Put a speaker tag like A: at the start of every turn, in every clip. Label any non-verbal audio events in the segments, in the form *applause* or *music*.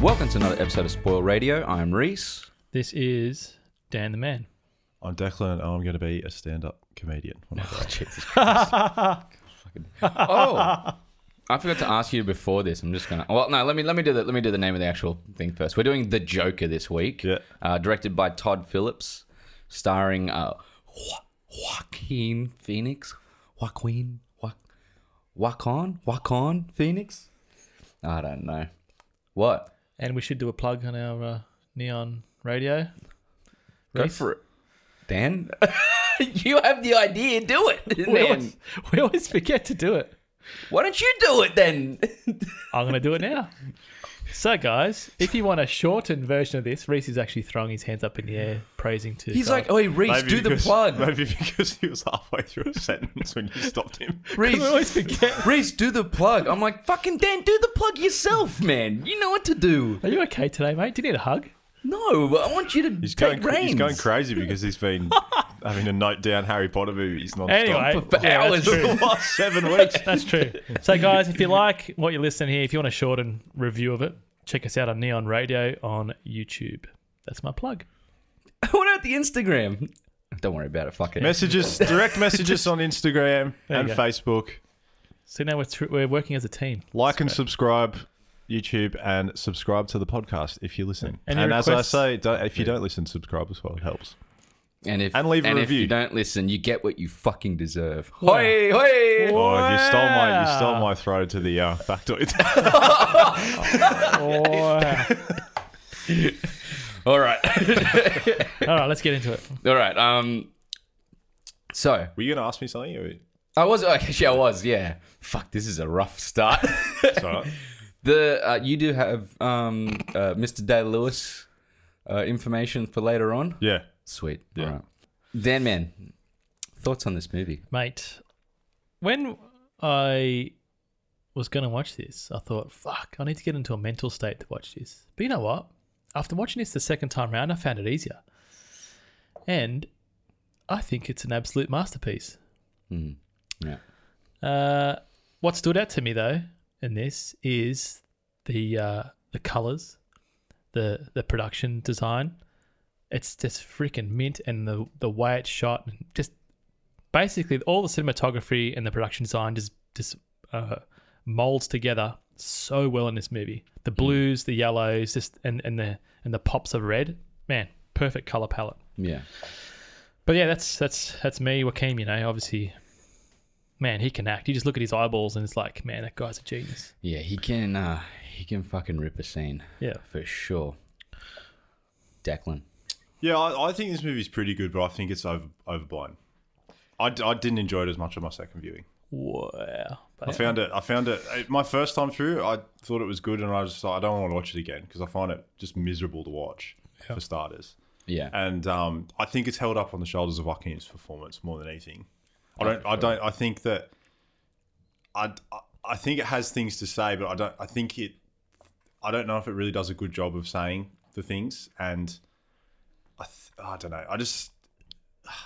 A: Welcome to another episode of Spoil Radio. I'm Reese.
B: This is Dan the Man.
C: I'm Declan, and I'm going to be a stand-up *laughs* comedian. when I grow up.
A: *laughs* Oh, I forgot to ask you before this. I'm just gonna. Well, no, let me let me do the let me do the name of the actual thing first. We're doing the Joker this week.
C: Yeah.
A: Uh, directed by Todd Phillips, starring uh, jo- Joaquin Phoenix, Joaquin, jo- Joaquin, Joaquin Phoenix. I don't know. What?
B: And we should do a plug on our uh, neon radio.
A: Go
B: Reese?
A: for it, Dan. *laughs* you have the idea. Do it,
B: *laughs* We
A: Dan.
B: always, we always forget to do it.
A: Why don't you do it
C: *laughs*
A: then?
B: I'm going to do it now. *laughs* So, guys, if you want a shortened version of this, Reese is actually throwing his hands up in the air, praising to
A: He's
B: God.
A: like, oh, "Oi, Reese, do the
C: because-
A: plug."
C: Oh, *laughs* Maybe because he was halfway through a sentence when you stopped him.
B: we always
A: Reese, *laughs*
B: forget.
A: Reese, do the plug. I'm like, fucking Dan, do the plug yourself, man. You know what to do.
B: Are you okay today, mate? Do you need a hug?
A: No, I want you to
C: He's
A: take
C: going,
A: reins.
C: he's going crazy because he's been having to note down Harry Potter movies non-stop
B: Anyway,
A: *laughs* For- for
B: yeah,
A: hours.
B: That's true.
C: *laughs* for the last seven weeks.
B: That's true. So, guys, if you like what you're listening here, if you want a shortened review of it, check us out on Neon Radio on YouTube. That's my plug.
A: *laughs* what about the Instagram? Don't worry about it. Fuck it.
C: Messages, direct messages on Instagram
B: There
C: and
B: you go.
C: Facebook.
B: So now we're, tr- we're working as a team.
C: Like and subscribe YouTube and subscribe to the podcast if you listen.
B: Any
C: and as I
B: requests?
C: say, don't, if you don't listen, subscribe as well. It helps.
A: and if
C: and leave a
A: if you
C: review.
A: don't listen, you get what you fucking deserve. Hoi, hoi.
C: Oh, you stole my you
B: Wow.
C: stole my throw to the uh, factoid.
A: All right, *laughs*
B: All right, let's get into it.
A: all right. Um, so
C: *laughs* Were you going to ask me something? Or...
A: I was actually I was *laughs* yeah. Fuck, this is a rough start. *laughs*
C: It's all right.
A: the uh, you do have um uh, Mr. Day Lewis uh, information for later on.
C: Yeah.
A: Sweet.
C: Yeah.
A: All right. Dan Man, thoughts on this movie?
B: Mate, when I was going to watch this, I thought, fuck, I need to get into a mental state to watch this. But you know what? After watching this the second time round, I found it easier. And I think it's an absolute masterpiece.
A: Yeah.
B: Uh, what stood out to me though in this is the uh, the colors, the the production design. It's just freaking mint, and the the way it's shot, and just basically all the cinematography and the production design just just uh, molds together so well in this movie. The blues, the yellows, just and and the and the pops of red, man, perfect color palette.
A: Yeah.
B: But yeah, that's that's that's me, Joaquin. You know, obviously, man, he can act. You just look at his eyeballs, and it's like, man, that guy's a genius.
A: Yeah, he can uh he can fucking rip a scene
B: Yeah,
A: for sure. Declan.
C: Yeah, I, I think this movie's pretty good, but I think it's over overblown. I, d- I didn't enjoy it as much on my second viewing.
B: wow.
C: I found it. I found it I- my first time through. I thought it was good, and I just thought I don't want to watch it again because I find it just miserable to watch for starters.
A: Yeah.
C: And um, I think it's held up on the shoulders of Joaquin's performance more than anything. I don't. I don't. I think that. I. I- I think it has things to say, but I don't. I think it. I don't know if it really does a good job of saying the things, and I. Th- I don't know. I just.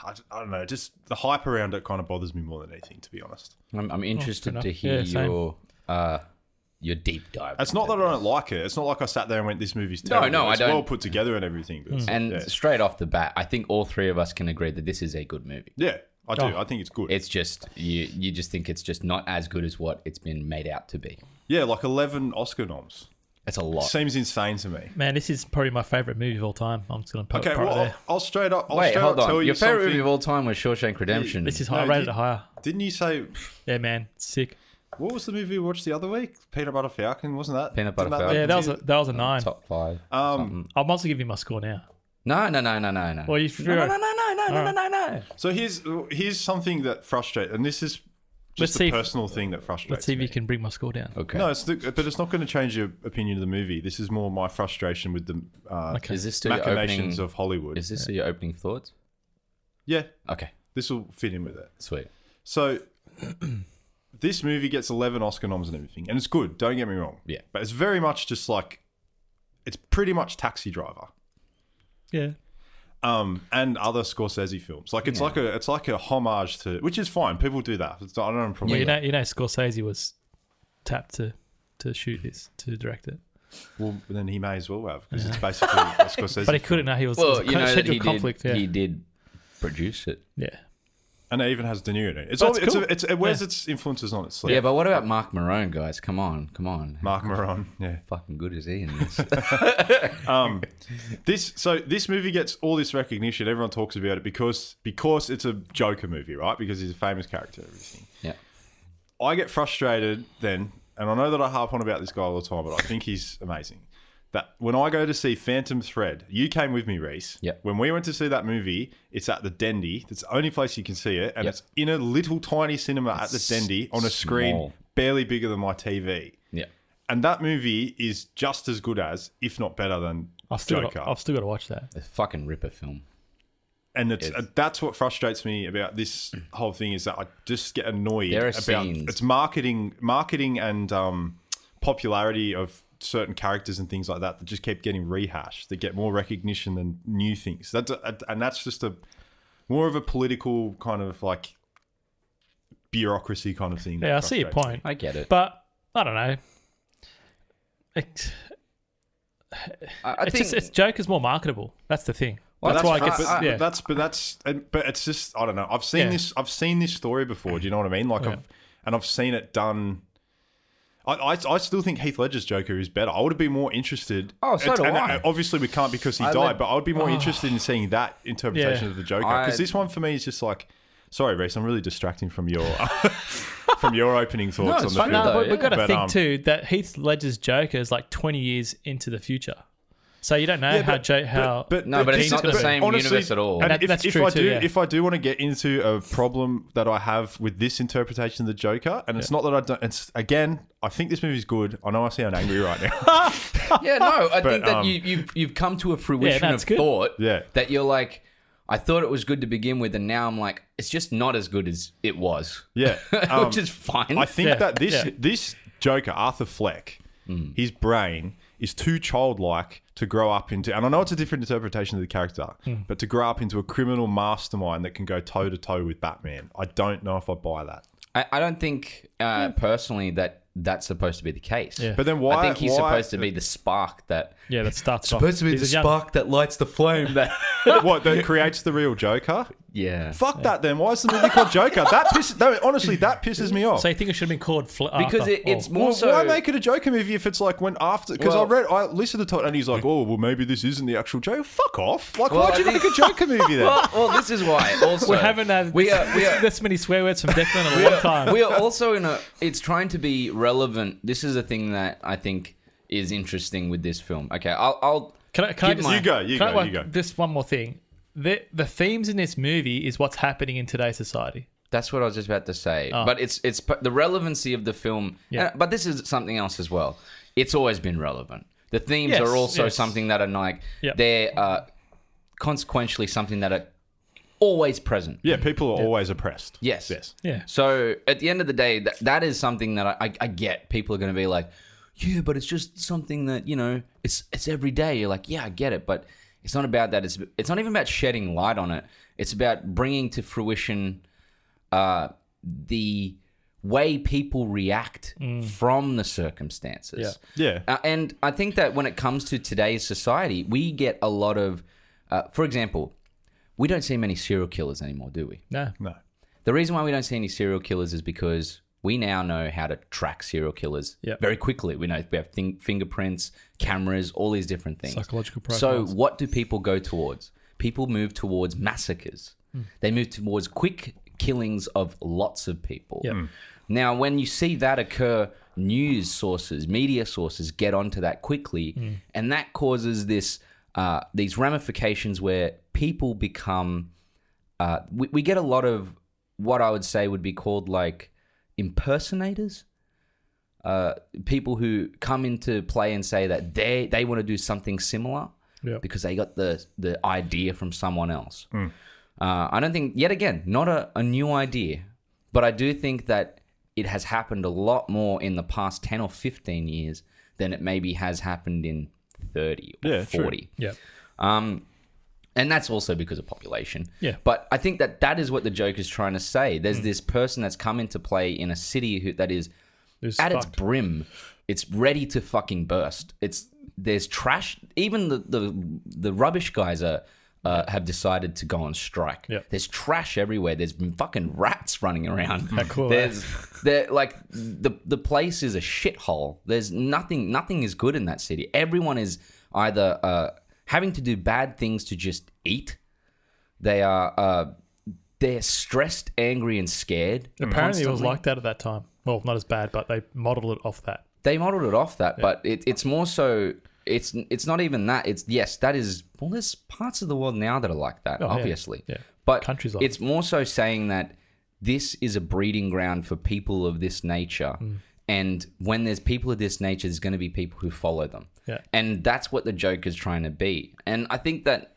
C: I, I don't know. Just the hype around it kind of bothers me more than anything, to be honest.
A: I'm, I'm interested
B: Oh, enough.
A: to hear
B: Yeah, same.
A: your uh your deep dive.
C: It's not that I don't like it. It's not like I sat there and went, "This movie's
A: No,
C: terrible."
A: no, I
C: it's
A: don't- Mm.
C: Well put together and everything, but it's-
A: and
C: yeah.
A: straight off the bat, I think all three of us can agree that this is a good movie.
C: yeah, I do. I think it's good.
A: It's just you you just think it's just not as good as what it's been made out to be.
C: yeah, like eleven Oscar noms.
A: That's a lot.
C: Seems insane to me.
B: man, this is probably my favorite movie of all time. I'm just gonna put
C: Okay,
B: it right
C: well, I'll,
B: there.
C: I'll straight up. I'll
A: Wait,
C: straight
A: hold
C: up tell
A: on.
C: you
A: Your favorite
C: something.
A: movie of all time was Shawshank Redemption.
B: This is high.
C: No,
B: I rated
C: you-
B: it higher.
C: Didn't you say
B: Yeah, man, sick.
C: what was the movie we watched the other week? Peanut Butter Falcon, wasn't that?
A: Peanut Butter
C: Didn't
A: Falcon.
B: Yeah,
C: make
B: that was a,
C: confused?
B: that was a nine.
A: top five.
B: Uh,
C: Um,
B: I'll also give you my score now.
A: No, no, no, no, no, no.
B: Well, you
A: no, no, no, no, no, no, no, no, no.
C: so here's here's something that frustrates, and this is
B: Let's
C: just
B: see
C: a
B: if-
C: personal thing that
B: Let's
C: frustrates.
B: see if
C: me.
B: you can bring my score down.
A: Okay.
C: No, it's the, but it's not going to change your opinion of the movie. This is more my frustration with the uh,
B: Okay.
A: Is this still your
C: machinations
A: opening?
C: of Hollywood.
A: is this your opening thoughts?
C: yeah,
A: Okay,
C: this will fit in with it.
A: sweet.
C: So *clears throat* this movie gets 11 Oscar noms and everything, and it's good. Don't get me wrong.
A: Yeah.
C: but it's very much just like it's pretty much Taxi Driver.
B: Yeah.
C: um, and other Scorsese films. Like it's like a it's like a homage to, which is fine. People do that. It's, I don't have a problem
B: Yeah, you
C: with that.
B: know, you know, Scorsese was tapped to to shoot this, to direct it.
C: Well, then he may as well have because it's basically
B: *laughs*
C: what Scorsese.
B: But he couldn't. No, he was. it was
A: Well,
B: a
A: you
B: con-
A: know that
B: scheduled
A: he
B: conflict.
A: did.
B: yeah.
A: He did produce it.
B: yeah.
C: and it even has De Niro in it. It's,
B: That's
C: all, it's,
B: cool.
C: a, it's it wears
B: Yeah.
C: its influences on its
A: Yeah.
C: sleeve.
A: but what about Mark Marone, guys? Come on, come on. How
C: Mark Maron. Yeah.
A: fucking good is he in this? *laughs*
C: Um, this so this movie gets all this recognition. Everyone talks about it because because it's a Joker movie, right? Because he's a famous character. and Everything.
A: yeah.
C: I get frustrated then, and I know that I harp on about this guy all the time, but I think he's amazing. That when I go to see Phantom Thread, you came with me, Reese.
A: Yep.
C: When we went to see that movie, it's at the Dendy. That's the only place you can see it, and
A: Yep.
C: it's in a little tiny cinema at the
A: It's
C: Dendy on a
A: small.
C: screen barely bigger than my TV.
A: Yeah.
C: And that movie is just as good as, if not better than,
B: I've still,
C: Joker.
B: got, I've still got to watch that.
A: A fucking ripper film.
C: and it's,
A: Yes.
C: uh, that's what frustrates me about this *clears throat* whole thing is that I just get annoyed
A: There are
C: about
A: scenes-
C: it's marketing, marketing and um, popularity of certain characters and things like that that just keep getting rehashed. That get more recognition than new things. That's a, and that's just a more of a political kind of like bureaucracy kind of thing. that
B: Yeah, I see your
C: frustrates me.
B: point,
A: I get it.
B: but I don't know. It,
A: I, I
B: it's
A: think
B: just it's Joker's more marketable. That's the thing.
A: Well,
B: that's,
A: that's
B: why
A: right,
B: I
C: but,
B: guess.
C: but
B: yeah.
C: that's but that's and- but it's just I don't know. I've seen
B: Yeah.
C: this I've seen this story before. Do you know what I mean? Like
B: Yeah.
C: I've and I've seen it done. I, I, I still think Heath Ledger's Joker is better. I would have been more interested.
A: Oh, so
C: and-
A: do
C: and,
A: I.
C: uh, Obviously, we can't because he
A: I
C: died,
A: would-
C: but I would be more interested in seeing that interpretation
B: Yeah.
C: of the Joker because
A: I-
C: this one for me is just like, sorry, Reese, I'm really distracting from your *laughs* from your opening thoughts
A: it's
C: on
A: fine,
C: the
A: no,
C: film.
A: though,
B: but we've
A: yeah.
B: got to
C: But,
B: think
C: um,
B: too that Heath Ledger's Joker is like 20 years into the future, so you don't know how jo- how.
A: No, but it's
C: he's-
A: not the same universe at all.
C: And
B: That-
C: if,
B: that's
C: if
B: true
C: I
B: too,
C: do,
B: yeah.
C: if I do want to get into a problem that I have with this interpretation of the Joker, and it's not that I don't. It's again, I think this movie's good. I know I sound angry
B: *laughs*
C: right now.
A: yeah, no, I
C: But,
A: think that
C: um,
A: you, you've you've come to a fruition
B: that's
A: of
B: good.
A: thought
C: Yeah.
A: that you're like, I thought it was good to begin with, and now I'm like, it's just not as good as it was.
C: yeah,
A: *laughs*
C: um,
A: which is fine.
C: I think
B: Yeah,
C: that this
B: yeah.
C: this Joker, Arthur Fleck,
A: Mm.
C: his brain is too childlike to grow up into. And I know it's a different interpretation of the character,
B: Mm.
C: but to grow up into a criminal mastermind that can go toe to toe with Batman, I don't know if I buy that.
A: I, I don't think uh, personally that that's supposed to be the case.
B: Yeah.
C: But then why?
A: I think he's
C: why-
A: supposed to
C: *laughs*
A: be the spark that
B: yeah, that starts off.
A: supposed to be
B: He's
A: the
B: a young-
A: spark that lights the flame. That
C: what that creates the real Joker.
A: *laughs* yeah,
C: Fuck that then. Why is the movie called Joker? That pisses. No, honestly, that pisses me off.
B: So you think it should have been called Fl-
A: Oh.
B: uh, oh.
A: because
B: Arthur,
A: it, it's
B: or-
A: more
C: Well,
A: so.
C: why make it a Joker movie if it's like when after? Because
A: Well- Hmm.
C: I read, I listened to Todd, and he's like, "Oh, well, maybe this isn't the actual Joker." Fuck off! Like,
A: Well,
C: why'd you
A: I
C: make a Joker movie then?
A: *laughs* well, well, this is why. Also,
B: we haven't had
A: we are we are
B: this many swear words
A: *laughs*
B: from Declan in a long time.
A: we are also in a it's trying to be relevant this is a thing that i think is interesting with this film okay i'll, I'll
B: Can I? Can I
A: Give
B: just,
A: mine. You
C: go, you
B: can I-
C: go,
B: one-
C: you go.
B: Just one more thing. The the themes in this movie is what's happening in today's society.
A: that's what i was just about to say but it's it's p- the relevancy of the film
B: Oh. Yeah.
A: and- but this is something else as well it's always been relevant the themes
B: Yes,
A: are also
B: yes.
A: something that are like
B: Yep.
A: they're uh, consequentially something that are always present
C: yeah, people are always oppressed.
A: Yes.
C: Yes.
B: Yeah.
A: So at the end of the day, that, that is something that I, I, I get. People are going to be like, yeah, but it's just something that, you know, it's it's every day. You're like, yeah, I get it. But it's not about that. It's, it's not even about shedding light on it. It's about bringing to fruition uh, the way people react from the circumstances.
C: Yeah.
A: Uh, and I think that when it comes to today's society, we get a lot of, uh, for example, we don't see many serial killers anymore, do we?
B: No.
C: No.
A: The reason why we don't see any serial killers is because we now know how to track serial killers
B: Yep.
A: very quickly. We know we have thing, fingerprints, cameras, all these different things.
B: Psychological
A: So,
B: profiles.
A: what do people go towards? People move towards massacres.
B: Hmm.
A: They move towards quick killings of lots of people.
B: Yep. Mm.
A: Now, when you see that occur, news sources, media sources get onto that quickly,
B: Hmm.
A: and that causes this uh, these ramifications where people become uh, we, we get a lot of what I would say would be called like impersonators. Uh, people who come into play and say that they they want to do something similar
B: Yeah.
A: because they got the the idea from someone else.
C: Hmm.
A: Uh, I don't think yet again not a, a new idea, but I do think that it has happened a lot more in the past ten or fifteen years than it maybe has happened in thirty or
C: Yeah, true.
A: forty
B: Yeah.
A: and that's also because of population.
B: Yeah. Hmm.
A: But I think that that is what the Joker's trying to say. There's this person that's come into play in a city who that is
B: Who's
A: at its
B: fucked.
A: brim, It's ready to fucking burst. It's there's trash. Even the the, the rubbish guys are. Uh, have decided to go on strike.
B: Yep.
A: There's trash everywhere. There's fucking rats running
B: *laughs*
A: around.
B: cool, eh?
A: Mm. There's there like the the place is a shithole. There's nothing nothing is good in that city. Everyone is either uh, having to do bad things to just eat. They are uh, they're stressed, angry, and scared.
B: Apparently, it was
A: constantly.
B: like that at that time. Well, not as bad, but they modeled it off that.
A: they modeled it off that, but it, it's more so. It's it's not even that. It's yes, that is. Well, there's parts of the world now that are like that,
B: Oh, yeah.
A: obviously.
B: Yeah.
A: But
B: Countries like
A: it's more so saying that this is a breeding ground for people of this nature,
B: Mm.
A: and when there's people of this nature, there's going to be people who follow them.
B: Yeah.
A: And that's what the Joker's trying to be. And I think that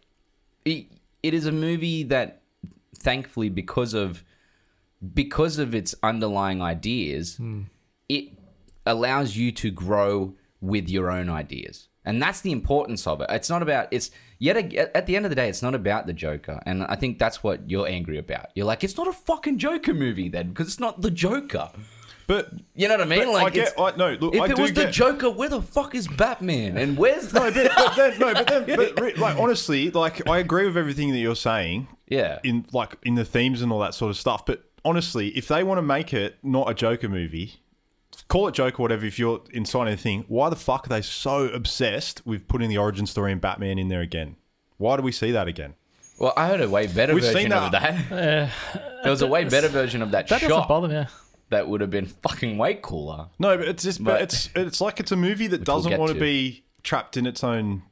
A: it, it is a movie that, thankfully, because of because of its underlying ideas,
B: Hmm.
A: it allows you to grow with your own ideas. And that's the importance of it. It's not about it's yet ag- at the end of the day, it's not about the Joker, and I think that's what you're angry about. You're like, it's not a fucking Joker movie then, because it's not the Joker.
C: But
A: You know what I mean?
C: But
A: like,
C: I get-
A: it's-
C: I- no, look,
A: if
C: I
A: it
C: do
A: was the
C: get-
A: Joker, where the fuck is Batman? And where's the
C: *laughs* no, but, but then, no, but then, but, re- like honestly, like I agree with everything that you're saying.
A: Yeah.
C: In like in the themes and all that sort of stuff. But honestly, if they want to make it not a Joker movie, call it Joker, whatever. If you're inside anything, why the fuck are they so obsessed with putting the origin story and Batman in there again? Why do we see that again?
A: Well, I heard a way better
C: We've
A: version
C: seen
A: of that. there was a way better version of that,
B: Uh, That doesn't
A: shot
B: bother me.
A: that would have been fucking way cooler.
C: No, but it's just, but,
A: But-
C: it's it's like it's a movie that
A: we'll
C: doesn't
A: get
C: want
A: to.
C: to be trapped in its own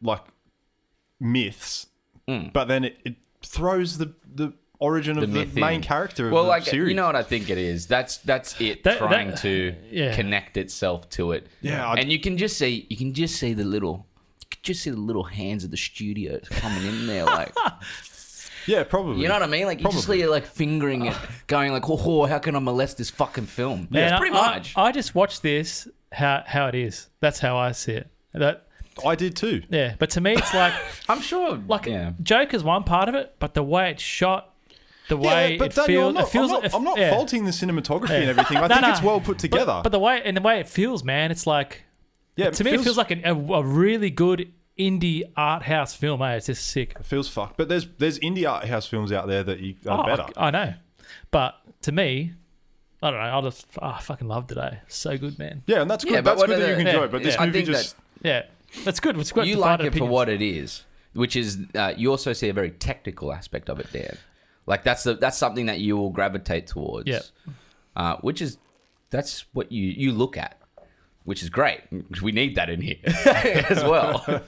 C: like myths, but then it, it throws the the origin of the
A: myth
C: main
A: in.
C: character of
A: well,
C: the
A: like
C: series.
A: you know what I think it is. That's that's it
B: That-
A: trying
B: that-
A: to
B: yeah.
A: connect itself to it.
C: Yeah, I-
A: and you can just see you can just see the little, you can just see the little hands of the studio coming in there,
B: *laughs*
A: like
C: yeah, probably.
A: you know what I mean. Like you just
C: Probably.
A: see it like fingering it, going like, oh, oh, how can I molest this fucking film?
B: Man,
A: It's pretty
B: I, I-
A: much.
B: I, just watch this how how it is. That's how I see it. That
C: I did too.
B: yeah. But to
A: *laughs*
B: me, it's like
A: I'm sure.
B: like
A: yeah.
B: Joker's one part of it, but the way it's shot, the way it,
C: Daniel,
B: feels,
C: I'm not,
B: it feels,
C: I'm not,
B: it-
C: I'm not
B: yeah.
C: faulting the cinematography and everything. I
B: No,
C: think
B: no.
C: it's well put together.
B: But, but the way and the way it feels, man, it's like
C: yeah,
B: to me, it feels like an, a, a really good indie art house film. Eh? It's just sick.
C: it feels fucked. But there's there's indie art house films out there that you are
B: Oh,
C: better.
B: I, I know, but to me, I don't know. I just oh, I fucking love today. So good, man.
C: yeah, and that's good.
A: Yeah, but
C: that's
A: what
C: good
A: are
C: that you can
A: the-
C: enjoy.
B: yeah,
C: but
A: yeah.
C: this
A: I
C: movie
A: think
C: just
B: Yeah, that's good. It's good.
A: you like it for what it is, which is uh, you also see a very technical aspect of it, Dan. Like that's the that's something that you will gravitate towards.
B: Yeah.
A: Uh, which is that's what you you look at, which is great. We need that in here *laughs* as well.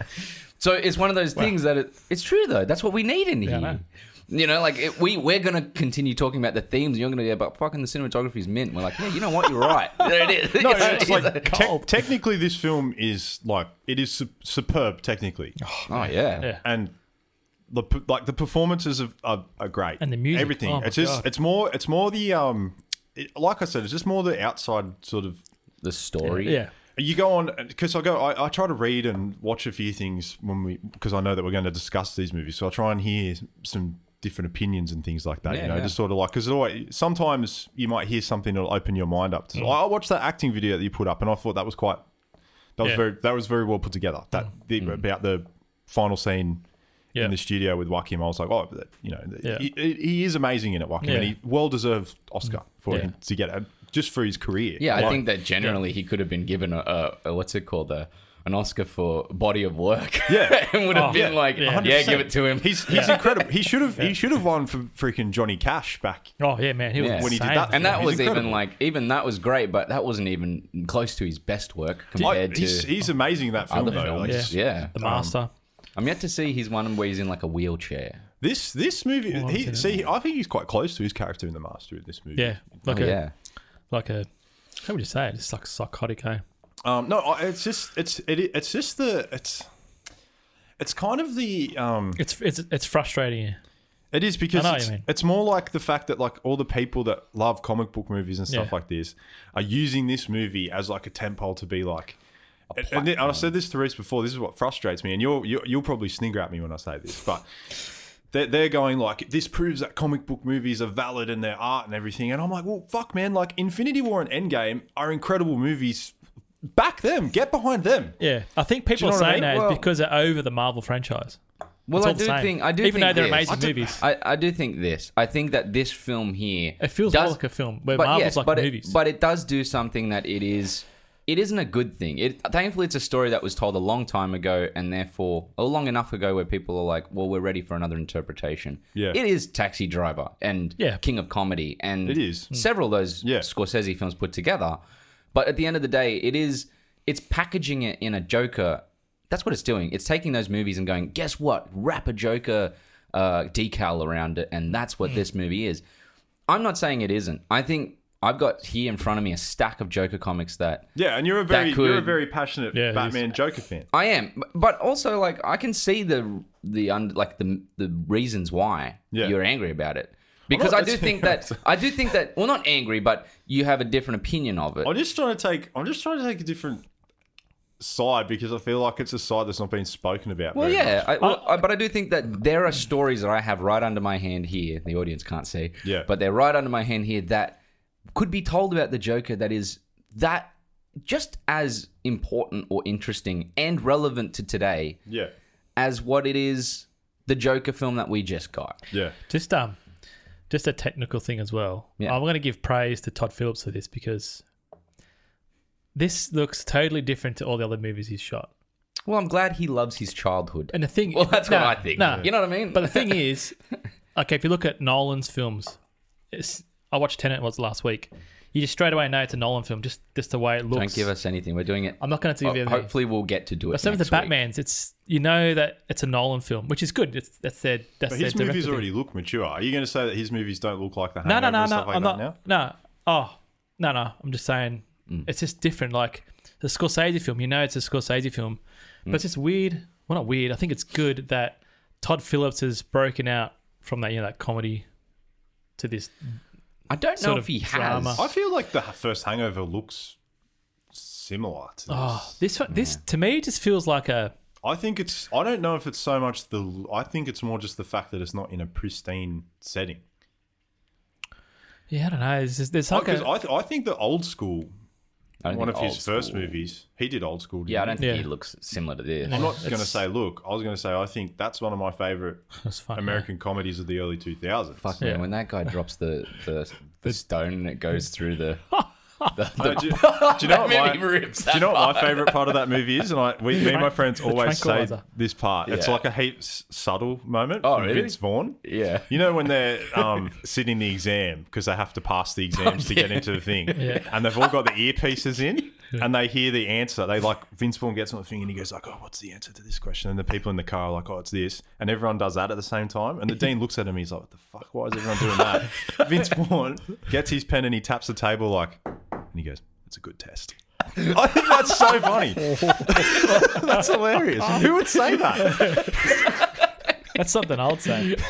A: so it's one of those things that it, it's true though. That's what we need in
B: I know.
A: here. You know, like it, we we're gonna continue talking about the themes. And you're gonna go, but fucking the cinematography's mint. We're like, yeah, you know what? You're right. *laughs* There it is.
C: No, it's
A: *laughs*
C: like
B: it's
C: te-
B: cold.
C: technically, this film is like it is su- superb technically,
A: oh yeah.
B: Yeah.
C: and the p- like the performances of, are, are great,
B: And the music.
C: everything.
B: Oh my
C: it's just
B: God.
C: it's more it's more the um, it, like I said, it's just more the outside sort of.
A: The story.
B: Yeah,
C: You go on because I go. I, I try to read and watch a few things when we because I know that we're going to discuss these movies, so I try and hear some different opinions and things like that.
A: Yeah,
C: you know,
A: yeah.
C: just sort of like because always sometimes you might hear something that'll open your mind up. To,
B: Mm.
C: I I watched that acting video that you put up, and I thought that was quite that was
B: Yeah. Mm.
C: very that was very well put together. That the, about the final scene
B: Yeah.
C: in the studio with Joaquin, I was like, oh, that- you know,
B: Yeah.
C: he, he- he is amazing in it, Joaquin, and
B: Yeah. Mm.
C: he well deserved Oscar for
B: Yeah.
C: him to get it just for his career.
A: Yeah, I
C: Like,
A: think that generally he could have been given a, a, a what's it called a, an Oscar for body of work. *laughs*
C: Yeah.
A: and would have
B: Oh,
A: been
B: yeah,
A: like,
B: yeah.
A: yeah.
C: 100%.
A: give it to him.
C: He's he's incredible. He should have he should have won for freaking Johnny Cash back.
B: Oh yeah, man. He was
A: Yeah. When
C: he did
B: insane.
C: that-
A: and that
C: he's
A: was even
C: incredible.
A: like even that was great, but that wasn't even close to his best work
C: I,
A: compared
C: he's,
A: to
C: he's amazing in that film
A: other
C: though. Like,
A: films.
C: yeah.
A: yeah,
B: the master.
A: I'm yet to see his one where he's in like a wheelchair.
C: This this movie,
B: Oh, I
C: he,
B: didn't
C: see, I think he's quite close to his character in The Master in this movie.
B: Yeah, like
A: Oh,
B: a
A: yeah,
B: like a how would you say it? It's like psychotic, eh?
C: Um, no, I- it's just it's it, it's just the it's it's kind of the um,
B: It's it's it's frustrating.
C: It is because
B: know what
C: it's,
B: you mean.
C: it's more like the fact that like all the people that love comic book movies and stuff
B: Yeah.
C: like this are using this movie as like a tentpole to be like. And, and then- and I said this to Reese before. This is what frustrates me, and you'll you'll, you'll probably snigger at me when I say this, but they're, they're going like this proves that comic book movies are valid and their art and everything, and I'm like, well, fuck, man, like Infinity War and Endgame are incredible movies back them. Get behind them.
B: Yeah, I think people
C: you know
B: are
C: what I
B: saying
C: mean?
B: that
A: Well-
B: is because they're over the Marvel franchise.
A: Well,
B: It's
A: I
B: all the
A: do
B: same.
A: think I do
B: even
A: think
B: though they're
A: this-
B: amazing
C: don't-
B: movies.
A: I, I do think this. I think that this film here
B: It feels more
A: does,
B: like a film where Marvel's like
A: but
B: movies.
A: It, but it does do something that it is. It isn't a good thing. It thankfully it's a story that was told a long time ago, and therefore or long enough ago where people are like, "Well, we're ready for another interpretation."
C: Yeah.
A: it is Taxi Driver and
B: Yeah.
A: King of Comedy, and
C: It is.
A: several of those
C: Hmm. Yeah.
A: Scorsese films put together. But at the end of the day, it is it's packaging it in a Joker. That's what it's doing. It's taking those movies and going, guess what? Wrap a Joker uh, decal around it, and that's
C: Hmm.
A: what this movie is. I'm not saying it isn't. I think I've got here in front of me a stack of Joker comics that
C: Yeah, and you're a very you're a
A: could-
C: very passionate
B: Yeah, it is.
C: Batman Joker fan.
A: I am, but also like I can see the the un, like the the reasons why
C: Yeah.
A: you're angry about it because
C: not-
A: I do
C: *laughs*
A: think that I do think that well not angry but you have a different opinion of it.
C: I'm just trying to take I'm just trying to take a different side because I feel like it's a side that's not being spoken about.
A: Well,
C: very much.
A: yeah, I, well,
B: Uh,
A: I, but I do think that there are stories that I have right under my hand here. The audience can't see,
C: Yeah.
A: but they're right under my hand here that could be told about the Joker. That is that just as important or interesting and relevant to today
C: Yeah.
A: as what it is the Joker film that we just got.
C: Yeah.
B: Just um, just a technical thing as well.
A: Yeah.
B: I'm going to give praise to Todd Phillips for this because this looks totally different to all the other movies he's shot.
A: Well, I'm glad he loves his childhood.
B: And the thing,
A: *laughs* well, that's
B: Nah,
A: what I think.
B: nah.
A: You know what I mean?
B: But the thing is, *laughs* okay, if you look at Nolan's films, it's, I watched Tenet was last week. You just straight away know it's a Nolan film, just just the way it looks.
A: don't give us anything. We're doing it.
B: I'm not going to give you. anything.
A: hopefully, we'll get to do it.
B: But some of the
A: next week.
B: Batman's, it's you know that it's a Nolan film, which is good. It's, that's their that's their
C: But his
B: director
C: movies
B: thing.
C: already look mature. Are you going to say that his movies don't look like the
B: no no
C: Hangover
B: no
C: and
B: no.
C: stuff like
B: I'm
C: that
B: not
C: now?
B: no. Oh no no. I'm just saying it's just different. Like the Scorsese film, you know, it's a Scorsese film, but it's just weird. Well, not weird. I think it's good that Todd Phillips has broken out from that you know that comedy to this.
A: I don't know
B: sort
A: if
B: of
A: he
B: drama.
A: has.
C: I feel like the first Hangover looks similar to this.
B: Oh, this this to me just feels like a
C: I think it's. I don't know if it's so much the. I think it's more just the fact that it's not in a pristine setting.
B: yeah I don't know. It's just, there's like
C: Because
B: a,
C: I, th- I think the old school,
A: I don't
C: one of
A: think
C: his
A: old
C: first
A: school-
C: movies, he did old school. Didn't
A: Yeah, I don't think he
B: Yeah.
A: looks similar to this.
C: am not going to
B: It's-
C: say look. I was going to say I think that's one of my favorite
B: That's fun, yeah.
C: American comedies of the early 2000s.
A: Fuck
B: Yeah.
A: man, when that guy drops the *laughs* the, the stone and it goes through *laughs* the. the,
C: I
A: the
C: Uh, do,
A: *laughs*
C: do you know what
A: movie
C: my,
A: rips
C: do you know what my favorite part of that movie is? And I, we, me and my friends always say
B: tranquilizer.
C: this part. It's
A: Yeah.
C: like a heap s- subtle moment
A: Oh,
C: from
A: really?
C: Vince Vaughn.
A: *laughs* yeah.
C: You know when they're um, sitting the exam because they have to pass the exams *laughs* to get into the thing, and they've all got the earpieces in, and they hear the answer. They like Vince Vaughn gets on the thing and he goes like, "Oh, what's the answer to this question?" And the people in the car are like, "Oh, it's this," and everyone does that at the same time. And the dean looks at him, he's like, "What the fuck? Why is everyone doing *laughs* that?" Vince Vaughn gets his pen and he taps the table like, and he goes, "It's a good test." *laughs* I think that's so funny. *laughs* that's hilarious. Who would say that?
B: that's something I would say.
A: *laughs*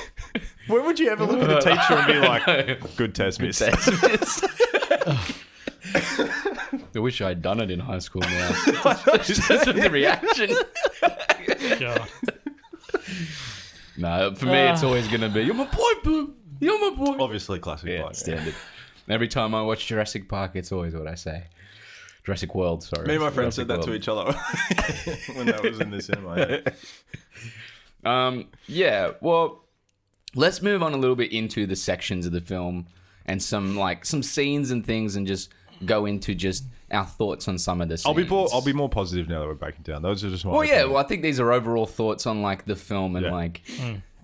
C: When would you ever look *laughs* at a teacher and be like, "Good test, miss"?
A: *laughs* I wish I'd done it in high school now. *laughs* Just the *laughs* reaction.
B: God.
A: No, for me, it's always going to be, you're my boy, boo. You're my boy.
C: *laughs* Obviously, classic.
A: Oh, Yeah,
C: bloke,
A: it's standard. Every time I watch Jurassic Park, it's always what I say. Jurassic World, sorry.
C: Me and my friend
A: Jurassic
C: said that to
A: World.
C: each other *laughs* when that was in the cinema. yeah.
A: Um, yeah, well, let's move on a little bit into the sections of the film and some like some scenes and things, and just go into just our thoughts on some of this.
C: *laughs* I'll be more. I'll be more positive now that we're breaking down. Those are just my.
A: Well, yeah. Well, I think these are overall thoughts on like the film and
C: Yeah.
A: like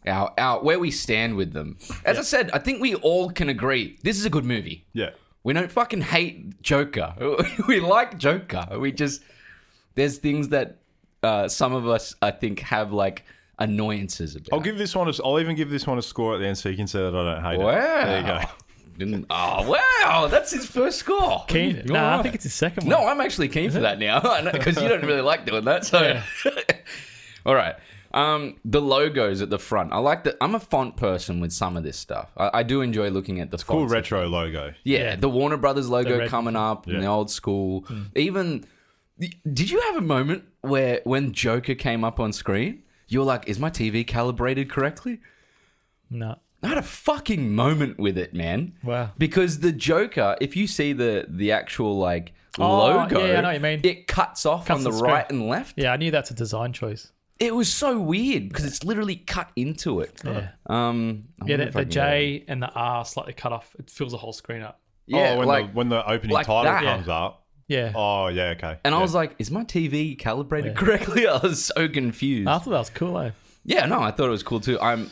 A: our our where we stand with them. As I said, I think we all can agree this is a good movie.
C: yeah.
A: We don't fucking hate Joker. *laughs* we like Joker. We just there's things that uh, some of us I think have like annoyances about.
C: I'll give this one. A, I'll even give this one a score at the end, so you can say that I don't hate
A: Wow.
C: it. There you go.
A: Didn't- oh wow, that's his first score.
B: Keen.
A: You're
B: Nah, I
A: right.
B: think it's his second one.
A: No, I'm actually keen for that now *laughs* because you don't really like doing that. So, *laughs* all right. Um, the logos at the front. I like that. I'm a font person with some of this stuff. I, I do enjoy looking at the
C: Cool
A: fonts.
C: retro logo.
A: Yeah,
B: Yeah.
A: the Warner Brothers
B: The
A: logo
B: red- Hmm.
A: coming up and the
C: Yeah.
A: old school. Even did you have a moment where when Joker came up on screen, you were like, "Is my TV calibrated correctly?"
B: no.
A: I had a fucking moment with it, man.
B: Wow.
A: Because the Joker, if you see the the actual like logo,
B: Oh, yeah, I know what you mean.
A: it cuts off
B: Cuts
A: on the,
B: the screen.
A: right and left.
B: Yeah, I knew that's a design choice.
A: It was so weird because it's literally cut into it.
B: Yeah.
A: Um, I
B: Yeah,
A: wonder
B: the,
A: if I can
B: the
A: go-
B: J and the R slightly cut off. It fills the whole screen up.
A: Yeah,
C: oh, when,
A: like,
C: the, when the opening
A: like
C: title
A: that.
C: comes up.
B: Yeah.
C: Oh, yeah, okay.
A: and I
C: Yeah.
A: was like, is my TV calibrated correctly? *laughs* I was so confused.
B: I thought that was cool, eh?
A: Yeah, no, I thought it was cool too. I'm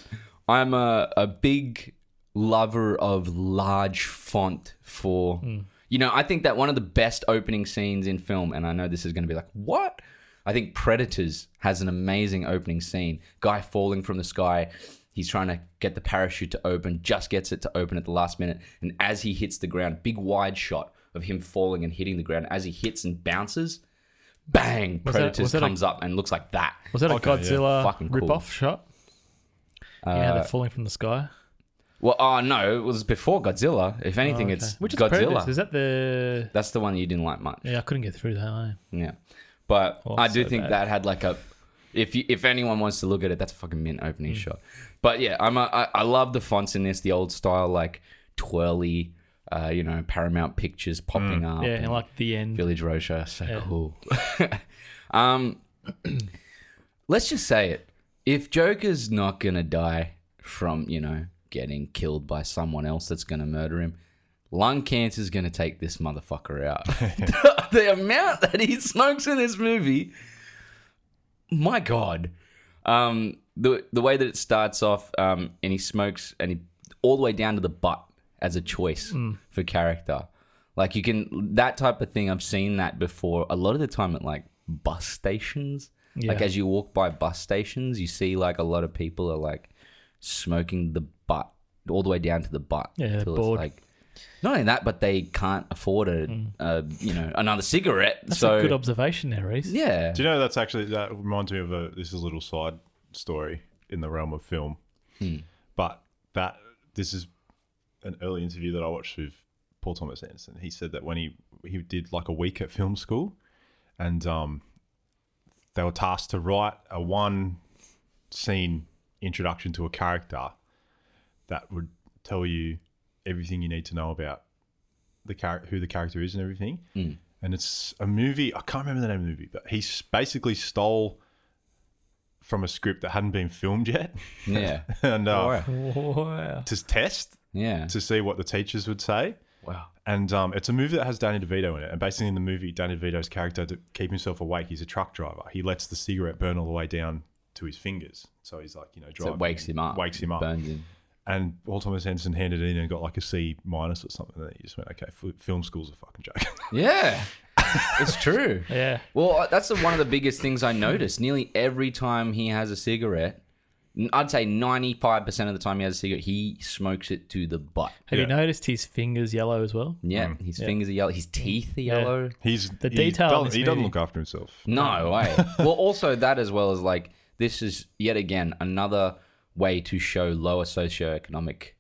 A: I'm a, a big lover of large font for
B: Hmm.
A: you know, I think that one of the best opening scenes in film, and I know this is gonna be like, what? I think Predators has an amazing opening scene. Guy falling from the sky, he's trying to get the parachute to open, just gets it to open at the last minute, and as he hits the ground, big wide shot of him falling and hitting the ground as he hits and bounces, bang,
B: Was that-
A: Predators
B: was that a-
A: comes up and looks like that.
B: Was that a
C: Okay, yeah.
B: Godzilla
A: Fucking cool. Uh,
B: rip-off shot? Yeah, you know, they're falling from the sky.
A: Well, oh no, it was before Godzilla. If anything,
B: Oh, Okay.
A: it's
B: Which is
A: Godzilla.
B: Predators. Is that the?
A: That's the one you didn't like much. Yeah,
B: Yeah, I couldn't get through that. eh?
A: but
B: Oh,
A: I do
B: so
A: think
B: bad.
A: that had like a. If you, if anyone wants to look at it, that's a fucking mint
B: Hmm.
A: opening shot. But yeah, I'm a, I, I love the fonts in this, the old style like twirly, uh, you know, Paramount Pictures popping up.
B: Hmm. Yeah,
A: and-
B: and like the end.
A: Village Roadshow. So
B: Yeah.
A: cool. *laughs* um, *clears throat* let's just say it. If Joker's not gonna die from you know getting killed by someone else that's gonna murder him, lung cancer's gonna take this motherfucker out. *laughs* the amount that he smokes in this movie, my god. Um, the the way that it starts off, um, and he smokes and he all the way down to the butt as a choice
B: Hmm.
A: for character. Like you can that type of thing. I've seen that before. A lot of the time at like bus stations. Like
B: Yeah.
A: as you walk by bus stations, you see like a lot of people are like smoking the butt all the way down to the butt.
B: Yeah, they're
A: till
B: bored. Hmm.
A: like not only that, but they can't afford a, uh, you know another cigarette.
B: That's
A: so
B: a good observation there, Reese.
A: yeah,
C: Do you know that's actually that reminds me of a this is a little side story in the realm of film, but that this is an early interview that I watched with Paul Thomas Anderson. He said that when he he did like a week at film school, and um, they were tasked to write a one scene introduction to a character that would tell you everything you need to know about the character, who the character is, and everything. And it's a movie. I can't remember the name of the movie, but he s- basically stole from a script that hadn't been filmed yet, *laughs*
A: yeah,
C: and uh,
A: Oh, wow.
B: *laughs* Wow.
C: to test
A: yeah.
C: to see what the teachers would say.
A: Wow.
C: And um, it's a movie that has Danny DeVito in it. And basically, in the movie, Danny DeVito's character to keep himself awake, he's a truck driver. He lets the cigarette burn all the way down to his fingers, so he's like, you know,
A: So
C: driving.
A: it wakes him up.
C: Wakes him up.
A: Burns him.
C: And Paul Thomas Anderson handed it in and got like a C minus or something. And he just went, okay, f- film school's a fucking joke. *laughs*
A: Yeah, it's true.
B: Yeah.
A: Well, I- that's the, one of the biggest things I noticed. Nearly every time he has a cigarette, n- I'd say 95% of the time he has a cigarette, he smokes it to the butt.
B: Have you
C: Yeah.
B: noticed his fingers yellow as well?
A: Yeah, his fingers are yellow, his teeth are
B: Yeah.
A: yellow.
C: He's
B: The
C: he
B: detail in
C: doesn't-
B: this
C: he doesn't
B: movie.
C: look after himself.
A: No way. well, also that as well as like this is yet again another way to show lower socioeconomic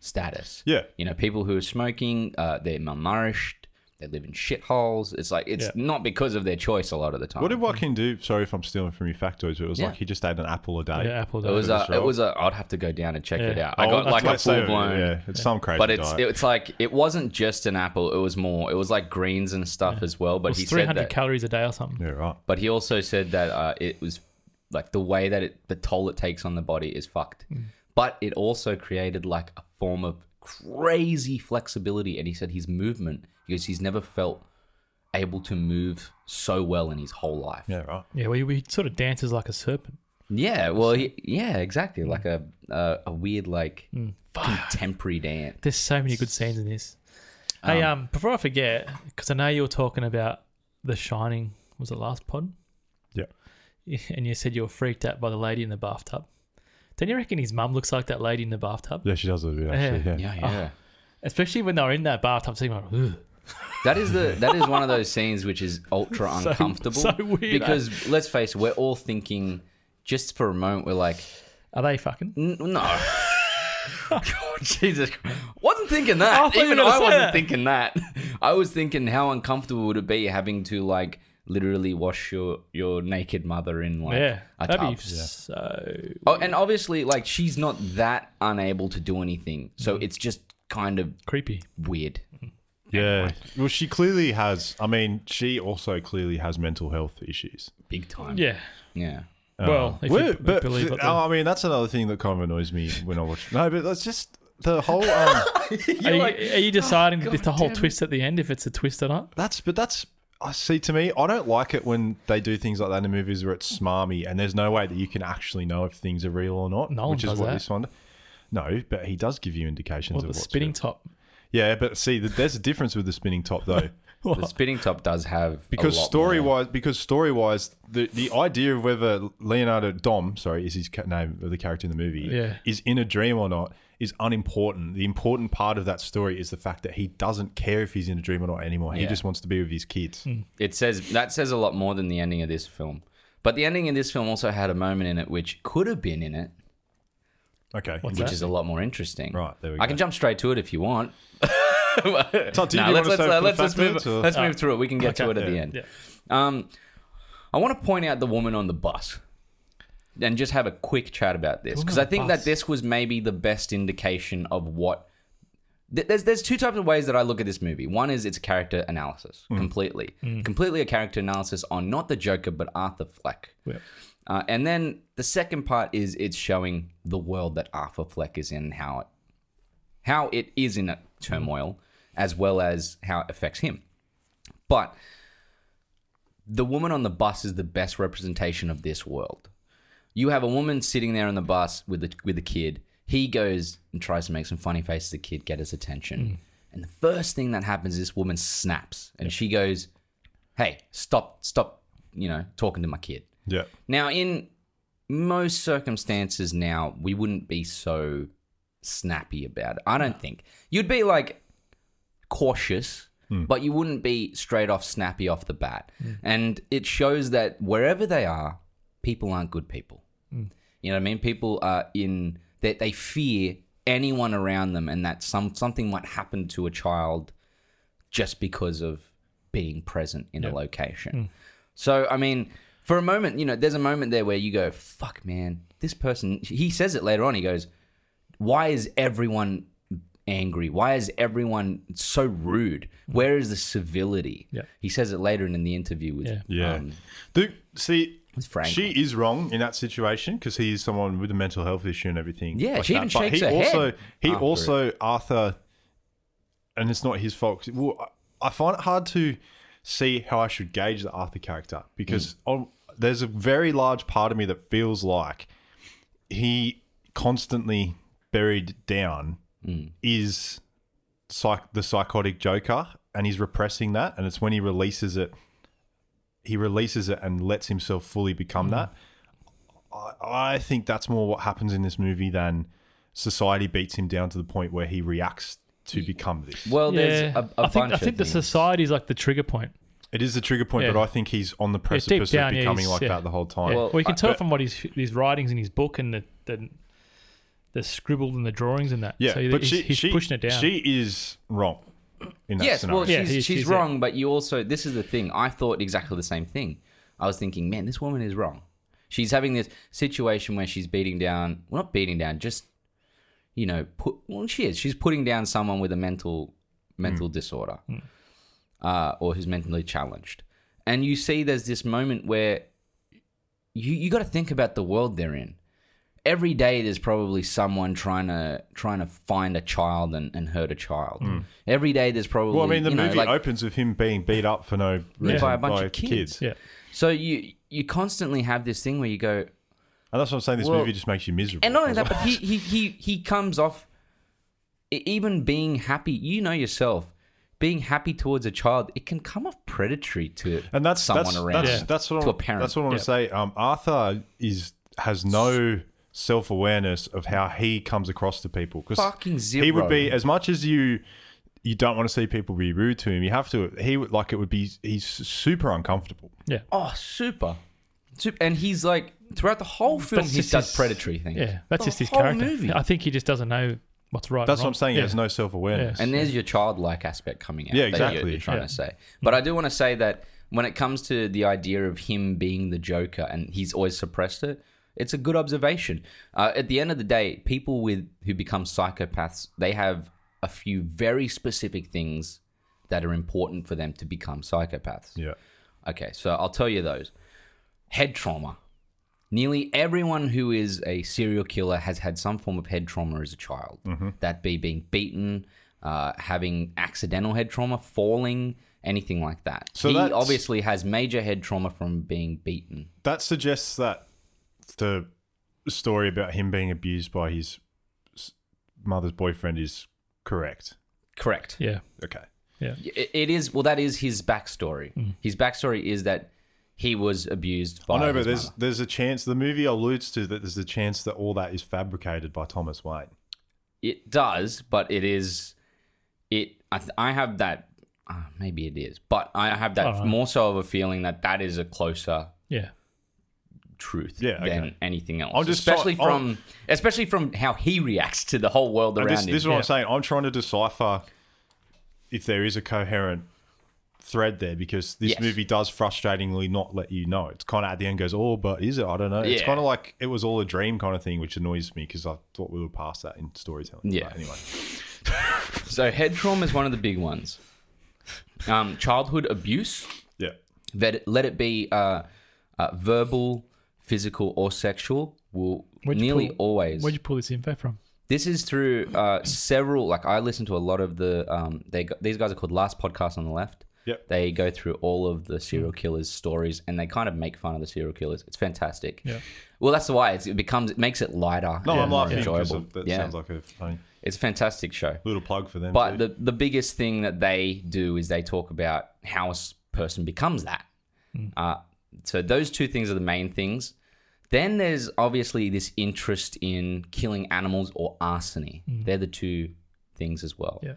A: status.
C: Yeah.
A: you know, people who are smoking, uh, they're malnourished, they live in shitholes. It's like it's
B: Yeah.
A: not because of their choice a lot of the time.
C: What
B: Um,
C: did Joaquin do? Sorry if I'm stealing from your factoids. but It was
A: Yeah.
C: like he just ate an apple a day.
B: Yeah, Apple
A: it
B: does.
A: was
B: it.
A: a,
C: this
A: it
C: role?
A: was a. I'd have to go down and check it out. I
C: Oh,
A: got
C: that's
A: like a
C: let's say-
A: full blown.
C: Yeah, it's some crazy.
A: But it's
C: diet.
A: it's like it wasn't just an apple. It was more. It was like greens and stuff as well. But
B: It was
A: uh, he said
B: 300
A: that.
B: calories a day or something.
C: yeah, right.
A: But he also said that uh, it was like the way that it, the toll it takes on the body is fucked.
B: Mm.
A: But it also created like a form of crazy flexibility. And he said his movement, because he's never felt able to move so well in his whole life.
C: Yeah, right.
B: Yeah, we, we sort of dances like a serpent.
A: Yeah, well, he, yeah, exactly.
B: Mm.
A: Like a, a a weird like contemporary dance.
B: *laughs* There's so many good scenes in this. hey, um, before I forget, because I know you were talking about The Shining, was it last pod?
C: Yeah.
B: *laughs* And you said you were freaked out by the lady in the bathtub. Don't you reckon his mum looks like that lady in the bathtub?
C: Yeah, she does a bit actually. Yeah.
A: Yeah,
B: Oh.
A: yeah.
B: Especially when they were in that bathtub, so you're like, Ugh.
A: That is
B: *laughs*
A: the that is one of those scenes which is ultra uncomfortable.
B: so weird, eh?
A: because let's face it, we're all thinking just for a moment we're like,
B: are they fucking?
A: N-
B: *laughs*
A: no. God, Jesus, Christ. wasn't thinking that.
B: I thought you
A: Even
B: were gonna
A: I
B: say
A: wasn't
B: that.
A: thinking that. I was thinking how uncomfortable would it be having to like literally wash your your naked mother in like
B: Yeah,
A: a
B: that'd
A: tub.
B: be so.
A: Oh, and obviously, like she's not
B: Mm.
A: that unable to do anything, so it's just kind of
B: Creepy.
A: weird.
C: Yeah. Well, she clearly has. I mean, she also clearly has mental health issues.
A: Big time. *laughs*
B: Yeah. *laughs*
A: Yeah.
B: Well, if you
C: Well,
B: b-
C: but
B: believe what the-
C: oh, I mean, that's another thing that kind of annoys me when I watch. No, but that's just the whole. Um,
B: Are you, are you deciding
A: "Oh, God
B: with the whole
A: damn it."
B: twist at the end if it's a twist or not?
C: that's but that's. I see. To me, I don't like it when they do things like that in movies where it's smarmy and there's no way that you can actually know if things are real or not.
B: Nolan
C: which is
B: does
C: what
B: that.
C: this one. No, but he does give you
B: Or
C: indications of
B: the
C: what's
B: spinning
C: real.
B: top?
C: Yeah, but see, th- there's a difference with the spinning top
B: *laughs*
C: though.
A: The spinning top does have
C: because story wise, because story wise, the the idea of whether Leonardo Dom, sorry, is his ca- name of the character in the movie,
B: Yeah.
C: is in a dream or not, is unimportant. The important part of that story is the fact that he doesn't care if he's in a dream or not anymore. He
A: Yeah.
C: just wants to be with his kids.
B: Hmm.
A: It says that says a lot more than the ending of this film. But the ending of this film also had a moment in it which could have been in it,
C: Okay,
B: What's
A: which
B: that?
A: is a lot more interesting.
C: Right, there we
A: I
C: go.
A: can jump straight to it if you want.
C: Todd, do you-
A: Nah,
C: do you
A: let's
C: wanna
A: let's,
C: save
A: uh,
C: for the
A: let's,
C: fast
A: let's move
C: minutes, or-
A: let's move through it. We can get to it
B: Okay.
A: at the
C: Yeah,
A: end.
B: Yeah.
A: Um, I want to point out the woman on the bus and just have a quick chat about this
B: woman
A: because
B: on
A: I
B: the
A: think
B: bus.
A: that this was maybe the best indication of what. th- There's there's two types of ways that I look at this movie. One is it's character analysis
C: Mm.
A: completely, completely a character analysis on not the Joker but Arthur Fleck.
B: Yep.
A: Uh, and then the second part is it's showing the world that Arthur Fleck is in, and how it how it is in a turmoil, as well as how it affects him. But the woman on the bus is the best representation of this world. You have a woman sitting there on the bus with the with the kid. He goes and tries to make some funny faces at the kid, get his attention. And the first thing that happens is this woman snaps and she goes, Hey, stop, stop, you know, talking to my kid.
C: Yeah,
A: Now, in most circumstances now, we wouldn't be so snappy about it. I don't think. You'd be like cautious, but you wouldn't be straight off snappy off the bat. And it shows that wherever they are, people aren't good people. You know what I mean? People are in that they fear anyone around them and that some something might happen to a child just because of being present in a location.
B: Hmm.
A: So I mean, for a moment, you know, there's a moment there where you go, "Fuck, man, this person." He says it later on. He goes, "Why is everyone angry? Why is everyone so rude? Where is the civility?"
B: Yeah.
A: He says it later in, in the interview with
B: Yeah.
C: yeah.
A: um,
C: Dude, see,
A: with Frank.
C: She is wrong in that situation because he is someone with a mental health issue and everything.
A: Yeah, she
C: that.
A: even shakes
C: he
A: her
C: also,
A: head
C: He
A: after
C: also Arthur, and it's not his fault. 'cause- Well, I- I find it hard to see how I should gauge the Arthur character because
A: Mm.
C: on, there's a very large part of me that feels like he constantly buried down is psych- the psychotic Joker, and he's repressing that, and it's when he releases it, he releases it and lets himself fully
B: Mm.
C: become that. I, I think that's more what happens in this movie than society beats him down to the point where he reacts to become this.
A: well, there's
B: Yeah.
A: a, a
B: I think
A: bunch
B: I think
A: of
B: the
A: things.
B: society is like the trigger point.
C: it is the trigger point,
B: Yeah.
C: but I think he's on the
B: Yeah, deep
C: precipice
B: down,
C: of
B: yeah,
C: becoming
B: he's-
C: like
B: yeah.
C: that the whole time.
B: Yeah.
A: Well,
B: Well, you can tell
C: but-
B: from what his his writings in his book and the the, the scribbled and the drawings and that.
C: Yeah,
B: so
C: but
B: he's,
C: she,
B: he's
C: she-
B: pushing it down.
C: She is wrong in that
A: yes,
C: scenario.
A: well,
B: Yeah,
A: she's,
B: he-
A: she's,
B: she's it.
A: wrong, but you also, this is the thing. I thought exactly the same thing. I was thinking, man, this woman is wrong. She's having this situation where she's beating down, well, not beating down, just, you know, put, well, she is. She's putting down someone with a mental
C: Hmm.
A: mental disorder uh, or who's mentally challenged. And you see there's this moment where you, you got to think about the world they're in. Every day there's probably someone trying to trying to find a child and, and hurt a child. Every day there's probably
C: Hmm. Well, I mean, the
A: you know,
C: movie
A: like-
C: opens with him being beat up for no reason
A: By a bunch of kids.
B: yeah,
A: So you you constantly have this thing where you go,
C: And that's what I'm saying. This
A: Well-
C: movie just makes you miserable.
A: and not only that, but
C: *laughs*
A: he he he he comes off e- even being happy. You know yourself, being happy towards a child, it can come off predatory to
C: and that's
A: someone
C: that's,
A: around.
C: That's, that's what
A: To
C: I'm,
A: a parent.
C: That's what I want
B: Yeah.
C: to say. Um, Arthur is has no self awareness of how he comes across to people. 'cause
A: Fucking
C: He would be
A: zero.
C: as much as you. You don't want to see people be rude to him. You have to. He would like it would be. He's super uncomfortable.
B: yeah,
A: oh super, super, and he's like throughout the whole film
B: That's
A: he
B: just
A: does
B: his-
A: predatory things.
B: yeah. That's
A: The
B: just his
A: whole
B: character.
A: movie.
B: I think he just doesn't know what's right.
C: That's
B: and
C: what
B: wrong.
C: I'm saying. He
B: Uh-huh. Yeah.
C: has no self awareness.
B: Yeah.
A: And there's your childlike aspect coming out.
C: Yeah,
A: That you're,
C: exactly.
A: you're trying
B: Yeah.
A: to say. But I do want to say that when it comes to the idea of him being the Joker and he's always suppressed it, it's a good observation. Uh, at the end of the day, people with who become psychopaths, they have a few very specific things that are important for them to become psychopaths.
C: Yeah.
A: Okay, so I'll tell you those. Head trauma. Nearly everyone who is a serial killer has had some form of head trauma as a child.
C: Mm-hmm.
A: That be being beaten, uh, having accidental head trauma, falling, anything like that.
C: So
A: he
C: that's-
A: obviously has major head trauma from being beaten.
C: That suggests that the story about him being abused by his s- mother's boyfriend is correct.
A: Correct.
B: Yeah.
C: Okay.
A: It- it is well. That is his backstory. His backstory is that he was abused by.
C: Mm. I know, but
A: his
C: there's
A: mother.
C: there's a chance the movie alludes to that. There's a chance that all that is fabricated by Thomas Wayne.
A: it does, but it is it. I, th- I have that. Uh, maybe it is, but I have that
C: Uh-huh.
B: Alright.
A: more so of a feeling that that is a closer
B: Yeah.
A: truth
C: Yeah, okay.
A: than anything else.
C: I'll just try-
A: especially
C: I'll-
A: from especially from how he reacts to the whole world
C: And
A: around
C: this,
A: him.
C: this is what
B: Yeah.
C: I'm saying. I'm trying to decipher if there is a coherent thread there because this
A: Yes.
C: movie does frustratingly not let you know. It's kind of at the end goes, oh, but is it? I don't know. It's
A: Yeah.
C: kind of like it was all a dream kind of thing, which annoys me because I thought we were past that in storytelling.
A: Yeah.
C: But anyway,
A: so head trauma is one of the big ones. Um, childhood abuse.
C: yeah.
A: that let it be uh, uh, verbal, physical, or sexual will
B: Where'd you
A: nearly
B: pull-
A: always.
B: Where'd you pull this info from?
A: This is through uh, several. Like I listen to a lot of the. Um, they go- these guys are called Last Podcast on the Left.
C: Yep.
A: They go through all of the serial killers' stories, and they kind of make fun of the serial killers. It's fantastic.
B: Yeah.
A: Well, that's why it's, it becomes it makes it lighter.
C: No,
A: and
C: I'm
A: more
C: laughing because
A: enjoyable.
C: of- that
A: yeah,
C: sounds like a funny
A: it's a fantastic show.
C: little plug for them.
A: But
C: too.
A: the, the biggest thing that they do is they talk about how a s- person becomes that.
C: Hmm.
A: Uh, so those two things are the main things. Then there's obviously this interest in killing animals or arsony.
C: Hmm.
A: They're the two things as well.
B: Yeah.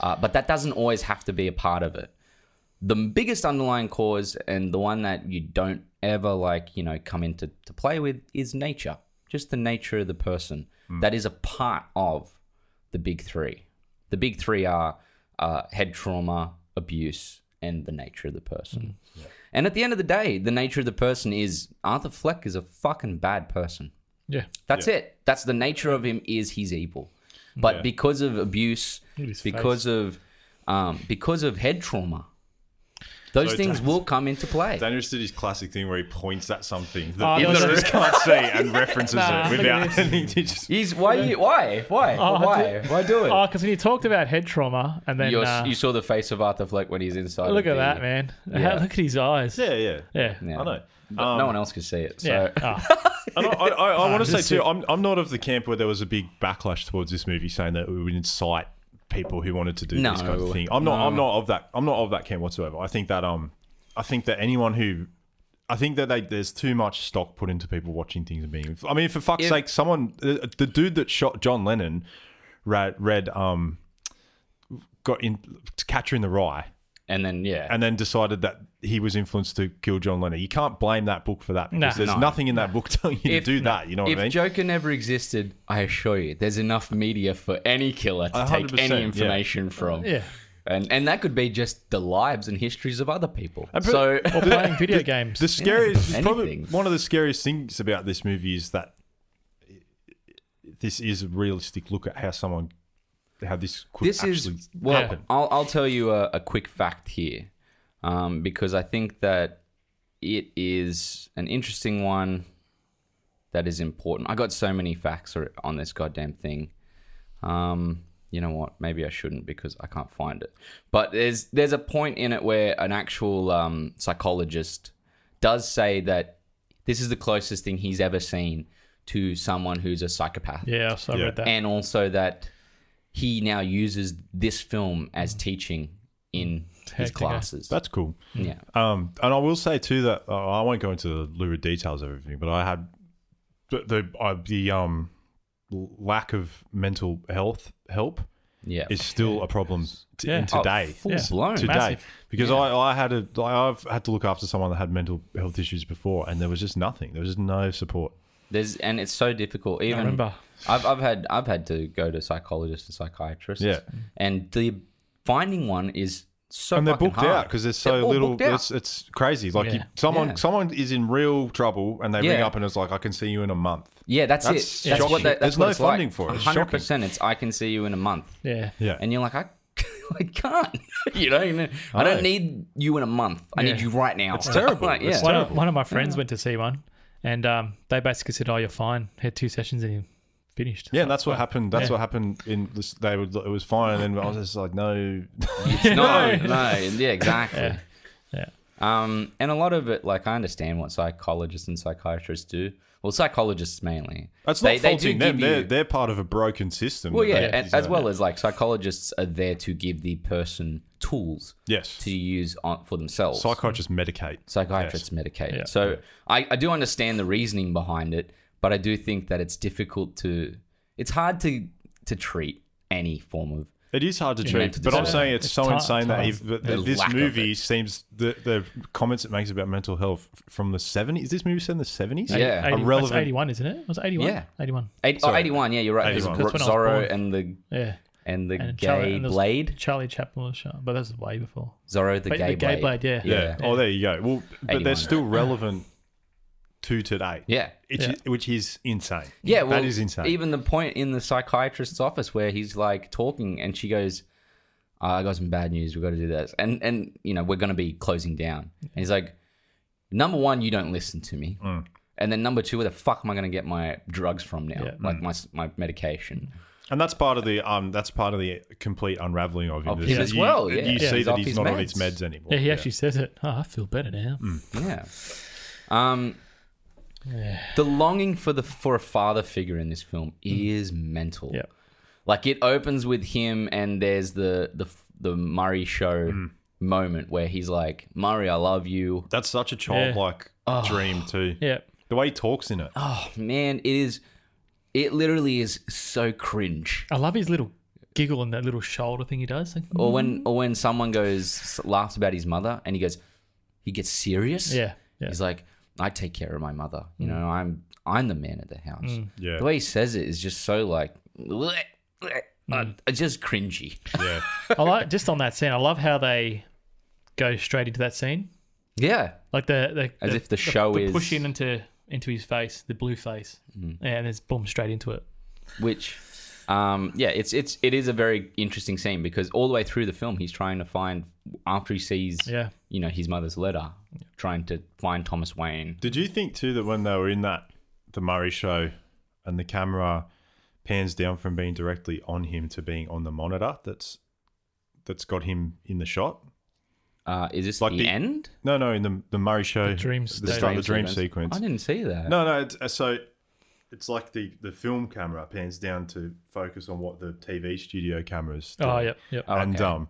A: Uh, but that doesn't always have to be a part of it. The biggest underlying cause and the one that you don't ever like, you know, come into to play with is nature. Just the nature of the person. That is a part of the big three. The big three are uh, head trauma, abuse, and the nature of the person. And at the end of the day, the nature of the person is Arthur Fleck is a fucking bad person.
B: Yeah.
A: That's it. That's the nature of him is he's evil. But
C: Yeah.
A: because of abuse,
B: Look at his
A: because of um, because of head trauma, those
C: So
A: things
C: Dan's-
A: will come into play.
C: Daniel's did his classic thing where he points at something that
B: Oh,
C: the
B: no, no,
C: listeners
B: no. *laughs*
C: can't see and references
B: Nah, *laughs*
C: it
B: look at
C: without
B: this.
C: *laughs* anything. to just-
A: He's why you, why why
B: Oh,
A: why
B: I
A: why do it?
B: Oh, because when you talked about head trauma, and then
A: You're-
B: uh,
A: you saw the face of Arthur Fleck when he's inside.
B: look
A: of
B: at
A: the-
B: that man.
A: Yeah.
B: *laughs* look at his eyes.
C: Yeah, yeah,
B: Yeah.
A: Yeah.
C: I know. Um,
A: But no one else could see it. So
B: Yeah. Ah.
C: And I, I, I, I want to
B: this
C: say
B: is
C: too,
B: it.
C: I'm, I'm not of the camp where there was a big backlash towards this movie, saying that it would incite people who wanted to do
A: No.
C: this kind of thing. I'm not, I'm not of that, I'm not of that camp whatsoever. I think that, um, I think that anyone who, I think that they, there's too much stock put into people watching things and being. I mean, for fuck's
A: If-
C: sake, someone, the, the dude that shot John Lennon, read, read, um, got in Catcher in the Rye
A: and then yeah,
C: and then decided that he was influenced to kill John Lennon. You can't blame that book for that because
B: No.
C: there's
A: No.
C: nothing in that book *laughs* telling you
A: If-
C: to do that. You know what
A: if
C: I mean?
A: Joker never existed, I assure you, there's enough media for any killer to
C: A hundred
A: take any
C: percent,
A: information from.
B: yeah.
A: And and that could be just the lives and histories of other people.
C: And pre-
A: so *laughs*
B: Or playing video games.
C: the scariest,
A: Yeah.
C: probably
A: Anything.
C: one of the scariest things about this movie is that this is a realistic look at how someone, how this could
A: this
C: actually
A: is well,
B: happen.
A: I'll I'll tell you a, a quick fact here, um, because I think that it is an interesting one that is important. I got so many facts or- on this goddamn thing. Um, you know what? Maybe I shouldn't because I can't find it. But there's there's a point in it where an actual um, psychologist does say that this is the closest thing he's ever seen to someone who's a psychopath
B: yeah, so I
C: Yeah.
B: read that.
A: and also that he now uses this film as teaching in his
B: Hectic, eh?
A: classes.
C: that's cool.
A: yeah,
C: Um, and I will say too that uh, I won't go into the lurid details of everything, but I had the the, uh, the um lack of mental health help
A: yeah.
C: is still a problem t-
B: Yeah.
C: in
A: Oh,
C: today.
A: full
B: Yeah.
A: blown.
C: today
B: Massive.
C: because I, I had a like, I've had to look after someone that had mental health issues before, and there was just nothing. There was just no support.
A: There's and it's so difficult. Even
B: remember.
A: I've I've had I've had to go to psychologists and psychiatrists.
C: Yeah.
A: and the finding one is so
C: and they're
A: fucking
C: booked
A: hard.
C: out because there's so
A: They're all
C: little.
A: booked out.
C: It's, it's crazy. Like you,
B: Yeah.
C: someone
A: Yeah.
C: someone is in real trouble, and they ring
A: Yeah.
C: up and it's like, I can see you in a month.
A: Yeah, that's,
C: That's
A: it. That's
C: shocking.
A: what that, that's
C: There's
A: what
C: no
A: it's
C: funding
A: like.
C: for it. It's
A: Hundred percent. It's I *laughs* can see you in a month,
B: Yeah.
C: Yeah,
A: and you're like I. I can't. *laughs* you know, you know, I
C: know.
A: don't need you in a month. I
B: Yeah.
A: need you right now. It's *laughs*
C: terrible.
A: like, yeah.
C: It's
B: One of,
C: terrible.
B: one of my friends went to see one, and um, they basically said, "Oh, you're fine." Had two sessions and you finished.
C: Yeah, and that's what happened. That's what happened in this. They were, it was fine, and then I was just like, no. *laughs*
A: no, no, yeah, exactly.
B: Yeah.
A: Um, and a lot of it, like I understand what psychologists and psychiatrists do. Well, psychologists mainly.
C: That's
A: They-
C: not
A: they do
C: faulting them.
A: give
C: They're,
A: you-
C: they're part of a broken system.
A: Well,
C: that
A: yeah,
C: they-
A: and, as well as like psychologists are there to give the person tools
C: Yes.
A: to use on, for themselves.
C: Psychiatrists medicate.
A: Psychiatrists medicate.
B: Yeah.
A: So I, I do understand the reasoning behind it, but I do think that it's difficult to. It's hard to to treat any form of
C: It is hard to
A: mental
C: treat, but I'm
A: disorder.
C: saying it's,
B: It's
C: so
B: ti-
C: insane that,
B: time.
C: if, that
A: There's
C: this
A: lack of
C: movie seems the, the comments it makes about mental health f- from the 70s. Is this movie set in the 70s?
A: Yeah.
B: Eighty- that's
C: Irrelevant.
B: 81, isn't it? Was it 81?
A: Yeah.
B: 81.
A: eight, oh, 81, Yeah, you're right. There's
C: 81.
A: Ro-
B: That's when I was born.
A: Zorro and the
B: Yeah.
A: and the
B: And
A: gay
B: Charlie- and there's
A: blade.
B: Charlie Chaplin was shot, but that was way before.
A: Zorro the
B: But
A: gay,
B: the gay blade, yeah.
C: Yeah. Oh, there you go. Well, but
A: 81.
C: they're still relevant to today.
A: Yeah.
C: It's,
B: Yeah.
C: Which is insane.
A: Yeah, well,
C: that is insane.
A: Even the point in the psychiatrist's office where he's like talking, and she goes, "Oh, "I got some bad news. We've got to do this," and and you know we're going to be closing down. And he's like, "Number one, you don't listen to me,
C: Mm.
A: and then number two, where the fuck am I going to get my drugs from now?
B: Yeah.
C: mm.
A: Like my s- my medication?
C: And that's part of the um, that's part of the complete unraveling of him.
A: Of
C: This
A: him
C: is-
A: as
C: you,
A: well, yeah.
C: You
A: Yeah,
C: see
A: he's
C: that
A: off
C: he's
A: his
C: not on
A: meds.
C: his meds anymore.
B: Yeah, he actually says it. Oh, I feel better now.
A: Hmm. Yeah."
B: *sighs*
A: um, the longing for the for a father figure in this film is mental.
B: Mm. Yeah.
A: Like it opens with him, and there's the the the Murray show
B: Mm.
A: moment where he's like, "Murray, I love you."
C: That's such a childlike dream too.
B: Yeah.
C: The way he talks in it.
A: Oh man, it is. It literally is so cringe.
B: I love his little giggle and that little shoulder thing he does. Like,
A: Or when or when someone goes laughs about his mother, and he goes, he gets serious.
B: Yeah. Mm. Yeah.
A: He's like, I take care of my mother. You know, I'm I'm the man of the house.
B: Mm.
C: Yeah.
A: The way he says it is just so like, bleh, bleh, uh, just
C: *laughs*
A: cringy.
C: Yeah.
B: I like just on that scene. I love how they go straight into that scene,
A: yeah.
B: like the, the
A: As if the show
B: the
A: is- Hmm.
B: pushing into into his face, the blue face, and it's boom straight into it.
A: which um yeah it's it's it is a very interesting scene because all the way through the film he's trying to find after he sees
B: Yeah.
A: you know his mother's letter trying to find thomas wayne
C: Did you think too that when they were in that the Murray show and the camera pans down from being directly on him to being on the monitor that's that's got him in the shot?
A: uh is this
C: Like
A: the,
C: the-
A: end
C: No, no, in the the Murray show
B: The dream
C: the
B: state.
C: start of the dream
A: sequence.
C: sequence.
A: i didn't see that
C: No, no. It's, uh, so it's like the the film camera pans down to focus on what the TV studio cameras. do.
B: Oh, yep, yep.
A: Oh,
C: and
A: okay.
C: um,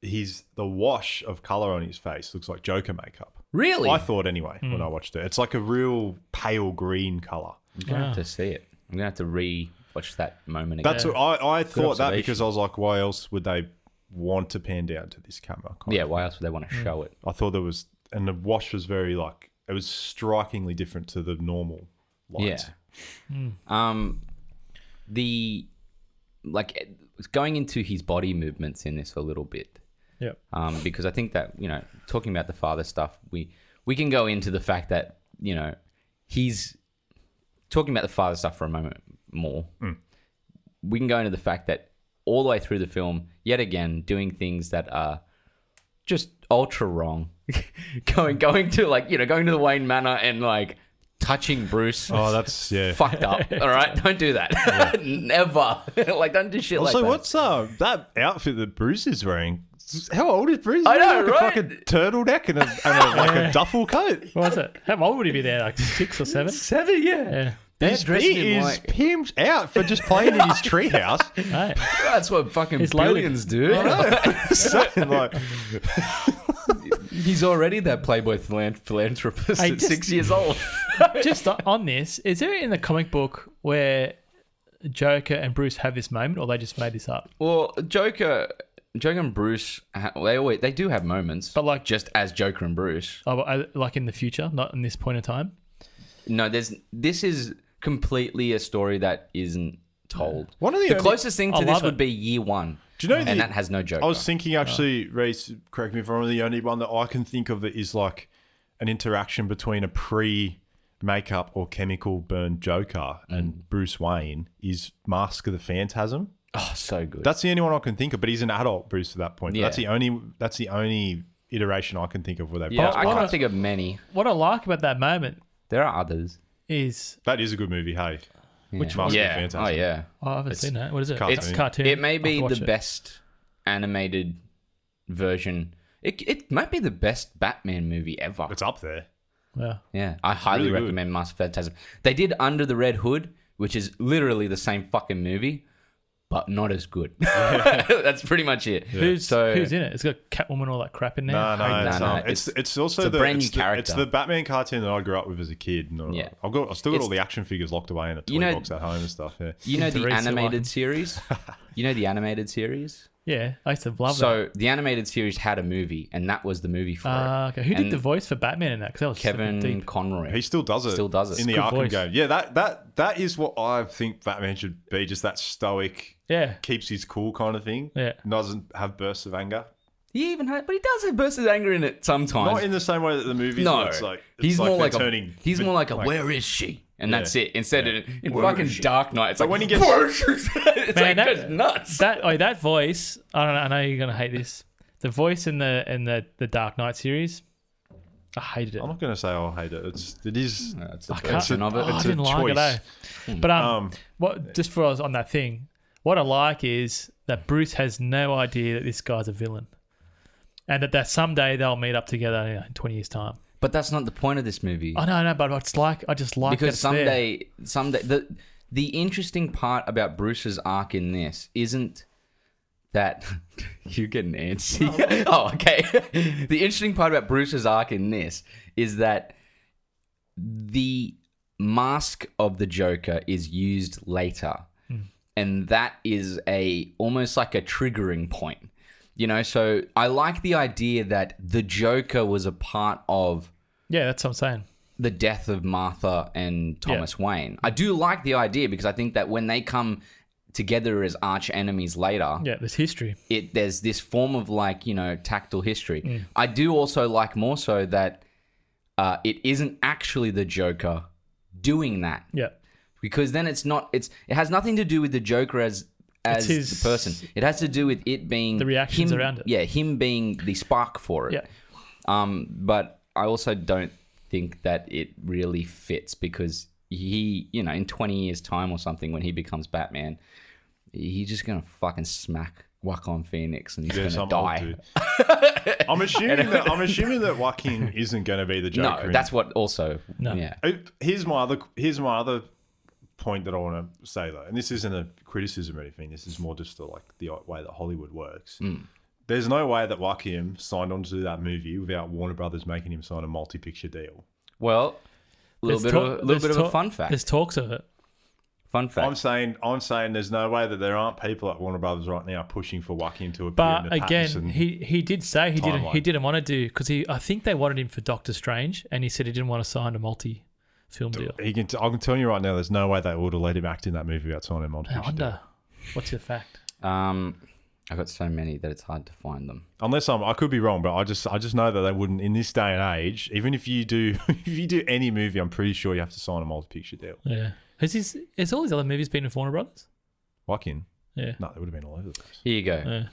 C: he's the wash of color on his face looks like Joker makeup.
A: really
C: I thought anyway when I watched it. It's like a real pale green color.
A: i'm gonna have to see it i'm gonna have to re watch that moment again
C: That's what I, I thought that
A: observation.
C: because I was like, why else would they want to pan down to this camera? kind
A: yeah
C: of.
A: why else would they want to show it
C: I thought there was, and the wash was very like it was strikingly different to the normal light.
A: Yeah. Um, the like going into his body movements in this a little bit.
B: Yep.
A: Um, because I think that you know, talking about the father stuff, we we can go into the fact that you know he's talking about the father stuff for a moment more. We can go into the fact that all the way through the film, yet again, doing things that are just ultra wrong. *laughs* going going to like you know going to the Wayne Manor and like touching Bruce
C: Oh,
A: *laughs*
C: that's yeah.
A: fucked up. All right, don't do that. *laughs* Never. like, don't do shit
C: Also,
A: like that.
C: what's uh, that outfit that Bruce is wearing? How old is Bruce?
A: I know,
C: Like a
A: right?
C: fucking turtleneck and a, and a like a
A: *laughs*
C: duffel coat.
B: What was it? How old would he be there? Like six or seven?
A: Seven,
B: Yeah.
C: He's,
A: dressing
C: he
A: him
C: is
A: like-
C: pimped out for just playing in his treehouse.
A: *laughs*
C: *laughs*
B: Right.
A: That's what fucking
B: He's loaded.
A: billions do. *laughs*
C: so, like,
A: He's already that Playboy philan- philanthropist
B: I
A: at
B: just-
A: six years old.
B: Just on- on this, is there in the comic book where Joker and Bruce have this moment, or they just made this up?
A: well, Joker. Joker and Bruce, ha- they always, they do have moments,
B: But, like-
A: just as Joker and Bruce.
B: Oh, I- like in the future, not in this point in time.
A: No, there's this is completely a story that isn't told.
C: One of the
A: the
C: only-
A: closest thing
B: I
A: to this
B: love
A: would
B: it.
A: be Year One,
C: do you know the,
A: and that has no Joker.
C: I was thinking actually, Reese, correct me if I'm wrong, the only one that I can think of that is like an interaction between a pre
A: Mm.
C: makeup or chemical burn Joker and Bruce Wayne is Mask of the Phantasm.
A: Oh, so good.
C: That's the only one I can think of, but he's an adult Bruce at that point.
A: Yeah.
C: That's the only that's the only iteration I can think of where they
A: yeah,
C: passed
A: I
C: by.
A: can't think of many.
B: What I like about that moment
A: There are others.
B: is
C: That is a good movie, hey.
A: Which
C: one?
A: Yeah.
C: Fantastic.
A: Oh yeah.
B: oh, I haven't seen that. What is it?
C: cartoon.
B: It's a cartoon.
A: It may be
B: I'll
A: the
B: watch it.
A: best animated version. It, it might be the best Batman movie ever.
C: It's up there.
B: Yeah.
A: Yeah, I highly
C: really good.
A: recommend Master of Phantasm. They did Under the Red Hood, which is literally the same fucking movie, but not as good. *laughs* That's pretty much it.
B: Who's
A: so?
B: who's in it? It's got Catwoman, all that crap in there.
C: No, no,
A: no,
C: it's,
A: no,
C: um,
A: it's-
C: it's, it's also
A: it's a
C: the
A: brand
C: it's
A: new
C: the, It's
A: character.
C: the Batman cartoon that I grew up with as a kid. And
A: Yeah.
C: I've got I've still got all
A: It's-
C: the action figures locked away in a toy
A: You know-
C: box at home and stuff. Yeah.
A: you know the
B: Teresa
A: animated
B: Lyon.
A: series.
B: *laughs*
A: You know the animated series.
B: Yeah, I used to love that.
A: so the animated series had a movie, and that was the movie for
B: Ah,
A: it.
B: okay. Who did
A: And
B: the voice for Batman in that? Because that was Kevin
A: Kevin
B: deep.
A: Conroy.
C: He still does it.
A: Still does it.
C: in the
B: Good
C: Arkham
B: voice.
C: game. Yeah, that that that is what I think Batman should be. Just that stoic,
B: Yeah,
C: keeps his cool kind of thing.
B: Yeah.
C: doesn't have bursts of anger.
A: he even had, but he does have bursts of anger in it sometimes.
C: Not in the same way that the movies.
A: no,
C: where It's like it's
A: he's more
C: they're
A: like a
C: turning.
A: he's
C: but-
A: more like a where is she, and
C: Yeah.
A: that's it. Instead of in
C: Where
A: fucking
C: is she?
A: Dark Knight, it's
C: But
A: like
C: when he gets-
A: *laughs* "Where is she?" it's like
B: Man, that-
A: that's nuts.
B: that oh, that voice. I don't know. I know you're gonna hate this. The voice in the in the the Dark Knight series. I hated it.
C: I'm not gonna say "Oh, I hate it. It's it is.
A: That's a
B: Can't-
A: version of it.
B: oh, I
C: It's a
B: didn't like it.
C: choice.
B: eh? But um,
C: Um,
B: what just for us on that thing, what I like is that Bruce has no idea that this guy's a villain, and that that someday they'll meet up together you know, in twenty years time.
A: But that's not the point of this movie.
B: I know, I know, but it's like I just like that
A: because
B: it's there.
A: someday, someday, the the interesting part about Bruce's arc in this isn't that *laughs* you get an answer. *laughs* oh, okay. the interesting part about Bruce's arc in this is that the mask of the Joker is used later.
B: Hmm.
A: And that is a almost like a triggering point. You know, so I like the idea that the Joker was a part of
B: Yeah, that's what I'm saying.
A: the death of Martha and Thomas Wayne. I do like the idea because I think that when they come together as arch enemies later,
B: Yeah, there's history.
A: it there's this form of like you know tactile history. I do also like more so that uh, it isn't actually the Joker doing that
B: Yeah,
A: because then it's not it's it has nothing to do with the Joker as as
B: his-
A: the person. It has to do with it being
B: The reactions
A: him-
B: around it.
A: Yeah, him being the spark for it.
B: yeah.
A: Um, but I also don't think that it really fits because he, you know, in 20 years' time or something, when he becomes Batman, he's just gonna fucking smack Wakon Phoenix and he's
C: yeah,
A: gonna
C: something I'll
A: die. *laughs*
C: do. I'm assuming that I'm assuming
A: *laughs*
C: that Joaquin isn't going to be the Joker.
A: No,
C: in
A: that's what also.
B: No.
A: Yeah.
C: Uh, Here's my other here's my other point that I want to say though, and this isn't a criticism or anything. This is more just the, like the way that Hollywood works.
A: Hmm.
C: There's no way that Joaquin signed on to that movie without Warner Brothers making him sign a multi-picture deal.
A: Well, a little
B: There's
A: bit
B: talk-
A: of a little
B: there's
A: bit of a
B: talk-
A: fun fact.
B: There's talks of it.
A: Fun
C: I'm
A: fact.
C: saying I'm saying there's no way that there aren't people at Warner Brothers right now pushing for Joaquin to appear in
B: But
C: the
B: again,
C: Pattinson-
B: he, he did say he didn't he
C: timeline.
B: didn't want to do because he I think they wanted him for Doctor Strange and he said he didn't want to sign a multi film deal.
C: he can. T- I can tell you right now, there's no way they would have let him act in that movie without signing a
B: I
C: multi-picture deal.
B: wonder what's the fact.
A: Um, I've got so many that it's hard to find them.
C: Unless I'm, I could be wrong, but I just, I just know that they wouldn't in this day and age. Even if you do, *laughs* if you do any movie, I'm pretty sure you have to sign a multi-picture deal.
B: Yeah, has his has all his other movies been in Warner Brothers?
C: Joaquin,
B: Yeah,
C: no, they would have been all over the place.
A: Here you go.
B: yeah.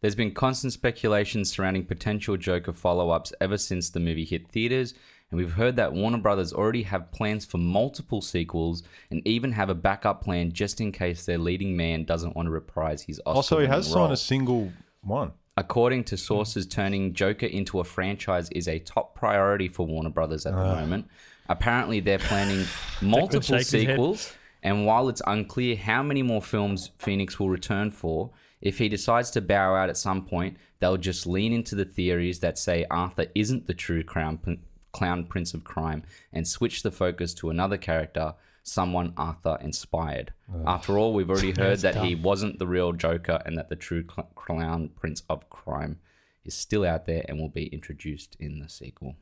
A: There's been constant speculation surrounding potential Joker follow ups ever since the movie hit theaters, and we've heard that Warner Brothers already have plans for multiple sequels and even have a backup plan just in case their leading man doesn't want to reprise his Oscar.
C: Also, he has
A: role.
C: signed a single one.
A: According to sources, turning Joker into a franchise is a top priority for Warner Brothers at the moment. Apparently, they're
C: *laughs*
A: planning multiple
B: shake his head.
A: sequels, and while it's unclear how many more films Phoenix will return for, if he decides to bow out at some point, they'll just lean into the theories that say Arthur isn't the true crown, clown prince of crime and switch the focus to another character, someone Arthur inspired. After all, we've already heard that he wasn't the real Joker and that the true cl- clown prince of crime is still out there and will be introduced in the sequel.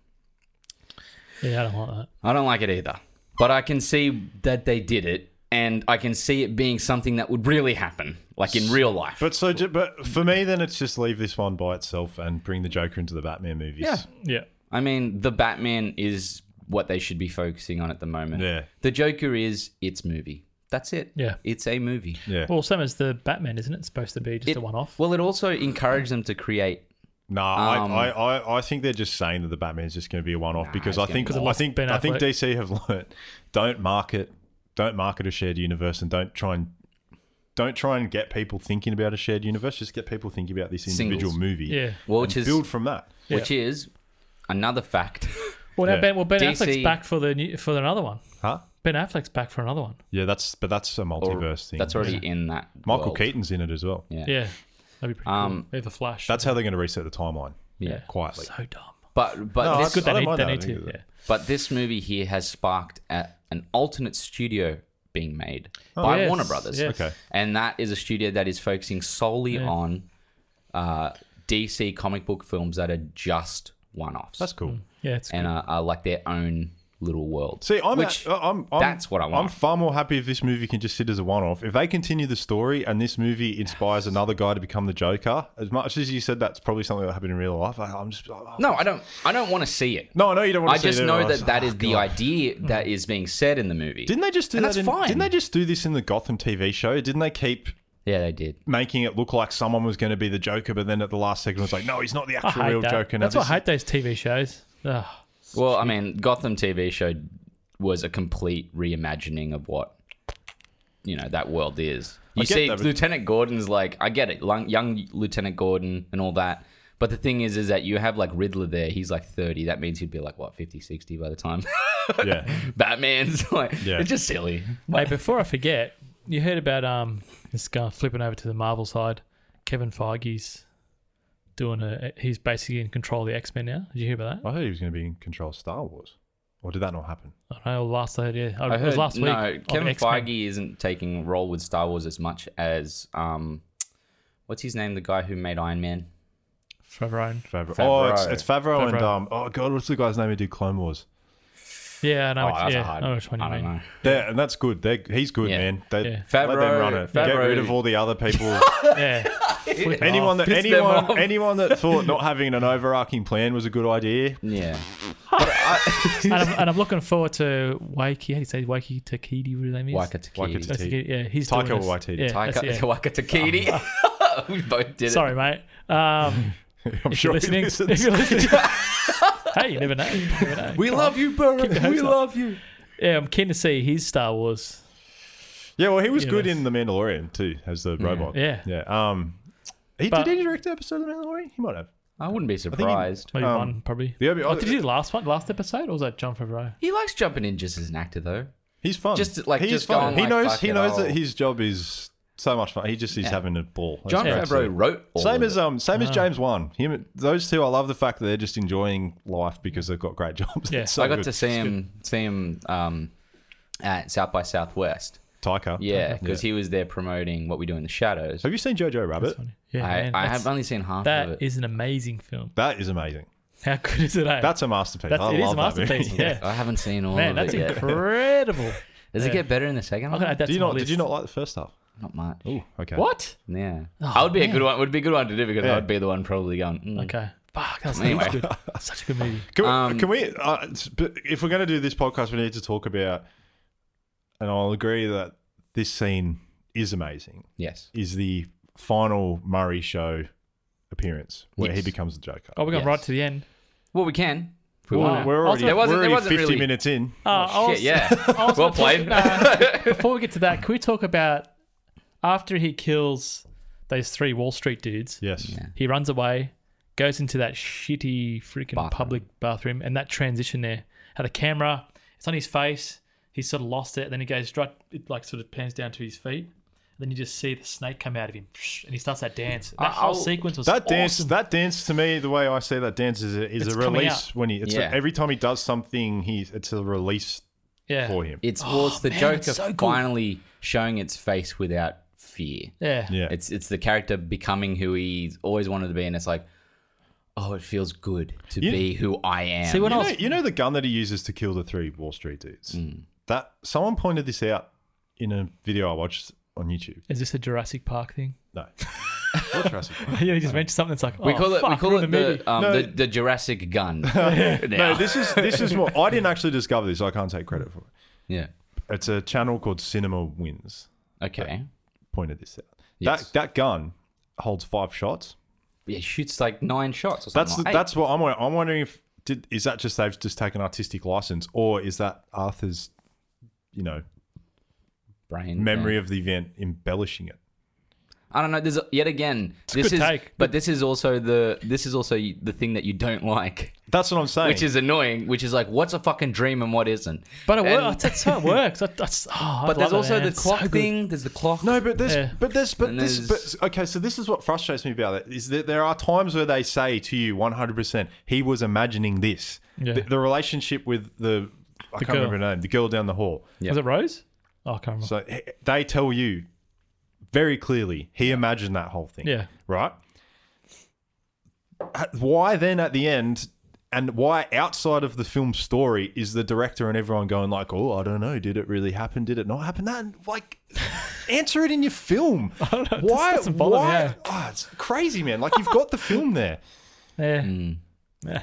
B: yeah I don't like that.
A: I don't like it either, but I can see that they did it, and I can see it being something that would really happen, like in real life.
C: But so, ju- but for me, then it's just leave this one by itself and bring the Joker into the Batman movies.
A: Yeah.
B: Yeah,
A: I mean, the Batman is what they should be focusing on at the moment.
C: Yeah.
A: The Joker is its movie. That's it.
B: Yeah.
A: It's a movie.
C: Yeah.
B: Well, same as the Batman, isn't it? It's supposed to be just
A: It-
B: a one-off.
A: Well, it also encouraged them to create.
C: Nah,
A: Um,
C: I, I, I, I think they're just saying that the Batman's just going to be a one-off because
A: it's
C: I
A: gonna
C: think
A: be
C: I think
B: Ben
C: I think
B: Affleck.
C: DC have learnt don't market don't market a shared universe and don't try and don't try and get people thinking about a shared universe. Just get people thinking about this individual
A: Singles.
C: movie.
B: yeah.
A: Well,
C: and
A: which is
C: build from that.
A: which is another fact.
B: Well, now
C: Yeah.
B: Ben, well, Ben
A: DC
B: Affleck's back for the new, for another one.
C: Huh?
B: Ben Affleck's back for another one.
C: Yeah, that's but that's a
A: Or-
C: multiverse thing.
A: That's already in that.
C: Michael
A: world.
C: Keaton's in it as well.
A: Yeah.
B: Yeah, that'd be pretty
A: Um,
B: cool. We have the Flash.
C: That's how they're going to reset the timeline
A: Yeah.
C: quietly.
B: so dumb.
A: But but
C: No,
A: this
C: it's
B: Good,
C: I
B: they
C: don't
B: need,
C: mind
B: they
C: that. I
B: need
C: think
B: to.
C: that-
B: Yeah.
A: But this movie here has sparked a, an alternate studio being made
C: Oh,
A: by
B: Yes,
A: Warner Brothers.
B: yes.
C: Okay.
A: And that is a studio that is focusing solely
B: Yeah.
A: on uh, DC comic book films that are just one offs
C: That's cool.
B: Yeah, it's
A: and are, are like their own little world.
C: See, I'm,
A: Which-
C: at- I'm, I'm
A: that's what I
C: I'm
A: want.
C: far more happy if this movie can just sit as a one-off. If they continue the story and this movie inspires another guy to become the Joker, as much as you said that's probably something that happened in real life. I, I'm just I- I-
A: No, I don't. I don't want to see it.
C: no, I know you don't want
A: I
C: to. see
A: just
C: it,
A: know
C: everyone.
A: that that is
C: Ah,
A: the
C: God. Hmm.
A: idea that is being said in the movie.
C: Didn't they just do
A: And
C: that?
A: that's
C: in-
A: fine.
C: Didn't they just do this in the Gotham TV show? Didn't they keep
A: yeah, they did.
C: making it look like someone was going to be the Joker, but then at the last second it was like, no, he's not the
B: I
C: actual
B: hate
C: real
B: that.
C: Joker. Now
B: That's why I
C: this
B: hate those TV shows. Ugh.
A: Well, I mean, Gotham TV show was a complete reimagining of what you know that world is. You
C: get
A: see,
C: that, but-
A: Lieutenant Gordon's like, I get it, lung- young Lieutenant Gordon and all that. But the thing is, is that you have like Riddler there. He's like 30. That means he'd be like, what, 50, 60 by the time *laughs*
C: is- yeah.
A: Batman's *laughs* like,
C: Yeah.
A: it's just silly.
B: Hey, before I forget, you heard about um this guy flipping over to the Marvel side. Kevin Feige's doing a. He's basically in control of the X Men now. Did you hear about that?
C: I heard he was going to be in control of Star Wars, or did that not happen?
B: I don't know. Last I heard, yeah,
A: I
B: I, Uh, it was
A: heard
B: last week.
A: no,
B: on
A: Kevin
B: X-Men.
A: Feige isn't taking a role with Star Wars as much as um, what's his name? The guy who made Iron Man.
B: Forever Own.
C: Favreau.
A: Favreau.
C: Oh, it's, it's Favreau, and
B: Favreau.
C: um, oh god, what's the guy's name who did Clone Wars?
B: Yeah, I know.
A: Oh,
B: which-
A: that's
B: yeah,
A: a hard.
B: I know which one you
A: I don't
B: mean.
A: know.
C: Yeah, and that's good. They're, he's good,
A: Yeah.
C: man. They,
B: Yeah.
C: Let them
A: Favreau-
C: run it. Get
A: Favreau-
C: rid of all the
A: *laughs*
C: other people.
B: Yeah. Flipping
C: anyone
B: off.
C: that
A: Piss them off.
C: anyone anyone that thought not having an overarching plan was a good idea. *laughs*
A: Yeah.
B: and, I'm, and I'm looking forward to Wakey. How do you say Wakey Takiti? What do they mean?
A: Waika Takiti.
C: Waika
B: That's the kid, Yeah, he's
C: Taika
B: doing this.
C: Waititi.
B: Yeah, that's
A: Taika,
B: it,
A: Taika
B: yeah.
A: Takiti. *laughs* we both did
B: Sorry, mate.
C: *laughs*
B: Um,
C: I'm
B: if
C: sure
B: you're
C: he *laughs*
B: listening,
C: listens.
B: if you're listening, *laughs* hey, you never know. You never know.
A: it. We love you, Burke.
B: hopes
A: We
B: up.
A: love you.
B: Yeah, I'm keen to see his Star Wars.
C: Yeah, well, he was good
B: Universe.
C: in The Mandalorian too as the robot.
B: Yeah.
C: yeah. Um, he,
B: But-
C: did he direct the episode of The Mandalorian? He might have.
A: I wouldn't be
C: he-
A: surprised.
B: Maybe
C: Um,
B: one, probably.
C: The Obi-
B: oh, did you do the last one, last episode, or was that John Favreau?
A: He, likes jumping in just as an actor, though.
C: He's fun.
A: Just, like,
C: he's
A: just going,
C: fun. he
A: like,
C: knows
A: fuck
C: he
A: it,
C: knows
A: I'll-
C: that his job is so much fun. He just is
A: Yeah.
C: having a ball. That's
A: John
C: great to see.
A: Favreau wrote all
C: Same
A: of
C: as
A: it.
C: um, same as
B: Ah.
C: James Wan. Him, those two. I love the fact that they're just enjoying life because they've got great *laughs* jobs.
B: Yeah.
C: It's so
A: I got
C: good.
A: to see him, see him um, at South by Southwest.
C: Taika.
A: Yeah, because he was there promoting what we do in the shadows.
C: Have you seen Jojo Rabbit?
B: That's funny. Yeah,
A: I,
B: man,
A: I
B: that's-
A: have only seen half of
B: That
A: it.
B: is an amazing film. *laughs*
C: That is amazing.
B: How good is it? eh?
C: That's a masterpiece.
B: That's-
C: I
B: it is a
C: love that movie. *laughs*
B: masterpiece. Yeah,
A: I haven't seen all
B: man,
A: of
B: that's
A: it yet.
B: incredible.
A: Does
B: yeah.
A: it get better in the second
B: I'm gonna
A: one?
B: add that
C: Do you
B: to my
C: not? Did
B: list.
C: you not like the first half?
A: Not much.
C: Oh, okay.
B: What?
A: Yeah,
B: Oh,
A: I would be a
B: man.
A: good one. Would be a good one to do because
C: Yeah.
A: I'd be the one probably going. mm.
B: Okay. Fuck, that was
A: Anyway.
B: good. Such a good movie.
C: Can we?
A: Um,
C: can we uh, it's- but if we're going to do this podcast, we need to talk about. And I'll agree that this scene is amazing.
A: Yes.
C: Is the final Murray show appearance where
A: Yes.
C: he becomes the Joker?
B: Oh, we're going
A: Yes.
B: right to the end.
A: Well, we can. If we
B: Well,
A: wanna.
C: We're already,
B: Also- There
A: wasn't-
C: we're
A: there
C: already
A: wasn't
C: 50
A: really-
C: minutes in.
B: Oh, I was-
A: Shit, yeah.
B: *laughs* I was
A: well
B: gonna talk
A: played.
B: about-
A: *laughs*
B: before we get to that, can we talk about after he kills those three Wall Street dudes?
C: Yes.
B: He runs away, goes into that shitty freaking
A: Bathroom.
B: public bathroom, and that transition there had a camera. It's on his face. He sort of lost it. Then he goes right, it like sort of pans down to his feet. And then you just see the snake come out of him, and he starts that dance. That whole
A: I'll-
B: sequence was
C: That dance,
B: awesome.
C: that dance to me, the way I see that dance is a, is
B: It's
C: a
B: coming
C: release when he. It's
A: Yeah.
C: a, every time he does something, he it's a release
B: yeah.
C: for him.
A: It's well, it's the
B: Oh, man,
A: Joker
B: it's so cool.
A: finally showing its face without fear.
B: yeah,
C: yeah,
A: It's it's the character becoming who he's always wanted to be, and it's like, oh, it feels good to
C: You-
A: be who I am.
B: See, when
C: you,
B: I
C: know,
B: was
C: you know the gun that he uses to kill the three Wall Street dudes.
A: Mm.
C: That someone pointed this out in a video I watched on YouTube.
B: Is this a Jurassic Park thing?
A: *laughs*
C: No, Not Jurassic Park.
B: yeah, you just mentioned something. It's like
A: we call it we call it
B: the
A: the um,
C: No.
A: the, the Jurassic gun.
B: *laughs*
A: *laughs*
C: no, this is this is what I didn't actually discover this. I can't take credit for it.
A: yeah.
C: it's a channel called Cinema Wins.
A: Okay.
C: Pointed this out.
A: Yes.
C: That that gun holds five shots.
A: Yeah, he shoots like nine shots or something.
C: That's
A: like eight.
C: that's what I'm. wondering. I'm wondering if did is that just they've just taken artistic license, or is that Arthur's, you know,
A: brain
C: memory of the event embellishing it?
A: I don't know. There's yet again. this
B: good
A: is,
B: take.
A: but this is also the this is also the thing that you don't like,
C: That's what I'm saying.
A: which is annoying. Which is like, what's a fucking dream and what isn't?
B: But it
A: And-
B: works. That's
A: *laughs*
B: how it works. That- that's, oh, I
A: But there's
B: love it,
A: also
B: man.
A: the
B: It's so
A: clock
B: good.
A: thing. There's the clock.
C: No, but this,
B: Yeah.
C: but this, but
A: And
C: this,
A: there's-
C: but okay. So this is what frustrates me about it is that there are times where they say to you, one hundred percent, he was imagining this.
B: Yeah.
C: The, the relationship with the, I
B: The
C: can't
B: girl.
C: remember her name, the girl down the hall.
A: Yeah.
B: Was it Rose? Oh, I can't remember.
C: So he- they tell you very clearly he imagined that whole thing.
B: Yeah.
C: Right. At- Why then at the end? And why outside of the film story is the director and everyone going like, oh, I don't know, did it really happen? Did it not happen? That
B: *laughs*
C: like, answer it in your film. I
B: don't know, it just
C: Why?
B: doesn't bother me,
C: why?
B: yeah.
C: Ah, it's crazy, man. Like you've got the film there.
B: Yeah.
A: Mm.
B: yeah.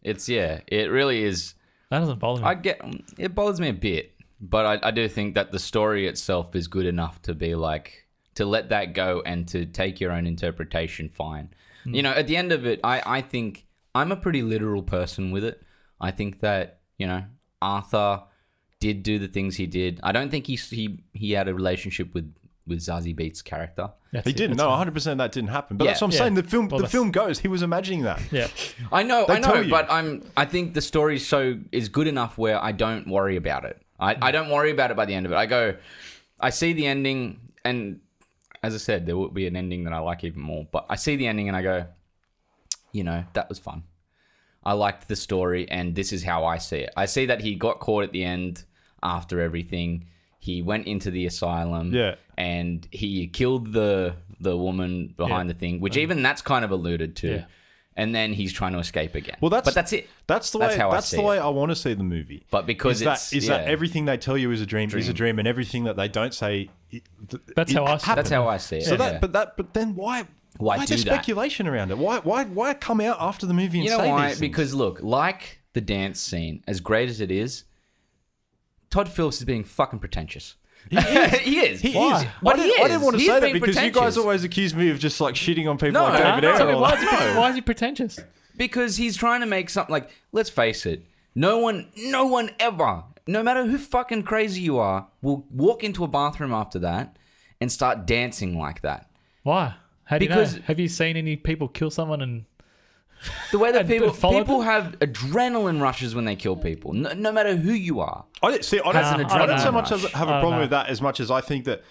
A: It's yeah. It really is.
B: That doesn't bother me.
A: I get it bothers me a bit, but I, I do think that the story itself is good enough to be like to let that go and to take your own interpretation. Fine,
B: Hmm.
A: you know. At the end of it, I I think I'm a pretty literal person with it. I think that you know Arthur did do the things he did. I don't think he he he had a relationship with with Zazie Beats' character.
B: *laughs* That's
C: He
B: it,
C: didn't.
B: that's
C: No, 100 percent that didn't happen. But
A: Yeah.
C: that's what I'm
B: Yeah.
C: saying. The film,
B: Well,
C: the
B: that's-
C: film goes. He was imagining that.
B: it. Yeah.
A: I know,
C: They
A: I
C: tell
A: know,
C: you.
A: but I'm. I think the story is so is good enough where I don't worry about it. I, I don't worry about it by the end of it. I go, I see the ending, and as I said, there will be an ending that I like even more. But I see the ending and I go, you know, that was fun. I liked the story, and this is how I see it. I see that he got caught at the end after everything. He went into the asylum,
C: Yeah.
A: and he killed the the woman behind the thing,
C: Uh-huh.
A: which even that's kind of alluded to.
B: Yeah.
A: And then he's trying to escape again.
C: Well, that's
A: but that's it.
C: That's the way.
A: That's
C: That's,
A: how I see
C: the way
A: it.
C: I want to see the movie.
A: But because
C: is
A: it's-
C: that is that
A: yeah.
C: everything they tell you is a dream, is a dream, and everything that they don't say. It, th-
B: That's
C: it
B: how I see it.
A: That's
C: happened.
A: how I see it.
C: So
A: yeah.
C: that, but that, but then why?
A: Why
C: the
A: do that?
C: speculation around it? Why, why, why come out after the movie and
A: you know
C: say
A: why?
C: these things?
A: Because look, like the dance scene, as great as it is, Todd Phillips is being fucking pretentious. He is. *laughs* he is.
C: he
B: Why?
C: is.
A: But
C: I
A: he
C: didn't, I
A: is.
C: didn't want to
A: He's
C: say that
A: being
C: because you guys
A: pretentious.
C: always accuse me of just like shitting on people
A: No,
C: like
A: no,
C: David
A: no.
C: Ayer.
B: Tell me,
A: No.
B: why, is he,
C: *laughs*
B: why is he pretentious?
A: because he's trying to make something like let's face it no one no one ever no matter who fucking crazy you are will walk into a bathroom after that and start dancing like that
B: Why? How do
A: Because-
B: you know? Have you seen any people kill someone and
A: the way that
B: And
A: people
B: follow
A: people
B: them?
A: have adrenaline rushes when they kill people no, no matter who you are
C: I don't, see, I don't,
B: an
C: I don't
B: adrenaline Oh,
C: so much
A: rush.
C: as have a
B: I don't
C: problem
B: know.
C: with that as much as I think that,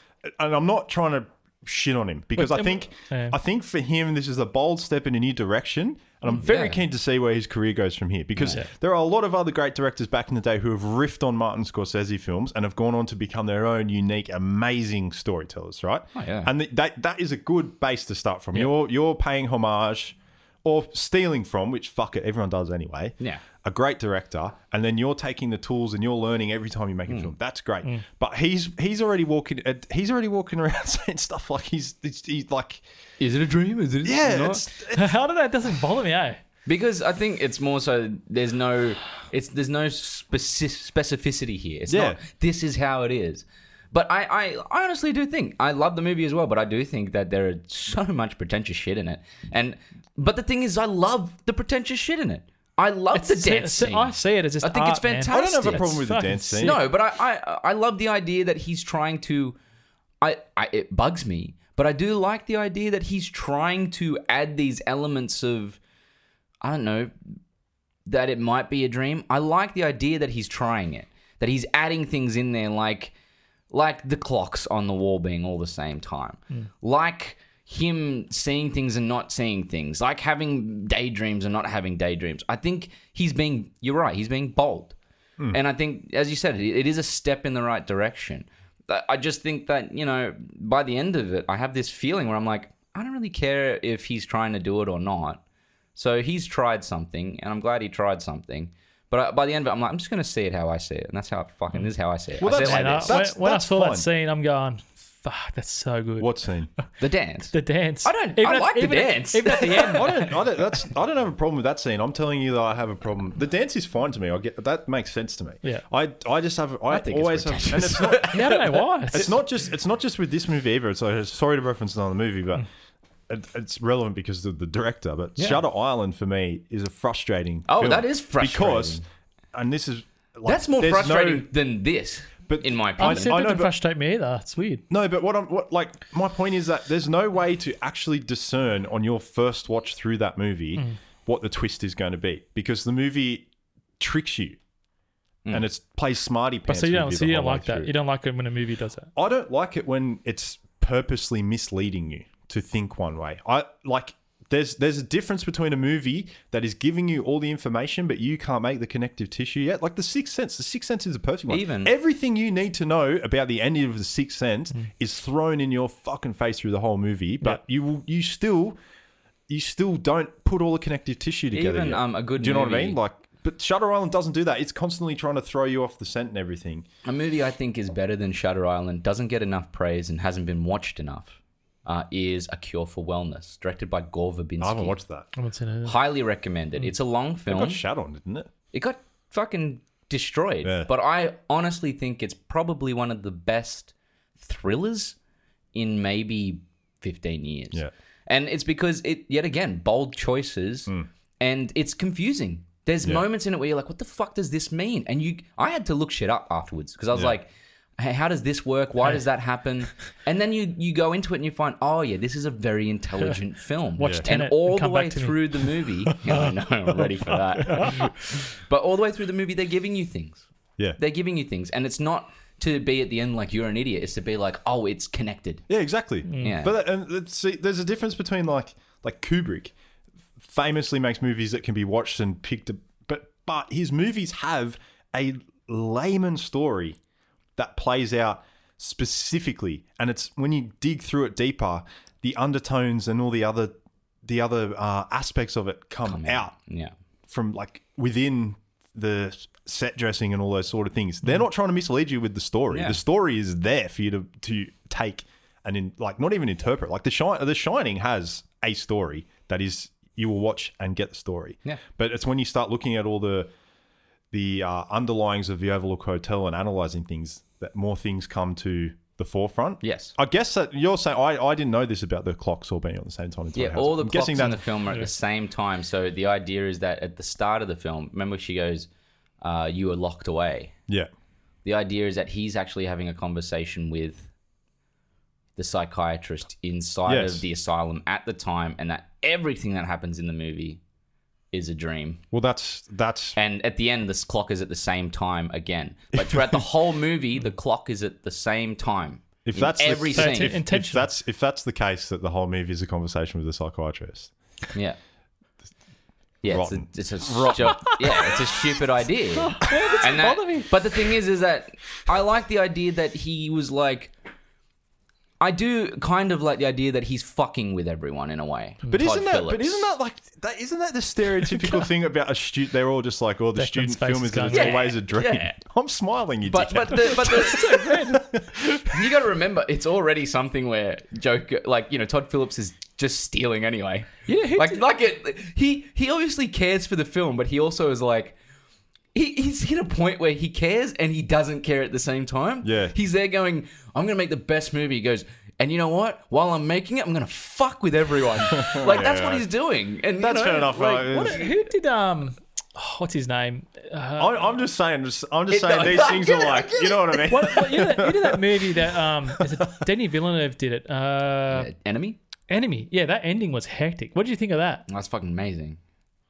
C: and I'm not trying to shit on him because
B: But-
C: I think
B: Yeah.
C: I think for him this is a bold step in a new direction, and I'm very
A: yeah.
C: keen to see where his career goes from here because there are a lot of other great directors back in the day who have riffed on Martin Scorsese films and have gone on to become their own unique, amazing storytellers, right?
A: yeah.
C: And th- that that is a good base to start from. You're you're paying homage. Or stealing from, which fuck it, everyone does anyway
A: Yeah.
C: a great director, and then you're taking the tools and you're learning every time you make a
A: Mm.
C: film. That's great. But he's he's already walking uh, he's already walking *laughs* around saying stuff like he's he's, he's like
A: is it a dream is it
C: yeah, it's,
B: *laughs* how did that doesn't bother me? Eh?
A: because i think it's more so there's no it's there's no speci- specificity here it's
C: Yeah.
A: not this is how it is but I, I, I honestly do think I love the movie as well, but I do think that there is *laughs* so much pretentious shit in it. And but the thing is, I love the pretentious shit in it. I love the
B: See-
A: dance
B: see-
A: scene.
B: I see it as just.
A: I think it's
B: art, man.
A: fantastic. I don't have a
C: problem
B: It's
C: with the
B: fucking
C: dance scene.
B: sick.
A: No, but I, I I love the idea that he's trying to. I, I it bugs me, but I do like the idea that he's trying to add these elements of, I don't know, that it might be a dream. I like the idea that he's trying it, that he's adding things in there like, like the clocks on the wall being all the same time, like him seeing things and not seeing things, like having daydreams and not having daydreams. I think he's being. You're right. He's being bold.
C: Hmm.
A: And I think, as you said, it it is a step in the right direction. But I just think that, you know, by the end of it, I have this feeling where I'm like, I don't really care if he's trying to do it or not. So he's tried something, and I'm glad he tried something. But I, by the end of it, I'm like, I'm just going to see it how I see it. And that's how it fucking is how I see it.
C: Well,
A: I see it
C: that's-
A: like
B: And I-
A: this.
C: that's-
B: when when I
C: that's
B: saw
C: fine.
B: that scene, I'm going, fuck, that's so good.
C: What scene?
A: The dance.
B: the dance?
A: I don't- I like the
B: even
A: dance.
B: At, even at the
C: I
B: end,
A: *laughs*
C: don't. I don't. That's. I don't have a problem with that scene. I'm telling you that I have a problem. The dance is fine to me. I get that makes sense to me.
B: Yeah.
C: I. I just have. I,
A: I think it's
C: always have. And
A: pretentious.
C: it's not.
B: yeah, I don't know why.
C: It's not just. It's not just with this movie either. It's like, sorry to reference another movie,
B: Hmm.
C: but. it- It's relevant because of the director, but Shutter Island for me is a frustrating.
A: Oh,
C: film
A: that is frustrating.
C: Because, and this is like,
A: That's more
C: there's no-
A: frustrating than this,
C: But-
A: in my
B: I
A: opinion.
B: said
C: I
B: that
C: know,
B: didn't
C: but-
B: frustrate me either. It's weird.
C: No, but what I'm what like my point is that there's no way to actually discern on your first watch through that movie
B: Hmm.
C: what the twist is going to be because the movie tricks you and it's plays smarty
B: Hmm. But
C: pants.
B: so you
C: with
B: don't,
C: the
B: so you
C: whole
B: don't
C: way
B: like that.
C: through.
B: You don't like it when a movie does that.
C: I don't like it when it's purposely misleading you to think one way. I like there's there's a difference between a movie that is giving you all the information but you can't make the connective tissue yet. Like the Sixth Sense, the Sixth Sense is a perfect one.
A: Even- Mm.
C: everything you need to know about the ending of the Sixth Sense is thrown in your fucking face through the whole movie, but you will you still you still don't put all the connective tissue together.
A: Even,
C: yet.
A: um, a good
C: Do you know what I
A: movie-
C: mean? Like but Shutter Island doesn't do that. It's constantly trying to throw you off the scent and everything.
A: A movie I think is better than Shutter Island, doesn't get enough praise and hasn't been watched enough, uh, is A Cure for Wellness, directed by Gore Verbinski.
C: I haven't watched that.
B: I haven't seen it.
A: Highly recommended. It's a long
C: It
A: film.
C: got shat on, didn't it?
A: it got fucking destroyed.
C: Yeah.
A: But I honestly think it's probably one of the best thrillers in maybe 15 years.
C: Yeah.
A: And it's because it, yet again, bold choices
C: Hmm.
A: and it's confusing. There's moments in it where you're like, what the fuck does this mean? And you, I had to look shit up afterwards because I was like, hey, how does this work? Why
C: *laughs*
A: does that happen? And then you, you go into it and you find, oh yeah, this is a very
C: *laughs*
A: intelligent film.
B: Watch
A: and
B: Tenet
A: all
B: and
A: the
B: come back
A: way
B: to me.
A: through the
B: *laughs*
A: movie, yeah, I know, I'm ready for that. But all the way through the movie, they're giving you things.
C: Yeah.
A: They're giving you things. And it's not to be at the end like you're an idiot. It's to be like, oh, it's connected.
C: Yeah, exactly.
A: Yeah.
C: But that- and that- see, there's a difference between like like Kubrick famously makes movies that can be watched and picked, up, but but his movies have a layman story that plays out specifically, and it's when you dig through it deeper, the undertones and all the other the other uh, aspects of it come, out
A: Yeah.
C: from like within the set dressing and all those sort of things. They're not trying to mislead you with the story.
A: Mm. Yeah.
C: The story is there for you to to take and in like not even interpret. Like the shine, the Shining has a story that is you will watch and get the story.
A: Yeah.
C: But it's when you start looking at all the the uh, underlyings of the Overlook Hotel and analyzing things that more things come to the forefront.
A: Yes.
C: I guess that you're saying I, I didn't know this about the clocks all being on the same time. in
A: Yeah,
C: Tiny House.
A: all the
C: I'm
A: clocks
C: guessing
A: in
C: that
A: the film are at the same time. So the idea is that at the start of the film, remember she goes, uh, you are locked away.
C: yeah
A: The idea is that he's actually having a conversation with the psychiatrist inside
C: Yes.
A: of the asylum at the time and that everything that happens in the movie is a dream.
C: well that's that's
A: And at the end, this clock is at the same time again. But throughout the whole movie, the clock is at the same time.
C: If
A: in
C: that's the-
A: every
B: So it's
A: scene,
B: in-
C: if, if
B: Intentional.
C: that's if that's the case that the whole movie is a conversation with a psychiatrist.
A: yeah, *laughs* yeah, it's a,
C: Rotten.
A: it's a stu- yeah, it's a stupid idea. and that-
B: bother me.
A: But the thing is, is that I like the idea that he was like. I do kind of like the idea that he's fucking with everyone in a way.
C: But
A: Todd
C: isn't that but
A: Phillips.
C: isn't that like that isn't that the *laughs* stereotypical thing about a student they're all just like, oh the
B: Declan's
C: student
B: face
C: film
B: is
C: is that
B: going,
C: it's
A: "Yeah,
C: always a dream.
A: yeah."
C: I'm smiling, you
A: But but
C: dickhead.
A: the but the
B: *laughs*
A: you got to remember it's already something where Joker, like you know, Todd Phillips is just stealing anyway.
B: Yeah, he
A: like
B: did-
A: like it. He he obviously cares for the film, but he also is like. He, he's hit a point where he cares and he doesn't care at the same time.
C: Yeah.
A: He's there going, I'm going to make the best movie. He goes, and you know what? While I'm making it, I'm going to fuck with
C: *laughs*
A: everyone. like, that's what
C: Yeah.
A: he's doing. And you
C: That's
A: know,
C: fair enough.
A: like,
C: right?
B: What,
C: It's-
B: who did um? What's his name? Uh,
C: I, *laughs* I'm just saying, just-
A: *laughs*
C: I'm just
A: It-
C: saying
A: no,
C: these
A: I
C: things
A: get
C: are
A: it, I
C: like,
A: get
C: you know what I mean?
B: what, what, you, know that, you know that movie that um? Is it Denny Villeneuve did it? Uh,
A: Enemy?
B: Enemy. Yeah, that ending was hectic. What did you think of that?
A: That's fucking amazing.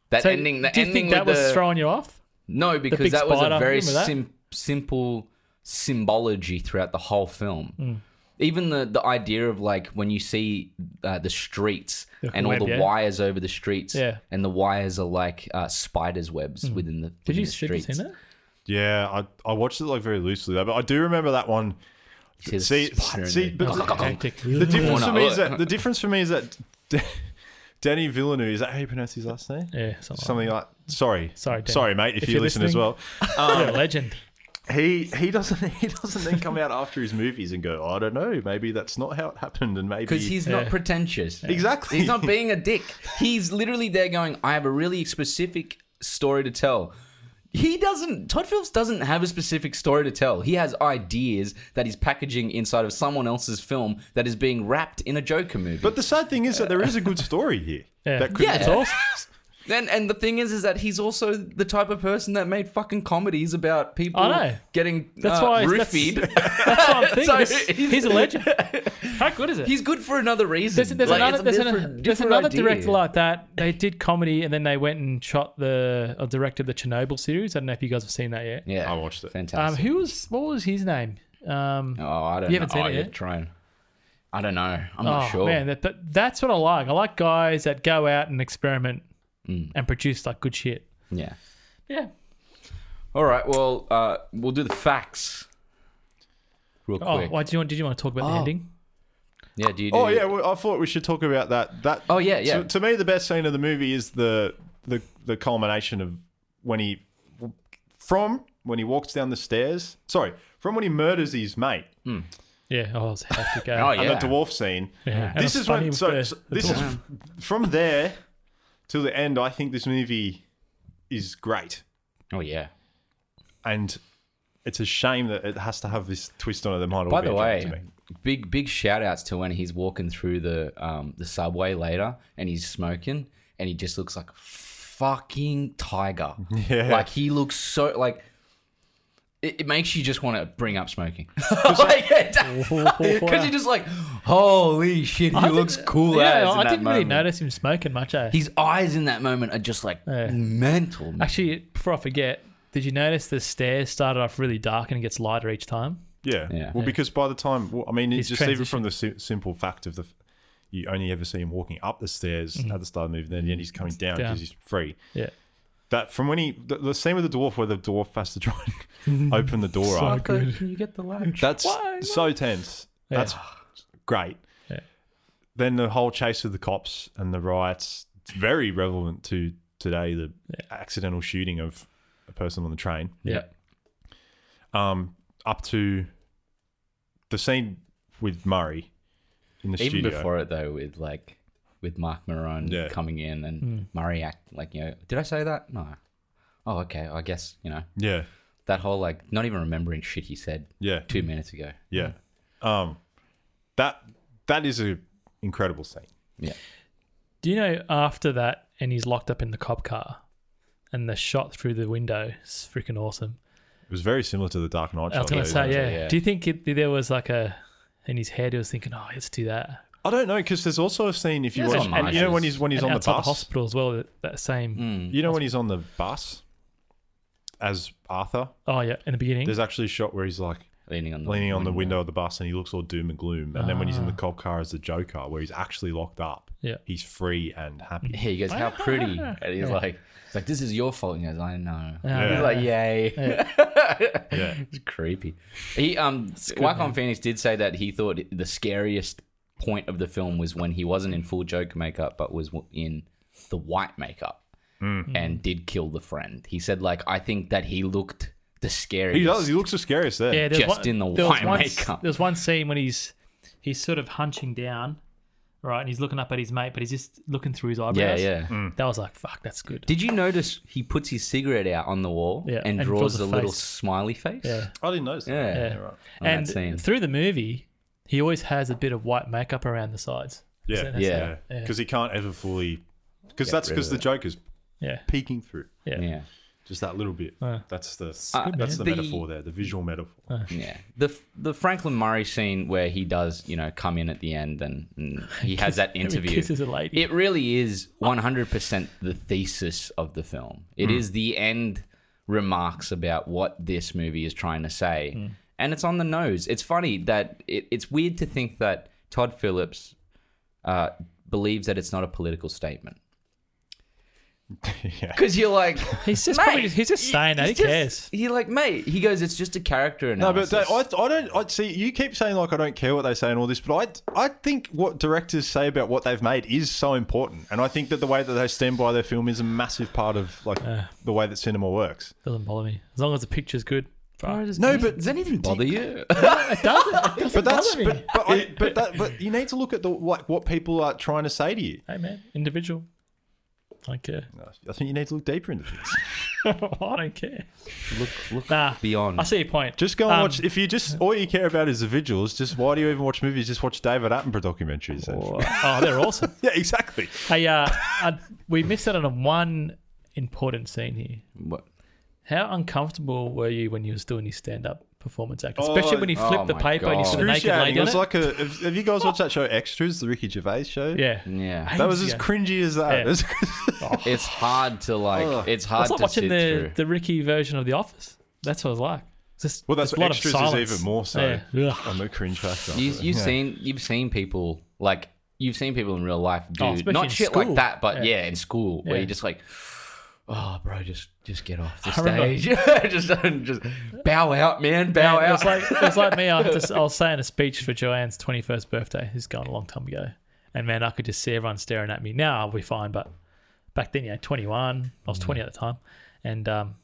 A: That
B: So,
A: ending, the
B: do you
A: ending
B: think that
A: with
B: was
A: the-
B: throwing you off?
A: No, because
B: big
A: that was a
B: spider,
A: very
B: remember that?
A: sim- simple symbology throughout the whole film.
B: Hmm.
A: Even the, the idea of like when you see uh, the streets
B: The
A: and all
B: web,
A: the
B: yeah.
A: wires over the streets,
B: Yeah. Hmm.
A: and the wires are like uh, spiders' webs within the
B: Did
A: within
B: you
A: the
B: see
A: streets.
B: it?
C: Yeah, I, I watched it like very loosely though, but I do remember that one.
A: See the
C: See,
A: spider in
C: see,
A: there.
C: but
B: Hectic.
C: the difference for
A: no,
C: me is
A: look.
C: that the difference for me is that *laughs* Danny Villeneuve is that how you pronounce his last name?
B: Yeah, something.
C: something like sorry
B: Sorry, Dan.
C: sorry mate if,
B: If
C: you
B: you're
C: listen as
B: listening.
C: well
B: like that. What a legend.
C: he he doesn't *laughs* he doesn't then come out after his movies and go, I don't know, maybe that's not how it happened, and maybe
A: Because he's not
B: Yeah.
A: pretentious.
C: Exactly.
A: He's not
B: *laughs*
A: being a dick. He's literally there going, I have a really specific story to tell. He doesn't, Todd Phillips doesn't have a specific story to tell. He has ideas that he's packaging inside of someone else's film that is being wrapped in a Joker movie.
C: But the sad thing is that there
A: *laughs*
C: is a good story here.
B: Yeah.
C: That could
A: yeah,
B: It's awesome.
A: And, and the thing is, is that he's also the type of person that made fucking comedies about people
B: I know.
A: getting
B: That's
A: uh,
B: why- that's-
A: roofied.
B: *laughs* That's what I'm thinking.
A: *laughs* So
B: This-
A: he's-
B: he's, a legend. How good is it?
A: he's good for another reason.
B: there's, there's
A: Like, it's
B: another,
A: a
B: there's,
A: different-
B: another, there's
A: different
B: another
A: idea.
B: director like that. They did comedy and then they went and shot the or directed the Chernobyl series. I don't know if you guys have seen that yet.
A: Yeah,
C: I watched it.
B: Um,
A: Fantastic.
B: who was what was his name? Um,
A: Oh, I don't.
B: You
A: know.
B: haven't seen
A: oh,
B: it
A: you're
B: yet?
A: Trying. I don't know. I'm not
B: oh,
A: sure.
B: man, that, that, that's what I like. I like guys that go out and experiment
A: Mm.
B: and produce like good shit.
A: Yeah.
B: Yeah.
A: All right. Well, uh, we'll do the facts real
B: Oh,
A: quick.
B: why did you want? Did you want to talk about the
A: Oh.
B: ending?
A: Yeah. Do you? Do
C: Oh yeah, well, I thought we should talk about that. That
A: Oh, yeah, yeah.
C: To, to me, the best scene of the movie is the the the culmination of when he from when he walks down the stairs. Sorry, from when he murders his mate
B: Yeah. Oh, I was
A: *laughs*
B: happy to go.
A: Oh
C: and
A: yeah.
C: the dwarf scene.
B: Yeah,
C: This
B: and
C: is
B: funny
C: when.
B: with
C: So,
B: the-
C: so
B: the
C: this
B: dwarf.
C: is from there till the end. I think this movie is great,
A: Oh yeah.
C: and it's a shame that it has to have this twist on it. That might all
A: By
C: be
A: the
C: a joke to
A: way,
C: me.
A: big big shout outs to when he's walking through the um, the subway later and he's smoking and he just looks like a fucking
B: *laughs*
A: tiger.
C: Yeah.
A: Like he looks so like. It, it makes you just want to bring up
B: *laughs*
A: smoking. *laughs* like, because you're just like, holy shit, he
B: I
A: looks
B: didn't-
A: cool
B: yeah,
A: as. in
B: I
A: that
B: didn't really
A: moment.
B: notice him smoking much. Eh?
A: His eyes in that moment are just like
B: Yeah.
A: mental. man.
B: Actually, before I forget, did you notice the stairs started off really dark and it gets lighter each time?
C: Yeah.
A: Yeah.
C: Well, because by the time, well, I mean, it's
B: His
C: just even from the si- simple fact of the, f- you only ever see him walking up the stairs
A: Mm-hmm.
C: at the start of the movie, then, then he's coming down
B: Down.
C: because he's free.
B: Yeah.
C: That from when he, the, the same with the dwarf, where the dwarf has to try
A: *laughs*
C: and open the door up.
B: Can you get the light?
C: That's so tense.
B: Yeah.
C: That's great.
B: Yeah.
C: Then the whole chase of the cops and the riots, it's very relevant to today, the accidental shooting of a person on the train
A: yeah.
C: um, up to the scene with Murray in the
A: Even
C: studio.
A: before it though, with like with Mark Maron
C: Yeah.
A: coming in and Murray act like you know, did I say that? No. Oh, okay. I guess you know
C: yeah,
A: that whole like not even remembering shit he said
C: yeah,
A: two minutes ago.
C: yeah.
B: Hmm.
C: Um, that that is a incredible scene.
B: Do you know after that, and he's locked up in the cop car, and the shot through the window is freaking awesome.
C: It was very similar to the Dark Knight.
B: I was
C: shot,
B: gonna
C: though.
B: say, yeah.
A: yeah.
B: Do you think it, there was like a in his head? He was thinking, oh, let's do that.
C: I don't know because there's also a scene if you
A: There's
C: watch,
A: some
C: and you know
A: nice-
C: when he's when he's
B: and
C: on the
B: outside
C: bus,
B: hospital as well. That, that same.
C: you know when he's on the bus as Arthur.
A: Hmm.
B: Oh yeah, in the beginning.
C: There's actually a shot where he's like
A: Leaning on the
C: leaning on the window Ah. of the bus and he looks all doom and gloom, and then when he's in the cop car as the Joker, where he's actually locked up,
B: Yeah.
C: he's free and
A: *laughs*
C: happy. *laughs*
A: He goes, "How pretty!" And he's like, "It's like this is your fault." And he goes, "I know."
B: Yeah.
A: He's like, "Yay!"
C: Yeah.
A: It's creepy. He um Wycon Phoenix did say that he thought the scariest point of the film was when he wasn't in full Joker makeup but was w- in the white makeup
C: Mm.
B: Hmm.
A: and did kill the friend. He said like I think that he looked the scariest.
C: He does. He looks the scariest there.
B: Yeah, there's
A: Just
B: one,
A: in the
B: there was
A: white
B: one-
A: makeup.
B: There's one scene when he's he's sort of hunching down, right, and he's looking up at his mate, but he's just looking through his
A: Yeah,
B: eyebrows.
A: yeah.
C: Mm.
B: That was like, fuck, that's good.
A: Did you notice he puts his cigarette out on the wall
B: Yeah,
A: and
B: and
A: draws
B: draws a
A: a little
B: face.
A: smiley face?
B: Yeah.
C: I didn't notice that.
A: Yeah.
B: Yeah.
C: right.
A: On that
B: and
A: scene.
B: through the movie, he always has a bit of white makeup around the sides.
C: Yeah.
B: Isn't it?
A: Yeah.
C: Yeah. Because he can't ever fully. Because that's
A: rid
C: because
A: of
C: the
A: it.
C: Joker's
B: Yeah.
C: peeking through
B: Yeah.
A: Yeah.
C: just that little bit.
B: Uh,
C: that's the
A: Uh,
B: good,
C: that's
B: man.
C: the,
A: The-
C: metaphor there, the visual metaphor.
A: Yeah, the the Franklin Murray scene where he does you know come in at the end and, and
B: *laughs*
A: he has that
B: He
A: interview.
B: kisses a lady.
A: It really is 100% the thesis of the film. It is the end remarks about what this movie is trying to say. And it's on the nose. It's funny that it, it's weird to think that Todd Phillips uh, believes that it's not a political statement.
C: yeah.
A: Because you're like,
B: He's just
A: mate,
B: probably- he's just saying that.
A: he's
B: He
A: just-
B: cares.
A: He like, mate, he goes, it's just a character
C: No,
A: analysis.
C: but uh, that, I, I don't. I see you keep saying like I don't care what they say and all this, but I I think what directors say about what they've made is so important, and I think that the way that they stand by their film is a massive part of like the way that cinema works.
B: Doesn't bother me as long as the picture's good. Bro,
C: No, but does anything
A: bother you?
B: it doesn't. It doesn't
C: But that's
B: bother me.
C: but but, I,
B: *laughs*
C: but that but you need to look at the like what people are trying to say to you.
B: hey man, individual. I don't
C: *laughs*
B: care.
C: I think you need to look deeper into things.
B: I don't care.
A: look, look
B: Nah,
A: *laughs* beyond.
B: I see your point.
C: Just go and
B: Um,
C: watch. If you just all you care about is the visuals, just why do you even watch movies? Just watch David Attenborough documentaries. then.
B: *laughs* oh, they're awesome.
C: Yeah, exactly.
B: Hey, uh, I, we missed out on one important scene here.
A: What?
B: How uncomfortable were you when you was doing your stand-up performance act, especially when he
A: oh
B: flipped the
A: my
B: paper and he
A: God.
B: saw the naked
C: Excruciating.
B: lady
C: It
B: on
C: was
B: it?
C: like a. Have have you guys watched that show Extras, the Ricky Gervais show?
B: yeah,
A: Yeah.
C: That was
B: *laughs*
C: as
B: Yeah.
C: cringy as that. *laughs*
B: Yeah.
C: It's-
A: It's hard to like.
C: Ugh.
A: It's
B: It's
A: hard
B: like
A: to sit
B: watching the,
A: through.
B: the Ricky version of The Office. That's what it was like. It's Just,
C: well, that's
B: just a
C: what
B: lot of
C: Extras is
B: silence.
C: even more so
B: Yeah. Ugh.
C: on the cringe factor.
A: you, you've
C: Yeah.
A: seen you've seen people like you've seen people in real life do
B: Oh, especially in
A: not shit
B: school.
A: like that, but
B: Yeah.
A: yeah, in school where
B: Yeah.
A: you're just like, oh, bro, just just get off the
B: *laughs* I remember-
A: stage, *laughs* just just bow out, man, bow
B: Man, it
A: out.
B: was like it was like
A: *laughs*
B: me. I, had to, I was saying a speech for Joanne's twenty first birthday, who's gone a long time ago, and man, I could just see everyone staring at me. Now I'll be fine, but back then, you know, twenty one, I was
A: Mm.
B: twenty at the time, and um,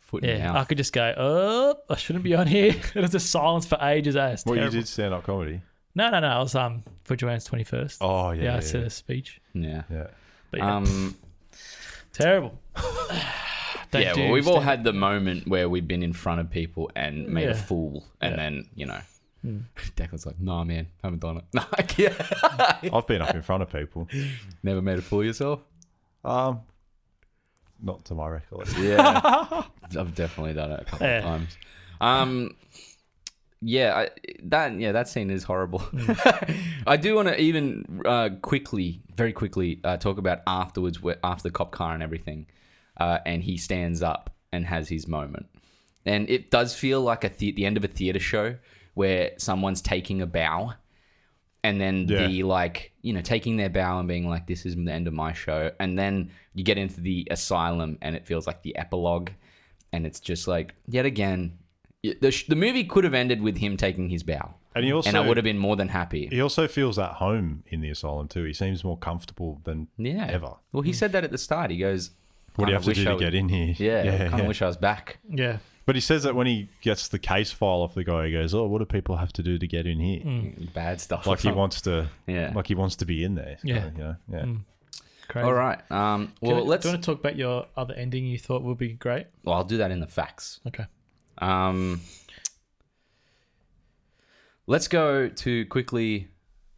A: Foot in
B: yeah, I
A: mouth.
B: could just go, oh, I shouldn't be on here. *laughs* it was just silence for ages. Eh? It's
C: Well, you
B: terrible.
C: did stand up comedy.
B: No, no, no. I was um for Joanne's twenty first.
C: Oh yeah.
B: yeah, I
C: Yeah.
B: said a speech,
A: yeah.
C: yeah.
B: but yeah,
A: Um, *laughs*
B: terrible. *sighs* Don't
A: yeah,
B: do
A: well, we've all
B: stand-
A: had the moment where we've been in front of people and made
B: Yeah.
A: a fool, and
B: Yeah. Hmm.
A: then you know, *laughs* Declan's like, "Nah, man, haven't done it. *laughs* Nah, yeah,
C: I've been up in front of people.
A: never made a fool of yourself."
C: Um, not to my recollection.
A: Yeah, I've definitely done it a couple
B: Yeah.
A: of times. Um, yeah, I, that yeah that scene is horrible. I do want to even uh, quickly, very quickly, uh, talk about afterwards where, after the cop car and everything, uh, and he stands up and has his moment, and it does feel like a the- the end of a theater show where someone's taking a bow and then
C: Yeah.
A: the like you know taking their bow and being like this is the end of my show and then you get into the asylum and it feels like the epilogue and it's just like yet again it- the, sh- the movie could have ended with him taking his bow
C: And he also
A: and i would have been more than happy
C: He also feels at home in the asylum too. He seems more comfortable than
A: yeah
C: ever.
A: well
B: Hmm.
A: he said that at the start he goes
C: What do
A: "Kinda
C: you have to
A: wish
C: do
A: I
C: to
A: was-
C: get in here?
A: yeah, kind of wish i was back
B: yeah.
C: But he says that when he gets the case file off the guy, he goes, "Oh, what do people have to do to get in here?"
B: Mm. Hmm.
A: bad stuff
C: Like he wants to,
A: *laughs* Yeah.
C: like he wants to be in there.
B: Yeah. Mm.
C: you know, yeah. *laughs*
B: Crazy.
A: all right um
B: Do you
A: well
B: wanna-
A: let's
B: Do you want to talk about your other ending you thought would be great?
A: well i'll do that in the facts
B: Okay.
A: Um, let's go to quickly.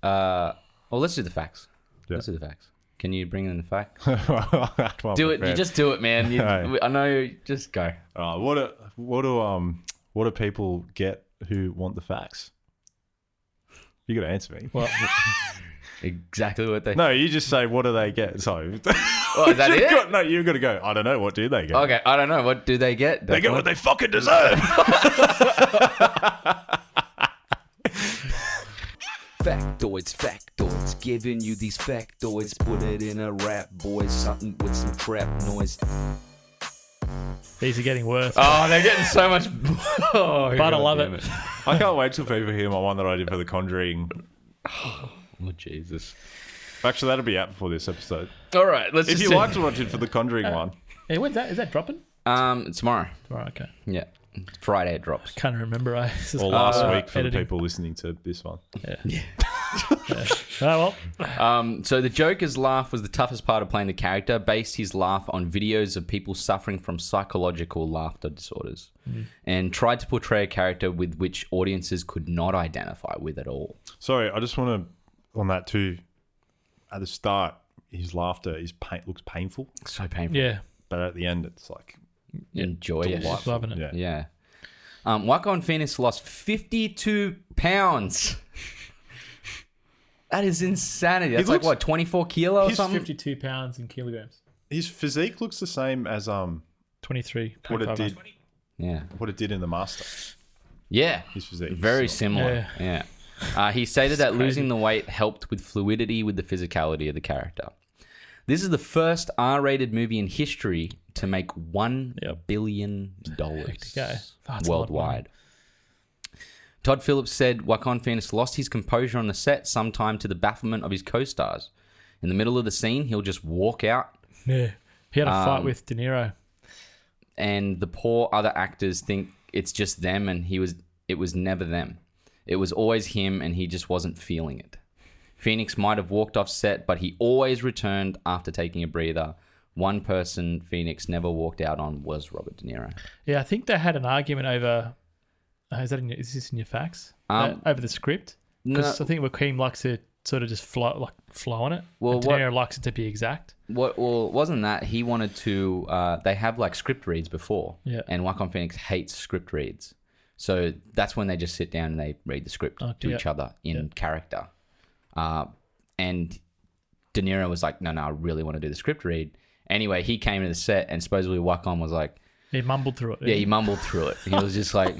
A: Uh, well, let's do the facts.
C: Yeah.
A: Let's do the facts. Can you bring in the facts?
C: Well,
A: Do it. You
C: prepared.
A: just do it, man.
C: *laughs*
A: You,
C: Alright.
A: I know. Just go.
C: Uh, what do what do um what do people get who want the facts? You got to answer me.
A: *laughs*
B: Well,
A: Exactly what they.
C: No, you just say what do they get? So
A: *laughs*
C: *laughs*
A: Oh, is that
C: You've
A: it?
C: got- no, you've got to go. I don't know. What do they get?
A: Okay. I don't know. What do they get?
C: They get what they fucking deserve.
A: *laughs*
D: Factoids, factoids, giving you these factoids. Put it in a rap, boys, something with some trap noise.
B: these are getting worse.
A: Oh, they're getting so much. *laughs* Oh,
B: but I
A: God
B: love
A: damn
B: it.
C: I can't wait till people hear my one that I did for The Conjuring.
A: Oh Jesus.
C: Actually, that'll be out before this episode.
A: All right. Let's.
C: If
A: just
C: you
A: do-
C: liked what I did for The Conjuring
A: *laughs*
C: one,
B: Hey, when's that? Is that dropping?
A: Um, tomorrow.
B: Tomorrow, okay.
A: Yeah. Friday it drops.
B: Can't remember. I this is-
C: or last
B: uh,
C: week for the
B: editing.
C: people listening to this one.
B: Oh well,
A: Um, so the Joker's laugh was the toughest part of playing the character. Based his laugh on videos of people suffering from psychological laughter disorders, and tried to portray a character with which audiences could not identify with at all.
C: Sorry, I just want to on that too. At the start, his laughter is pain looks painful,
A: So painful.
B: yeah.
C: but at the end, it's like
A: Enjoy it.
B: Just loving it.
C: yeah.
A: Oh, Yeah. Um, Wakon Phoenix lost 52 pounds. *laughs* That is insanity. That's like
C: looks-
A: what 24 kilo or
C: he's
A: something.
B: Fifty-two pounds in kilograms.
C: His physique looks the same as um
B: Twenty-three.
C: what it did
A: yeah.
C: what it did in the master.
A: Yeah.
C: His physique,
A: Very
C: So-
A: similar. Yeah. Uh, he stated that losing the weight helped with fluidity with the physicality of the character. This is the first R-rated movie in history to make one
B: Yep.
A: billion dollars
B: Hectic, eh? That's a lot of money.
A: worldwide. Todd Phillips said Wakon Phoenix lost his composure on the set, sometime to the bafflement of his co-stars. In the middle of the scene, he'll just walk out, Um,
B: Yeah, he had a fight with De Niro.
A: and the poor other actors think it's just them, and he was. It was never them. It was always him, and he just wasn't feeling it. Phoenix might have walked off set, but he always returned after taking a breather. One person Phoenix never walked out on was Robert De Niro.
B: Yeah, I think they had an argument over. Uh, is that in your, is this in your facts?
A: Um,
B: Uh, over the script, because
A: No.
B: I think McQueen likes to sort of just flow like flow on it.
A: Well,
B: and De
A: what-
B: Niro likes it to be exact.
A: What well wasn't that he wanted to? Uh, they have like script reads before,
B: Yeah.
A: And Wacom Phoenix hates script reads, so that's when they just sit down and they read the script
B: Oh,
A: to
B: yeah.
A: each other in
B: Yeah.
A: character. Uh, and De Niro was like, "No, no, I really want to do the script read." Anyway, he came to the set and supposedly Wacom was like,
B: He mumbled through it.
A: "Yeah, he mumbled through it." He was just
B: *laughs*
A: like,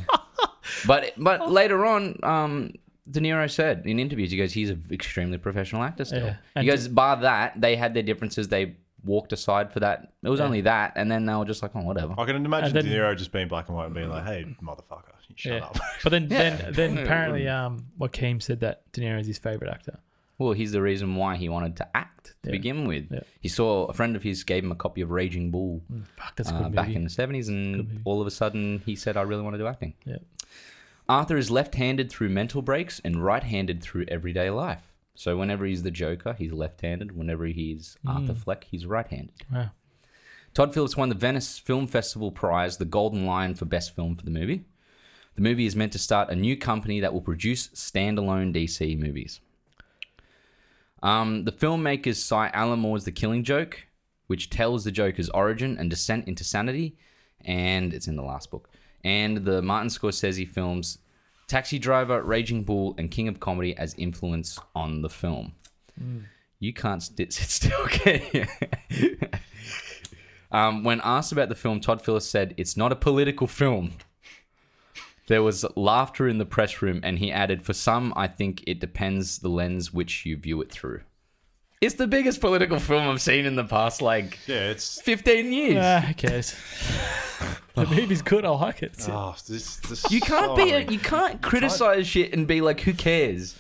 A: "But but later on." Um, De Niro said in interviews, he goes, "He's an extremely professional actor still."
B: Yeah.
A: He
B: And
A: goes, bar that, they had their differences. They walked aside for that. It was only that, and then they were just like, "Oh, whatever."
C: I can imagine
B: And then-
C: De Niro just being black and white and being like, "Hey, motherfucker, you shut
B: Yeah.
C: up." *laughs*
B: But then,
A: *laughs*
B: then, then apparently, um, Joaquin said that De Niro is his favorite actor.
A: Well, he's the reason why he wanted to act to
B: Yeah.
A: begin with.
B: Yeah.
A: He saw a friend of his gave him a copy of Raging Bull
B: Mm, Fuck, that's a good
A: uh,
B: movie.
A: back in the seventies, and
B: movie.
A: all of a sudden he said, "I really want to do acting."
B: yeah.
A: Arthur is left-handed through mental breaks and right-handed through everyday life. So whenever he's the Joker, he's left-handed. Whenever he's Arthur Fleck, he's right-handed.
B: Wow.
A: Todd Phillips won the Venice Film Festival Prize, the Golden Lion, for Best Film for the movie. The movie is meant to start a new company that will produce standalone DC movies. Um, the filmmakers cite Alan Moore's The Killing Joke, which tells the Joker's origin and descent into sanity, and it's in the last book. And the Martin Scorsese films Taxi Driver, Raging Bull, and King of Comedy as influence on the film. You can't st- *laughs* sit still, can you? Um, when asked about the film, Todd Phillips said, It's not a political film. There was laughter in the press room, and he added, For some, I think it depends the lens which you view it through. It's the biggest political film I've seen in the past, like,
C: yeah, it's
A: 15 years.
B: Ah,
A: *laughs*
B: who cares? the movie's good. I like it.
A: Ah.
C: oh, this, this
A: you can't be, you can't criticize shit and be like, who cares?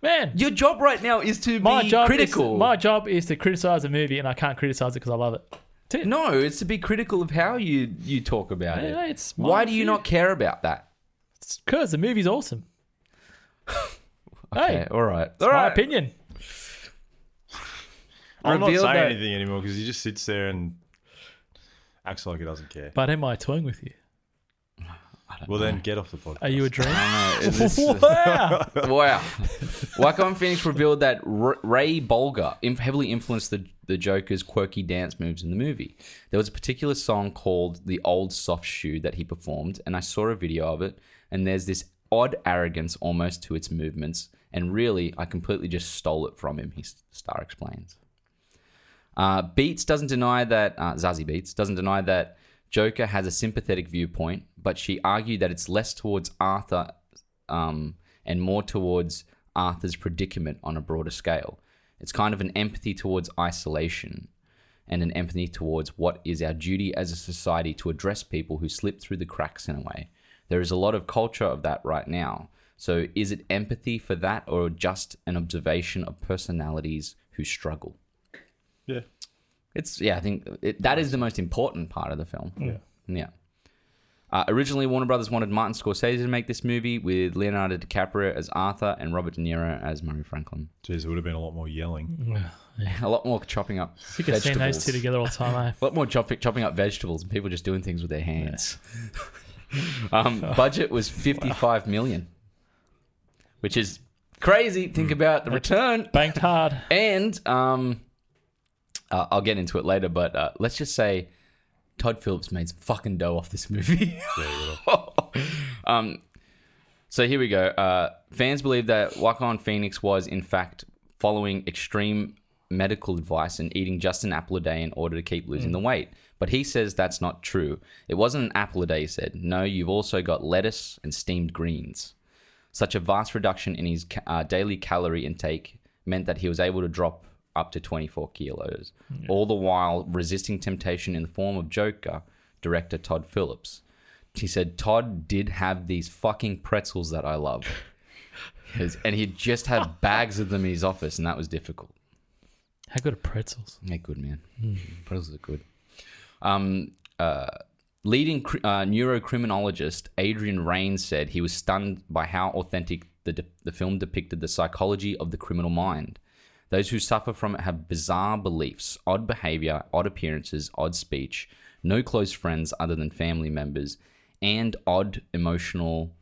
B: Man,
A: Your job right now is to
B: my
A: be
B: job
A: critical.
B: Is, my job is to criticize a movie, and I can't criticize it because I love it. That's it.
A: no, it's to be critical of how you you talk about
B: Yeah,
A: it.
B: it's my
A: Why do you
B: view.
A: not care about that?
B: Because the movie's awesome.
A: *laughs* Okay,
B: hey,
A: all right,
B: my
A: all right.
B: opinion.
C: I'm not saying
A: reveal that-
C: anything anymore because he just sits there and acts like he doesn't care.
B: But am I toying with you?
C: Well, then get off the podcast.
B: Are you a dream?
A: I don't know,
B: *laughs*
A: is *laughs* this-
B: wow.
A: *laughs* Wow. Wacom Phoenix revealed that R- Ray Bolger im- heavily influenced the, the Joker's quirky dance moves in the movie. There was a particular song called The Old Soft Shoe that he performed, and I saw a video of it, and there's this odd arrogance almost to its movements, and really, I completely just stole it from him, he s- Star explains. Uh, Beats doesn't deny that, uh, Zazie Beats doesn't deny that Joker has a sympathetic viewpoint, but she argued that it's less towards Arthur um, and more towards Arthur's predicament on a broader scale. It's kind of an empathy towards isolation and an empathy towards what is our duty as a society to address people who slip through the cracks in a way. There is a lot of culture of that right now. So is it empathy for that or just an observation of personalities who struggle?
C: Yeah.
A: It's yeah, I think it, that is the most important part of the film. Yeah. Yeah. Uh, originally, Warner Brothers wanted Martin Scorsese to make this movie with Leonardo DiCaprio as Arthur and Robert De Niro as Murray Franklin. *laughs*
C: Jeez, it would have been a lot more
B: Hmm.
C: yelling.
A: A lot more chopping up
B: You can see those two together all the time, eh?
A: a lot more chop- chopping up vegetables and people just doing things with their hands. *laughs*
B: *laughs*
A: um, budget was fifty-five million, which is crazy.
B: Hmm.
A: Think about the return.
B: Banked hard.
A: And um, uh, I'll get into it later, but uh, let's just say Todd Phillips made some fucking dough off this movie. *laughs* um, so here we go. Uh, fans believe that Wakon Phoenix was, in fact, following extreme medical advice and eating just an apple a day in order to keep losing the weight. But he says that's not true. It wasn't an apple a day, he said. No, you've also got lettuce and steamed greens. Such a vast reduction in his ca- uh, daily calorie intake meant that he was able to drop up to 24 kilos, all the while resisting temptation in the form of Joker director Todd Phillips. He said, Todd did have these fucking pretzels that I love. His- and he just had bags of them in his office, and that was difficult.
B: How good are pretzels?
A: Yeah, good man. Pretzels are good. Um, uh, Leading cr- uh, neurocriminologist Adrian Rain said he was stunned by how authentic the, de- the film depicted the psychology of the criminal mind. Those who suffer from it have bizarre beliefs, odd behavior, odd appearances, odd speech, no close friends other than family members, and odd emotional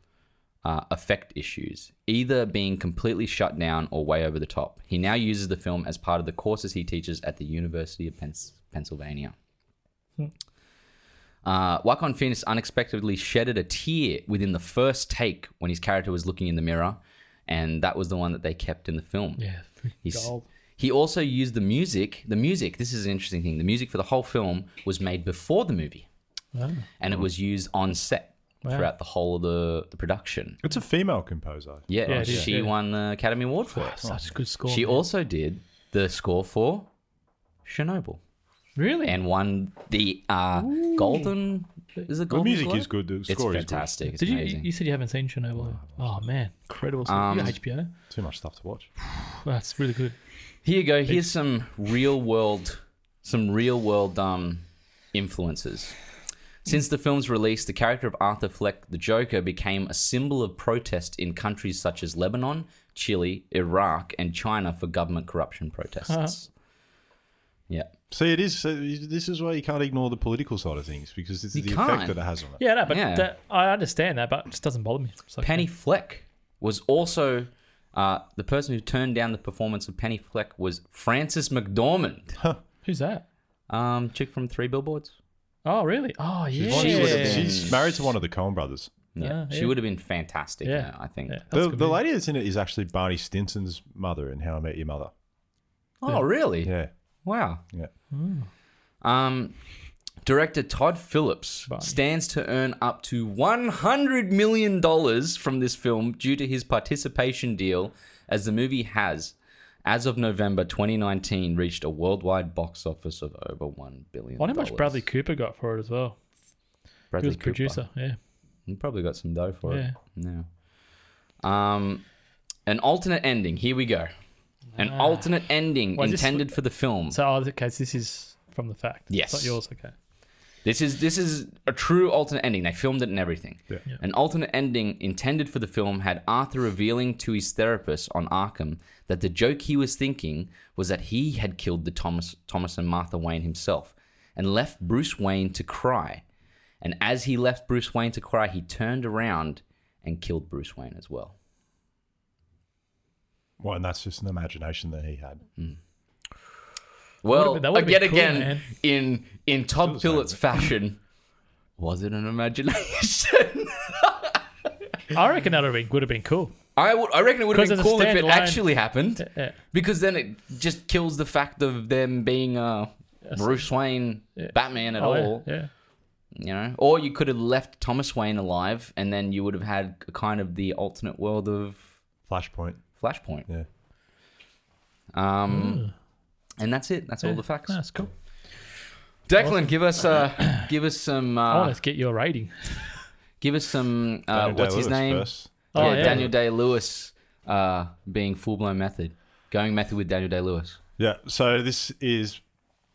A: uh, affect issues, either being completely shut down or way over the top. He now uses the film as part of the courses he teaches at the University of Pens- Pennsylvania. Uh, Wakon Phoenix unexpectedly shedded a tear within the first take when his character was looking in the mirror, and that was the one that they kept in the film.
B: Yeah,
A: He's,
B: gold.
A: he also used the music. The music, this is an interesting thing. The music for the whole film was made before the movie,
B: Oh,
A: and it was used on set
B: Wow.
A: throughout the whole of the, the production.
C: It's a female composer.
A: Yeah,
B: Yeah, it is,
A: she
B: yeah.
A: won the Academy Award for
B: *sighs*
A: it.
B: such a good score.
A: She
B: man.
A: also did the score for Chernobyl
B: really
A: and won the uh, Golden. Is it
C: The
A: Golden
C: music
A: Globe?
C: is good. The
A: It's
C: score is good.
A: fantastic. It's
B: Did you?
A: amazing.
B: You said you haven't seen Chernobyl. Oh man, incredible. stuff.
A: Um,
B: you got HBO.
C: Too much stuff to watch.
B: That's really good.
A: Here you go. Here's some real world, some real world um, influences. Since the film's release, the character of Arthur Fleck, the Joker, became a symbol of protest in countries such as Lebanon, Chile, Iraq, and China for government corruption protests. Yeah,
C: See, it is. so you- This is why you can't ignore the political side of things because it's
A: You
C: the
A: can't.
C: effect that it has on it.
B: Yeah, no, but
A: Yeah.
B: That, I understand that, but it just doesn't bother me. It's like,
A: Penny Fleck was also uh, the person who turned down the performance of Penny Fleck was Frances McDormand,
B: Who's that?
A: um, chick from Three Billboards.
B: Oh, really? Oh, yeah.
A: she
C: She
A: would've
C: would've-
A: been-
C: She's married to one of the Coen brothers.
A: Yeah,
B: Ah,
A: she
B: yeah.
A: would have been fantastic. Yeah,
B: Yeah.
A: I think.
B: Yeah, that's
C: The,
B: good
C: the
B: movie.
C: lady that's in it is actually Barney Stinson's mother in How I Met Your Mother.
A: Oh, really?
C: Yeah,
A: Wow.
C: yeah.
A: Um, director Todd Phillips
B: Barney.
A: stands to earn up to $100 million from this film due to his participation deal, as the movie has, as of November 2019, reached a worldwide box office of over $1 billion.
B: I wonder how much Bradley Cooper got for it as well.
A: Bradley
B: he was a
A: Cooper.
B: producer. Yeah.
A: He probably got some dough for it. Yeah. Um, an alternate ending. Here we go. An alternate ending
B: Well, Ah. this-
A: intended for the film.
B: So, oh, okay, so this is from the fact.
A: Yes.
B: It's not yours. Okay.
A: This is this is a true alternate ending. They filmed it and everything.
C: Yeah.
B: Yeah.
A: An alternate ending intended for the film had Arthur revealing to his therapist on Arkham that the joke he was thinking was that he had killed the Thomas Thomas and Martha Wayne himself and left Bruce Wayne to cry. And as he left Bruce Wayne to cry, he turned around and killed Bruce Wayne as well.
C: Well, and that's just an imagination that he had.
A: Well, uh,
B: been- that would've
A: yet
B: been cool,
A: again,
B: man.
A: in in Todd
C: Suicide,
A: Phillips
B: *laughs*
C: isn't
A: fashion, was it an imagination? *laughs*
B: I reckon that would have been, would have been cool.
A: I would- I reckon it would have
B: 'Cause
A: been
B: it's a
A: cool if it
B: standalone-
A: actually happened.
B: Yeah.
A: Because then it just kills the fact of them being uh, Bruce Wayne Batman at
B: Oh, yeah,
A: all.
B: yeah.
A: You know? Or you could have left Thomas Wayne alive and then you would have had kind of the alternate world of
C: Flashpoint.
A: Flashpoint.
C: Yeah.
A: Um, and that's it. That's all
B: Hmm. Yeah.
A: the facts.
B: No, that's cool.
A: Declan, give us uh, give us some
B: I
A: uh,
B: want to get your rating.
A: give us some uh,
C: Daniel
A: what's his
C: Day-Lewis
A: name?
C: first.
B: Oh,
A: yeah,
B: yeah.
A: Daniel Day Lewis uh, being full blown method. Going method with Daniel Day Lewis.
C: Yeah. So this is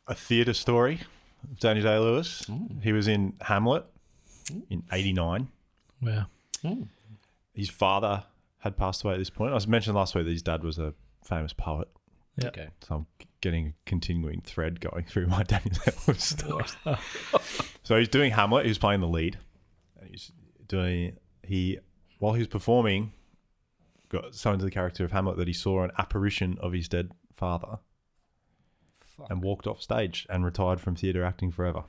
C: a theatre story of Daniel Day Lewis.
A: Mm.
C: He was in Hamlet in '89.
B: Wow. Hmm.
C: His father had passed away at this point. I was mentioned last week that his dad was a famous poet.
B: Yeah.
A: Okay.
C: So I'm getting a continuing thread going through my *laughs* Daniel Day Lewis story. so he's doing Hamlet. He was playing the lead, and he's doing he while he was performing, got so into the character of Hamlet that he saw an apparition of his dead father, and walked off stage and retired from theatre acting forever.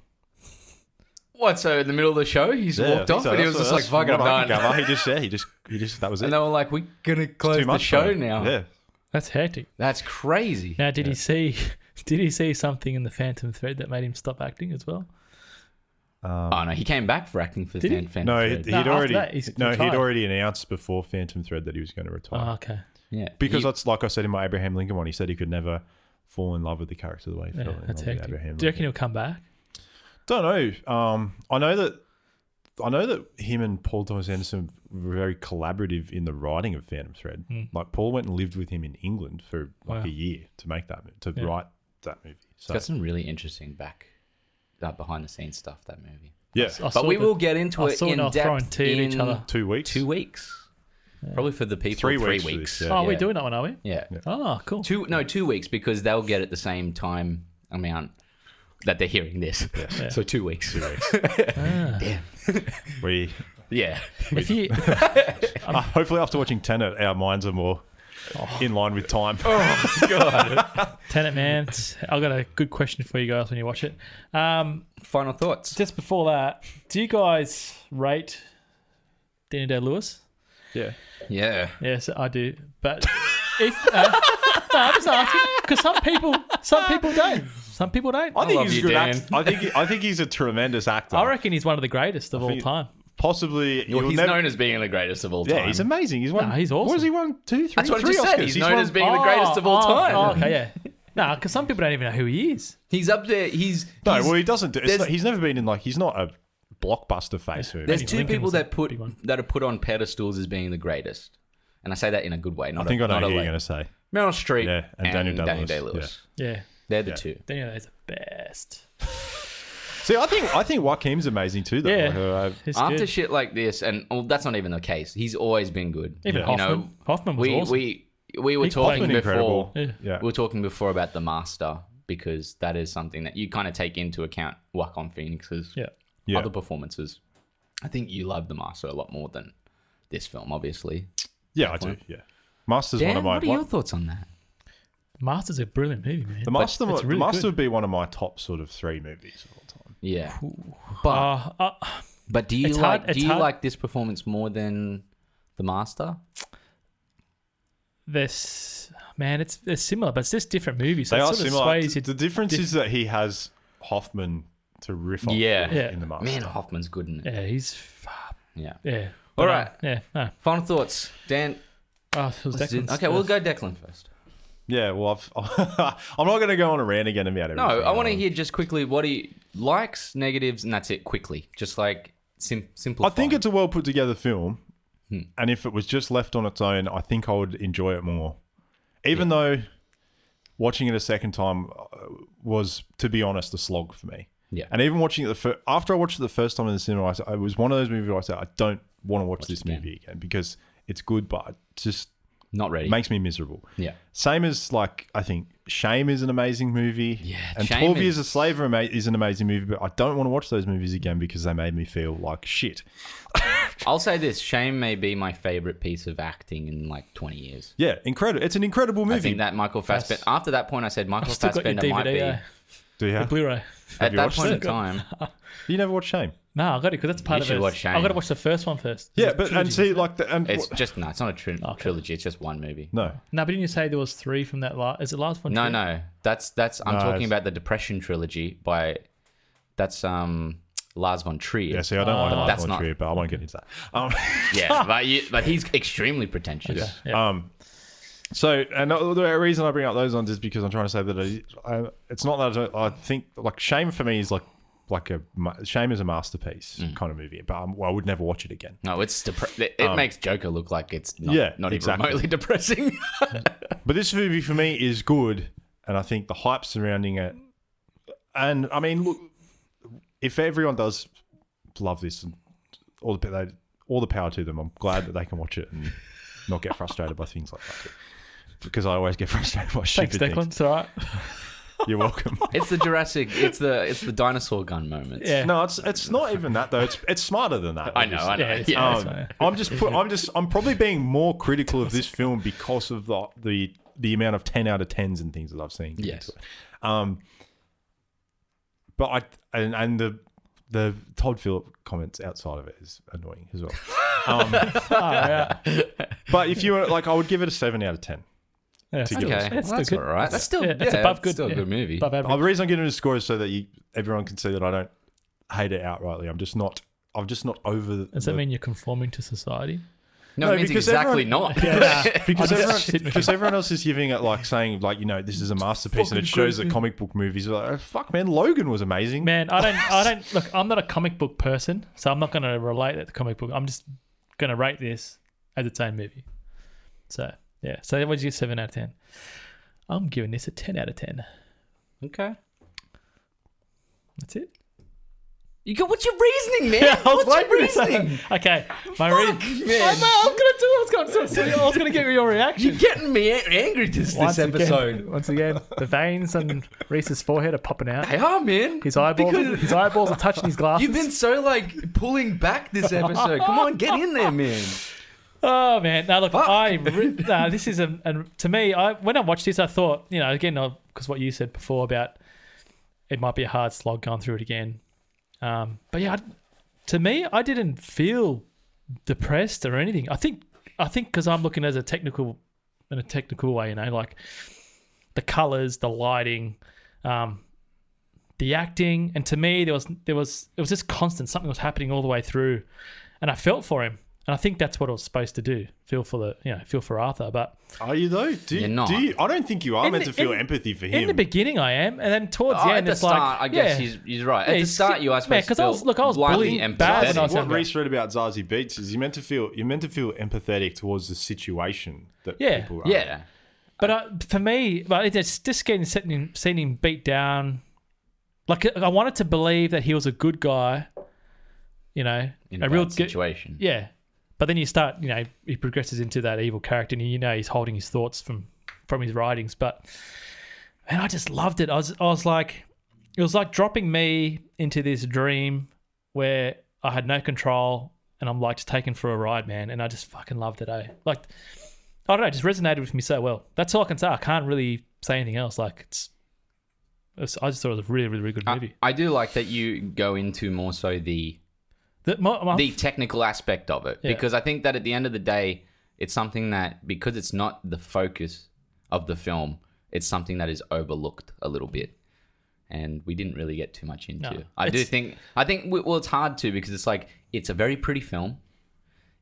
A: What? So in the middle of the show, he's
C: Yeah, I
A: walked
C: think
A: off,
C: so.
A: and he was
C: That's
A: just like, "Fuck
C: what- that's
A: it,
C: what I
A: I'm
C: can
A: done." *laughs*
C: gather. He just yeah, he just he just that was it.
A: And they were like, "We're gonna
C: It's
A: close the
C: much
A: show
C: for him.
A: now."
C: Yeah.
B: That's hectic.
A: That's crazy.
B: Now, did he see? *laughs* Did he see something in the Phantom Thread that made him stop acting as well?
A: oh no, he came back for acting for
B: Did he?
A: Fan Fan.
C: Um, No,
A: Thread.
C: he'd, he'd
B: No, after
C: already
B: that, he's
C: no,
B: retired.
C: he'd already announced before Phantom Thread that he was going to retire.
B: Oh, okay.
A: yeah,
C: Because
A: he,
C: that's like I said in my Abraham Lincoln one. He said he could never fall in love with the character the way he
B: Yeah,
C: fell in
B: that's
C: love with
B: hectic.
C: Abraham
B: Do you reckon
C: Lincoln.
B: he'll come back?
C: Don't know. Um, I know that I know that him and Paul Thomas Anderson were very collaborative in the writing of Phantom Thread.
B: Hmm.
C: Like Paul went and lived with him in England for like
B: Wow.
C: a year to make that mo- to
B: Yeah.
C: write that movie.
A: has
C: So
A: got some really interesting back, uh, behind the scenes stuff. That movie.
C: Yeah,
B: I saw
A: But we
B: the-
A: will get into
B: I
A: it
B: saw
A: in
B: an old throwing
A: depth
B: tea at
A: in
B: each other.
C: two weeks.
A: two weeks. Probably for the people,
C: Three
A: three, weeks.
C: weeks for this, yeah.
B: Oh, we're
A: yeah.
B: doing that one, are we?
A: Yeah.
B: Oh,
A: *laughs*
B: cool.
A: Two no, two weeks because they'll get it the same time amount that they're hearing this. *laughs* So two weeks. Two *laughs* weeks.
C: We
A: yeah.
B: Ah. If you,
C: uh, hopefully after watching Tenet, our minds are more
B: Oh.
C: in line with time.
B: *laughs*
C: *laughs*
B: Tenet Man, I've got a good question for you guys when you watch it. Um,
A: Final thoughts.
B: just before that, do you guys rate Danny Day Lewis?
C: yeah,
A: Yeah.
B: Yes, I do.
A: *laughs*
B: But if uh, no, I'm just asking because some people, some people don't. Some people don't.
C: I think
A: love
C: he's a
A: you,
C: good
A: Dan.
C: actor. I think I think he's a tremendous actor.
B: I reckon he's one of the greatest of all
C: think-
B: time.
C: Possibly,
A: Well,
C: you'll
A: he's
C: never-
A: known as being the greatest of all time.
C: Yeah, he's amazing. He's won.
B: No, he's awesome.
C: What has he won? Two, three,
A: That's what I
C: three
A: just
C: Oscars.
A: said. He's, known
C: won-
A: as being the greatest of all
B: Oh,
A: time.
B: oh, okay, yeah. *laughs* No, because some people don't even know who he is.
A: He's up there. He's
C: No,
A: he's-
C: well, he doesn't do. It's
A: there's-
C: not, he's never been in like. He's not a blockbuster face movie.
A: There's two
B: Lincoln
A: people
B: was a
A: that put
B: big one.
A: that are put on pedestals as being the greatest, and I say that in a good way. Not
C: I think
A: a,
C: I know
A: not
C: who
A: a
C: you're
A: like-
C: going to say.
A: Meryl Streep
C: Yeah, and Daniel Day-Lewis.
A: Day-Lewis.
B: Yeah,
A: They're the two.
B: Daniel Day's the best.
C: See, I think I think Joaquin's amazing too. Though.
B: Yeah.
C: Like, uh,
B: He's
A: After
B: good.
A: shit like this, and well, that's not even the case. He's always been good.
B: Even
A: you
B: Hoffman.
A: know,
B: Hoffman was
A: we
B: awesome.
A: we we were
B: He played
A: talking
C: Hoffman incredible.
A: before.
B: Yeah.
C: Yeah.
A: We were talking before about the master because that is something that you kind of take into account. Wacom Phoenix's
B: yeah.
C: Yeah.
A: other performances. I think you love the master a lot more than this film, obviously.
C: Yeah, I do. Yeah, Master's one
A: Dan,
C: of my.
A: what are
C: one-
A: your thoughts on that?
B: Master's a brilliant movie, man.
C: the Master,
B: It's
C: the
B: really
C: Master
B: good.
C: would be one of my top sort of three movies of all time.
A: Yeah, but
B: Uh, uh,
A: But do you
B: It's hard-
A: like
B: it's
A: do you
B: hard-
A: like this performance more than the master?
B: this man, it's, it's similar, but it's just different movies. So
C: They
B: it
C: are
B: sort of
C: similar.
B: sways
C: The
B: your-
C: the difference is that he has Hoffman to riff off.
A: Yeah.
C: in-
B: Yeah.
C: in the Master.
A: Man, Hoffman's good in it.
B: yeah, he's f-
A: Yeah.
B: yeah.
A: All
B: But,
A: right.
B: uh, yeah. No.
A: Final thoughts, Dan.
B: Oh, it was
A: let's do-
B: Declan's
A: Okay, we'll
B: first.
A: go Declan first.
C: Yeah, well, I've, *laughs* I'm not going to go on a rant again about it.
A: No, I want to hear just quickly what he likes, negatives, and that's it. Quickly, just like sim-
C: I
A: simplify.
C: think it's a well put together film,
A: Hmm.
C: and if it was just left on its own, I think I would enjoy it more. Even though watching it a second time uh, was, to be honest, a slog for me.
A: Yeah.
C: And even watching it the fir- after I watched it the first time in the cinema, I, s- I was one of those movies where I said I don't want to watch, this
A: again.
C: movie again because it's good, but it just
A: not ready.
C: makes me miserable.
A: yeah,
C: Same as like I think Shame is an amazing movie.
A: Yeah,
C: and
A: Shame
C: Twelve
A: is-
C: Years a Slave are ama- is an amazing movie, but I don't want to watch those movies again because they made me feel like shit.
A: I'll say this: Shame may be my favorite piece of acting in like twenty years.
C: Yeah, incredible. It's an incredible movie.
A: I think that Michael Fassbender. After that point, I said Michael
B: I've still got your
A: Fassbender might
B: DVD,
A: be.
B: eh?
C: Do you
B: the
C: have?
B: Blu-ray.
A: At
C: you
A: that
C: watched
A: point
C: it?
A: in time,
C: You never watched Shame.
B: No, I got it because that's part
A: You
B: of
A: should
B: it.
A: watch Shame.
B: I got to watch the first one first.
C: Yeah,
B: It's a
C: but and
B: trilogy.
C: see like the, and
A: it's
C: wha-
A: just no. It's not a tri- trilogy. It's just one movie.
C: no.
B: No, but didn't you say there was three from that last? Is it last one?
A: No,
B: too?
A: no, that's that's. I'm
C: No,
A: talking
C: it's-
A: about the Depression trilogy by, that's um Lars von Trier.
C: Yeah, see, I don't like Lars
A: that's
C: von
A: not-
C: Trier, but I won't get into that. Um, *laughs*
A: yeah, but you, but he's extremely pretentious.
B: Yeah.
C: um, so and the the reason I bring up those ones is because I'm trying to say that I, I, it's not that I, don't, I think like Shame for me is like like a ma- Shame is a masterpiece
A: Mm.
C: kind of movie, but um, well, I would never watch it again.
A: No, it's depre- it, it makes Joker look like it's not,
C: yeah,
A: not
C: exactly.
A: even remotely *laughs* depressing.
C: But this movie for me is good, and I think the hype surrounding it. And I mean, look, if everyone does love this, and all the they, all the power to them. I'm glad that they can watch it and not get frustrated by things like that. Because I always get *laughs* frustrated by
B: Thanks,
C: stupid
B: Declan.
C: things.
B: It's all
A: *laughs*
B: right.
C: You're welcome.
A: it's the Jurassic. It's the it's the dinosaur gun moment.
B: *laughs* Yeah.
C: no, it's it's not even that though. It's it's smarter than that.
A: I know. I know.
B: Yeah,
A: Yeah,
B: it's not- it's
C: Um,
B: not-
C: I'm just put, I'm just I'm probably being more critical of this film because of the the the amount of ten out of tens and things that I've seen. given
A: Yes.
C: to it. Um. But I and, and the the Todd Phillip comments outside of it is annoying as well.
A: *laughs*
C: Um,
B: Ah, yeah.
C: but if you were like, I would give it a seven out of ten.
B: Yeah.
C: To
A: Okay,
C: give it a
A: well,
B: It's still
A: that's
B: good.
A: all right. That's still
B: Yeah,
A: yeah,
B: it's above good.
A: Still a
B: yeah.
A: good movie.
B: Above
C: Oh,
B: average.
C: the reason I'm giving it a score is so that you everyone can see that I don't hate it outrightly. I'm just not. I'm just not over. The,
B: Does that
C: *laughs*
B: mean you're conforming to society?
A: No,
C: No,
A: it means
C: because
A: exactly
C: everyone-
A: not. *laughs*
C: because
B: I just
C: everyone,
B: sit with
C: because everyone else is giving it like saying like you know this is a masterpiece and it shows that comic book movies are like oh, fuck man Logan was amazing
B: Man, I don't. I don't look. I'm not a comic book person, so I'm not going to relate it to comic book. I'm just going to rate this as its own movie. So yeah. So what would you give seven out of ten? I'm giving this a ten out of ten.
A: okay.
B: That's it.
A: You go. What's your reasoning, man?
B: Yeah, *laughs* I was
A: what's your
B: waiting for this.
A: reasoning?
B: okay, my
A: Fuck,
B: reason.
A: man.
B: I, know, I was gonna *laughs* do. I was gonna. I was gonna get your
A: You're
B: reaction.
A: getting me a- angry this this
B: again-
A: episode.
B: once again, the veins on Reese's forehead are popping out. *laughs*
A: They are, ah, man.
B: His eyeballs,
A: Because-
B: his eyeballs are touching *laughs* his glasses.
A: You've been so like pulling back this episode. Come on, get in there,
B: *laughs*
A: man.
B: Oh man! Now look,
A: Fuck.
B: I re- nah, this is a, and to me. I when I watched this, I thought you know again because what you said before about it might be a hard slog going through it again. Um, but yeah, I, to me, I didn't feel depressed or anything. I think I think because I'm looking as a technical in a technical way, you know, like the colors, the lighting, um, the acting, and to me, there was there was it was just constant. Something was happening all the way through, and I felt for him, and I think that's what I was supposed to do. Feel for the you know feel for Arthur, but
C: Are you though? Do,
A: You're not.
C: do you? I don't think you are
B: In
C: meant
B: the-
C: to feel
B: in-
C: empathy for
B: in
C: him.
B: the beginning, I am, and then towards
A: Oh,
B: the
A: at
B: end,
A: the
B: it's
A: start,
B: like
A: I guess
B: yeah.
A: he's he's right.
B: Yeah,
A: At the
B: he's-
A: start, you are
B: yeah,
A: supposed
B: 'cause
A: to
B: I
A: feel
B: was- look, I was
A: blindly
B: bullied bad
A: empathetic.
B: when I was
C: what
B: younger.
C: Reese read about Zazie Beats is you're meant to feel you're meant to feel empathetic towards the situation that
B: Yeah.
C: people are. in.
A: yeah,
B: But uh, for me, but it's just getting seen him, seen him beat down. Like I- I wanted to believe that he was a good guy, you know,
A: in
B: a
A: a
B: real
A: bad
B: good,
A: situation.
B: yeah. But then you start, you know, he progresses into that evil character, and you know he's holding his thoughts from from his writings. But man, I just loved it. I was, I was like, it was like dropping me into this dream where I had no control, and I'm like just taken for a ride, man. And I just fucking loved it. Eh? Like, I don't know, it just resonated with me so well. That's all I can say. I can't really say anything else. Like, it's, it's I just thought it was a really, really, really good
A: I,
B: movie.
A: I do like that you go into more so the
B: The- my- my-
A: the technical aspect of it
B: Yeah.
A: because I think that at the end of the day, it's something that because it's not the focus of the film, it's something that is overlooked a little bit, and we didn't really get too much into.
B: No.
A: I do
B: It's-
A: think I think well, it's hard to because it's like it's a very pretty film.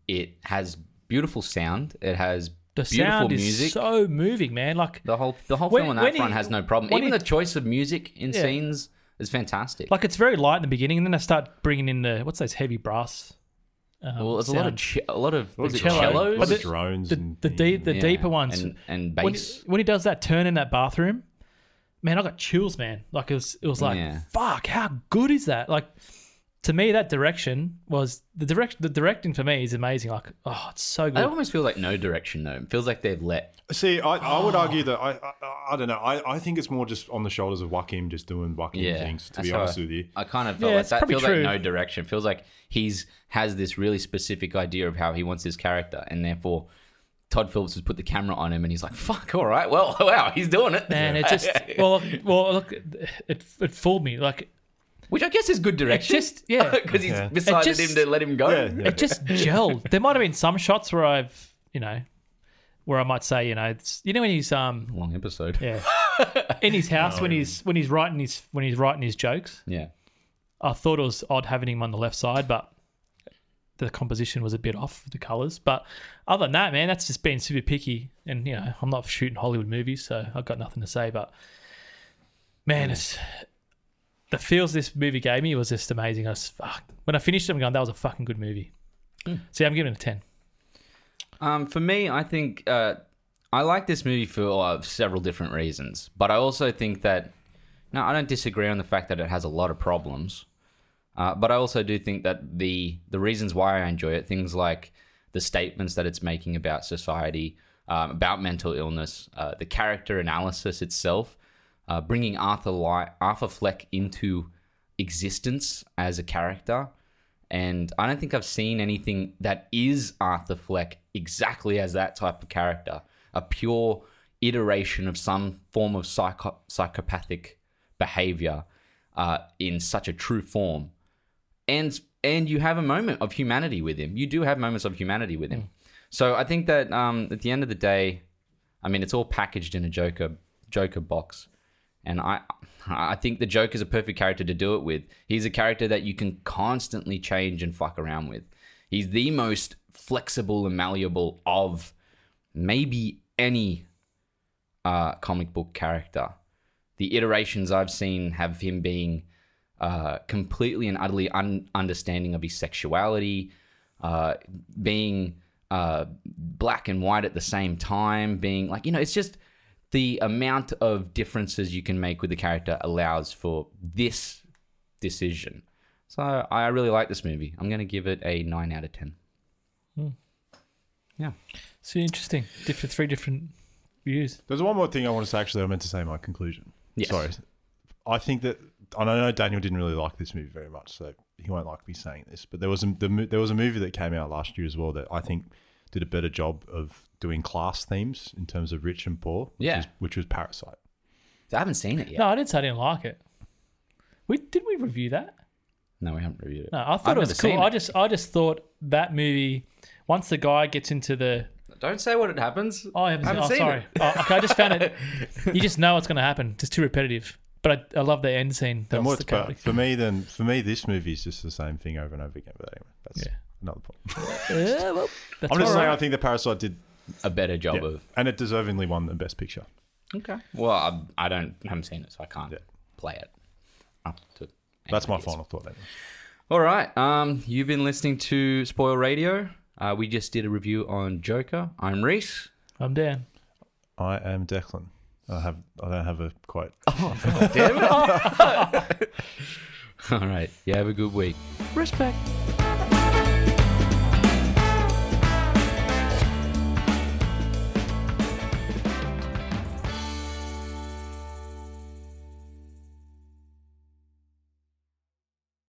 A: It has beautiful sound. It has
B: the
A: beautiful
B: sound is
A: music.
B: so moving, man. Like,
A: the whole the whole
B: When-
A: film on
B: when
A: that
B: he-
A: front has no problem.
B: when
A: Even
B: he-
A: the choice of music in
B: Yeah.
A: scenes is fantastic.
B: Like it's very light in the beginning, and then they start bringing in the what's those heavy brass. Um,
A: well, there's a lot of
B: sound.
A: ch- a lot of
C: What
A: is it
C: are
B: cello?
A: cellos.
C: What
B: But
C: are
B: the-
C: drones
B: the
C: and
B: the, deep,
C: things?
B: the
A: Yeah,
B: deeper ones.
A: and and
B: when,
A: bass.
B: he, when he does that turn in that bathroom, man, I got chills, man. Like it was, it was like,
A: Yeah.
B: fuck, how good is that? Like to me, that direction was the direction. The directing for me is amazing. Like, oh, it's so
A: I
B: good.
A: almost feel like no direction though. It feels like they've let.
C: See, I, I would argue that I I, I don't know. I, I think it's more just on the shoulders of Joaquin just doing Joaquin
A: Yeah,
C: things. To
A: that's
C: be
A: how
C: honest
A: I,
C: with you,
A: I kind of felt
B: Yeah,
A: like
B: it's
A: that
B: probably
A: feels like
B: true.
A: no direction. Feels like he's has this really specific idea of how he wants his character, and therefore Todd Phillips has put the camera on him, and he's like, "Fuck, all right, well, *laughs* wow, he's doing it."
B: Man, it just well, look- well, look, it it fooled me. Like
A: *laughs* which I guess is good direction.
B: just-
A: *laughs*
B: yeah.
A: because he's
C: Yeah. It
A: decided
B: just-
A: him to let him go.
C: yeah, yeah.
B: it just gelled. There might have been some shots where I've, you know, where I might say, you know, it's, you know, when he's um,
A: Long episode.
B: Yeah. *laughs* In his house when he's when he's writing his when he's writing his jokes.
A: yeah.
B: I thought it was odd having him on the left side, but the composition was a bit off with the colours. But other than that, man, that's just been super picky. And you know, I'm not shooting Hollywood movies, so I've got nothing to say. But man, it's the feels this movie gave me was just amazing. I was fuck. When I finished it, I'm going, that was a fucking good movie. See, I'm giving it a ten.
A: Um, for me, I think uh, I like this movie for uh, several different reasons, but I also think that no, I don't disagree on the fact that it has a lot of problems. Uh, but I also do think that the the reasons why I enjoy it, things like the statements that it's making about society, um, about mental illness, uh, the character analysis itself, uh, bringing Arthur Li- Arthur Fleck into existence as a character, and I don't think I've seen anything that is Arthur Fleck exactly as that type of character, a pure iteration of some form of psycho- psychopathic behavior uh, in such a true form and and you have a moment of humanity with him. You do have moments of humanity with him. So I think that um, at the end of the day, I mean, it's all packaged in a Joker Joker box, and I I think the Joker is a perfect character to do it with. He's a character that you can constantly change and fuck around with. He's the most flexible and malleable of maybe any uh, comic book character. The iterations I've seen have him being uh, completely and utterly un- understanding of his sexuality, uh, being uh, black and white at the same time, being like, you know, it's just the amount of differences you can make with the character allows for this decision. So I really like this movie. I'm going to give it a 9 out of 10.
B: Hmm.
A: Yeah.
B: So interesting. Different three different views.
C: There's one more thing I want to say. Actually, I meant to say in my conclusion.
A: Yes.
C: Sorry. I think that and I know Daniel didn't really like this movie very much, so he won't like me saying this. But there was a the, mo- there was a movie that came out last year as well that I think did a better job of doing class themes in terms of rich and poor. Which
A: Yeah.
C: Was, which was Parasite.
A: So I haven't seen it yet.
B: No, I didn't say I didn't like it. We did we review that?
A: No, we haven't reviewed it.
B: No, I thought
A: I've
B: it was
A: never seen
B: cool. I
A: it.
B: just I just thought that movie. Once the guy gets into the
A: Don't say what it happens.
B: oh, I haven't, seen- oh, sorry. Oh, okay, I just found *laughs* it. You just know what's going to happen. It's too repetitive. But I, I love the end scene. That
C: And
B: was
C: what's
B: the
C: better
B: chaotic.
C: for
B: *laughs*
C: me than for me this movie is just the same thing over and over again. But anyway, that's
B: Yeah.
C: another point.
B: Yeah, well, that's
C: I'm just
B: all
C: saying
B: right.
C: I think that Parasite did
A: A better job
C: yeah,
A: of.
C: and it deservingly won the best picture.
A: Okay. Well, I, I don't haven't seen it, so I can't
C: Yeah. Oh.
A: play it. Up to
C: That's my
A: anybody's.
C: final thought. Anyway.
A: All right. Um, you've been listening to Spoil Radio. Uh, we just did a review on Joker. I'm Reese. *laughs*
B: I'm down.
C: I am Declan. I have I don't have a quote.
A: All right. You have a good week. Respect.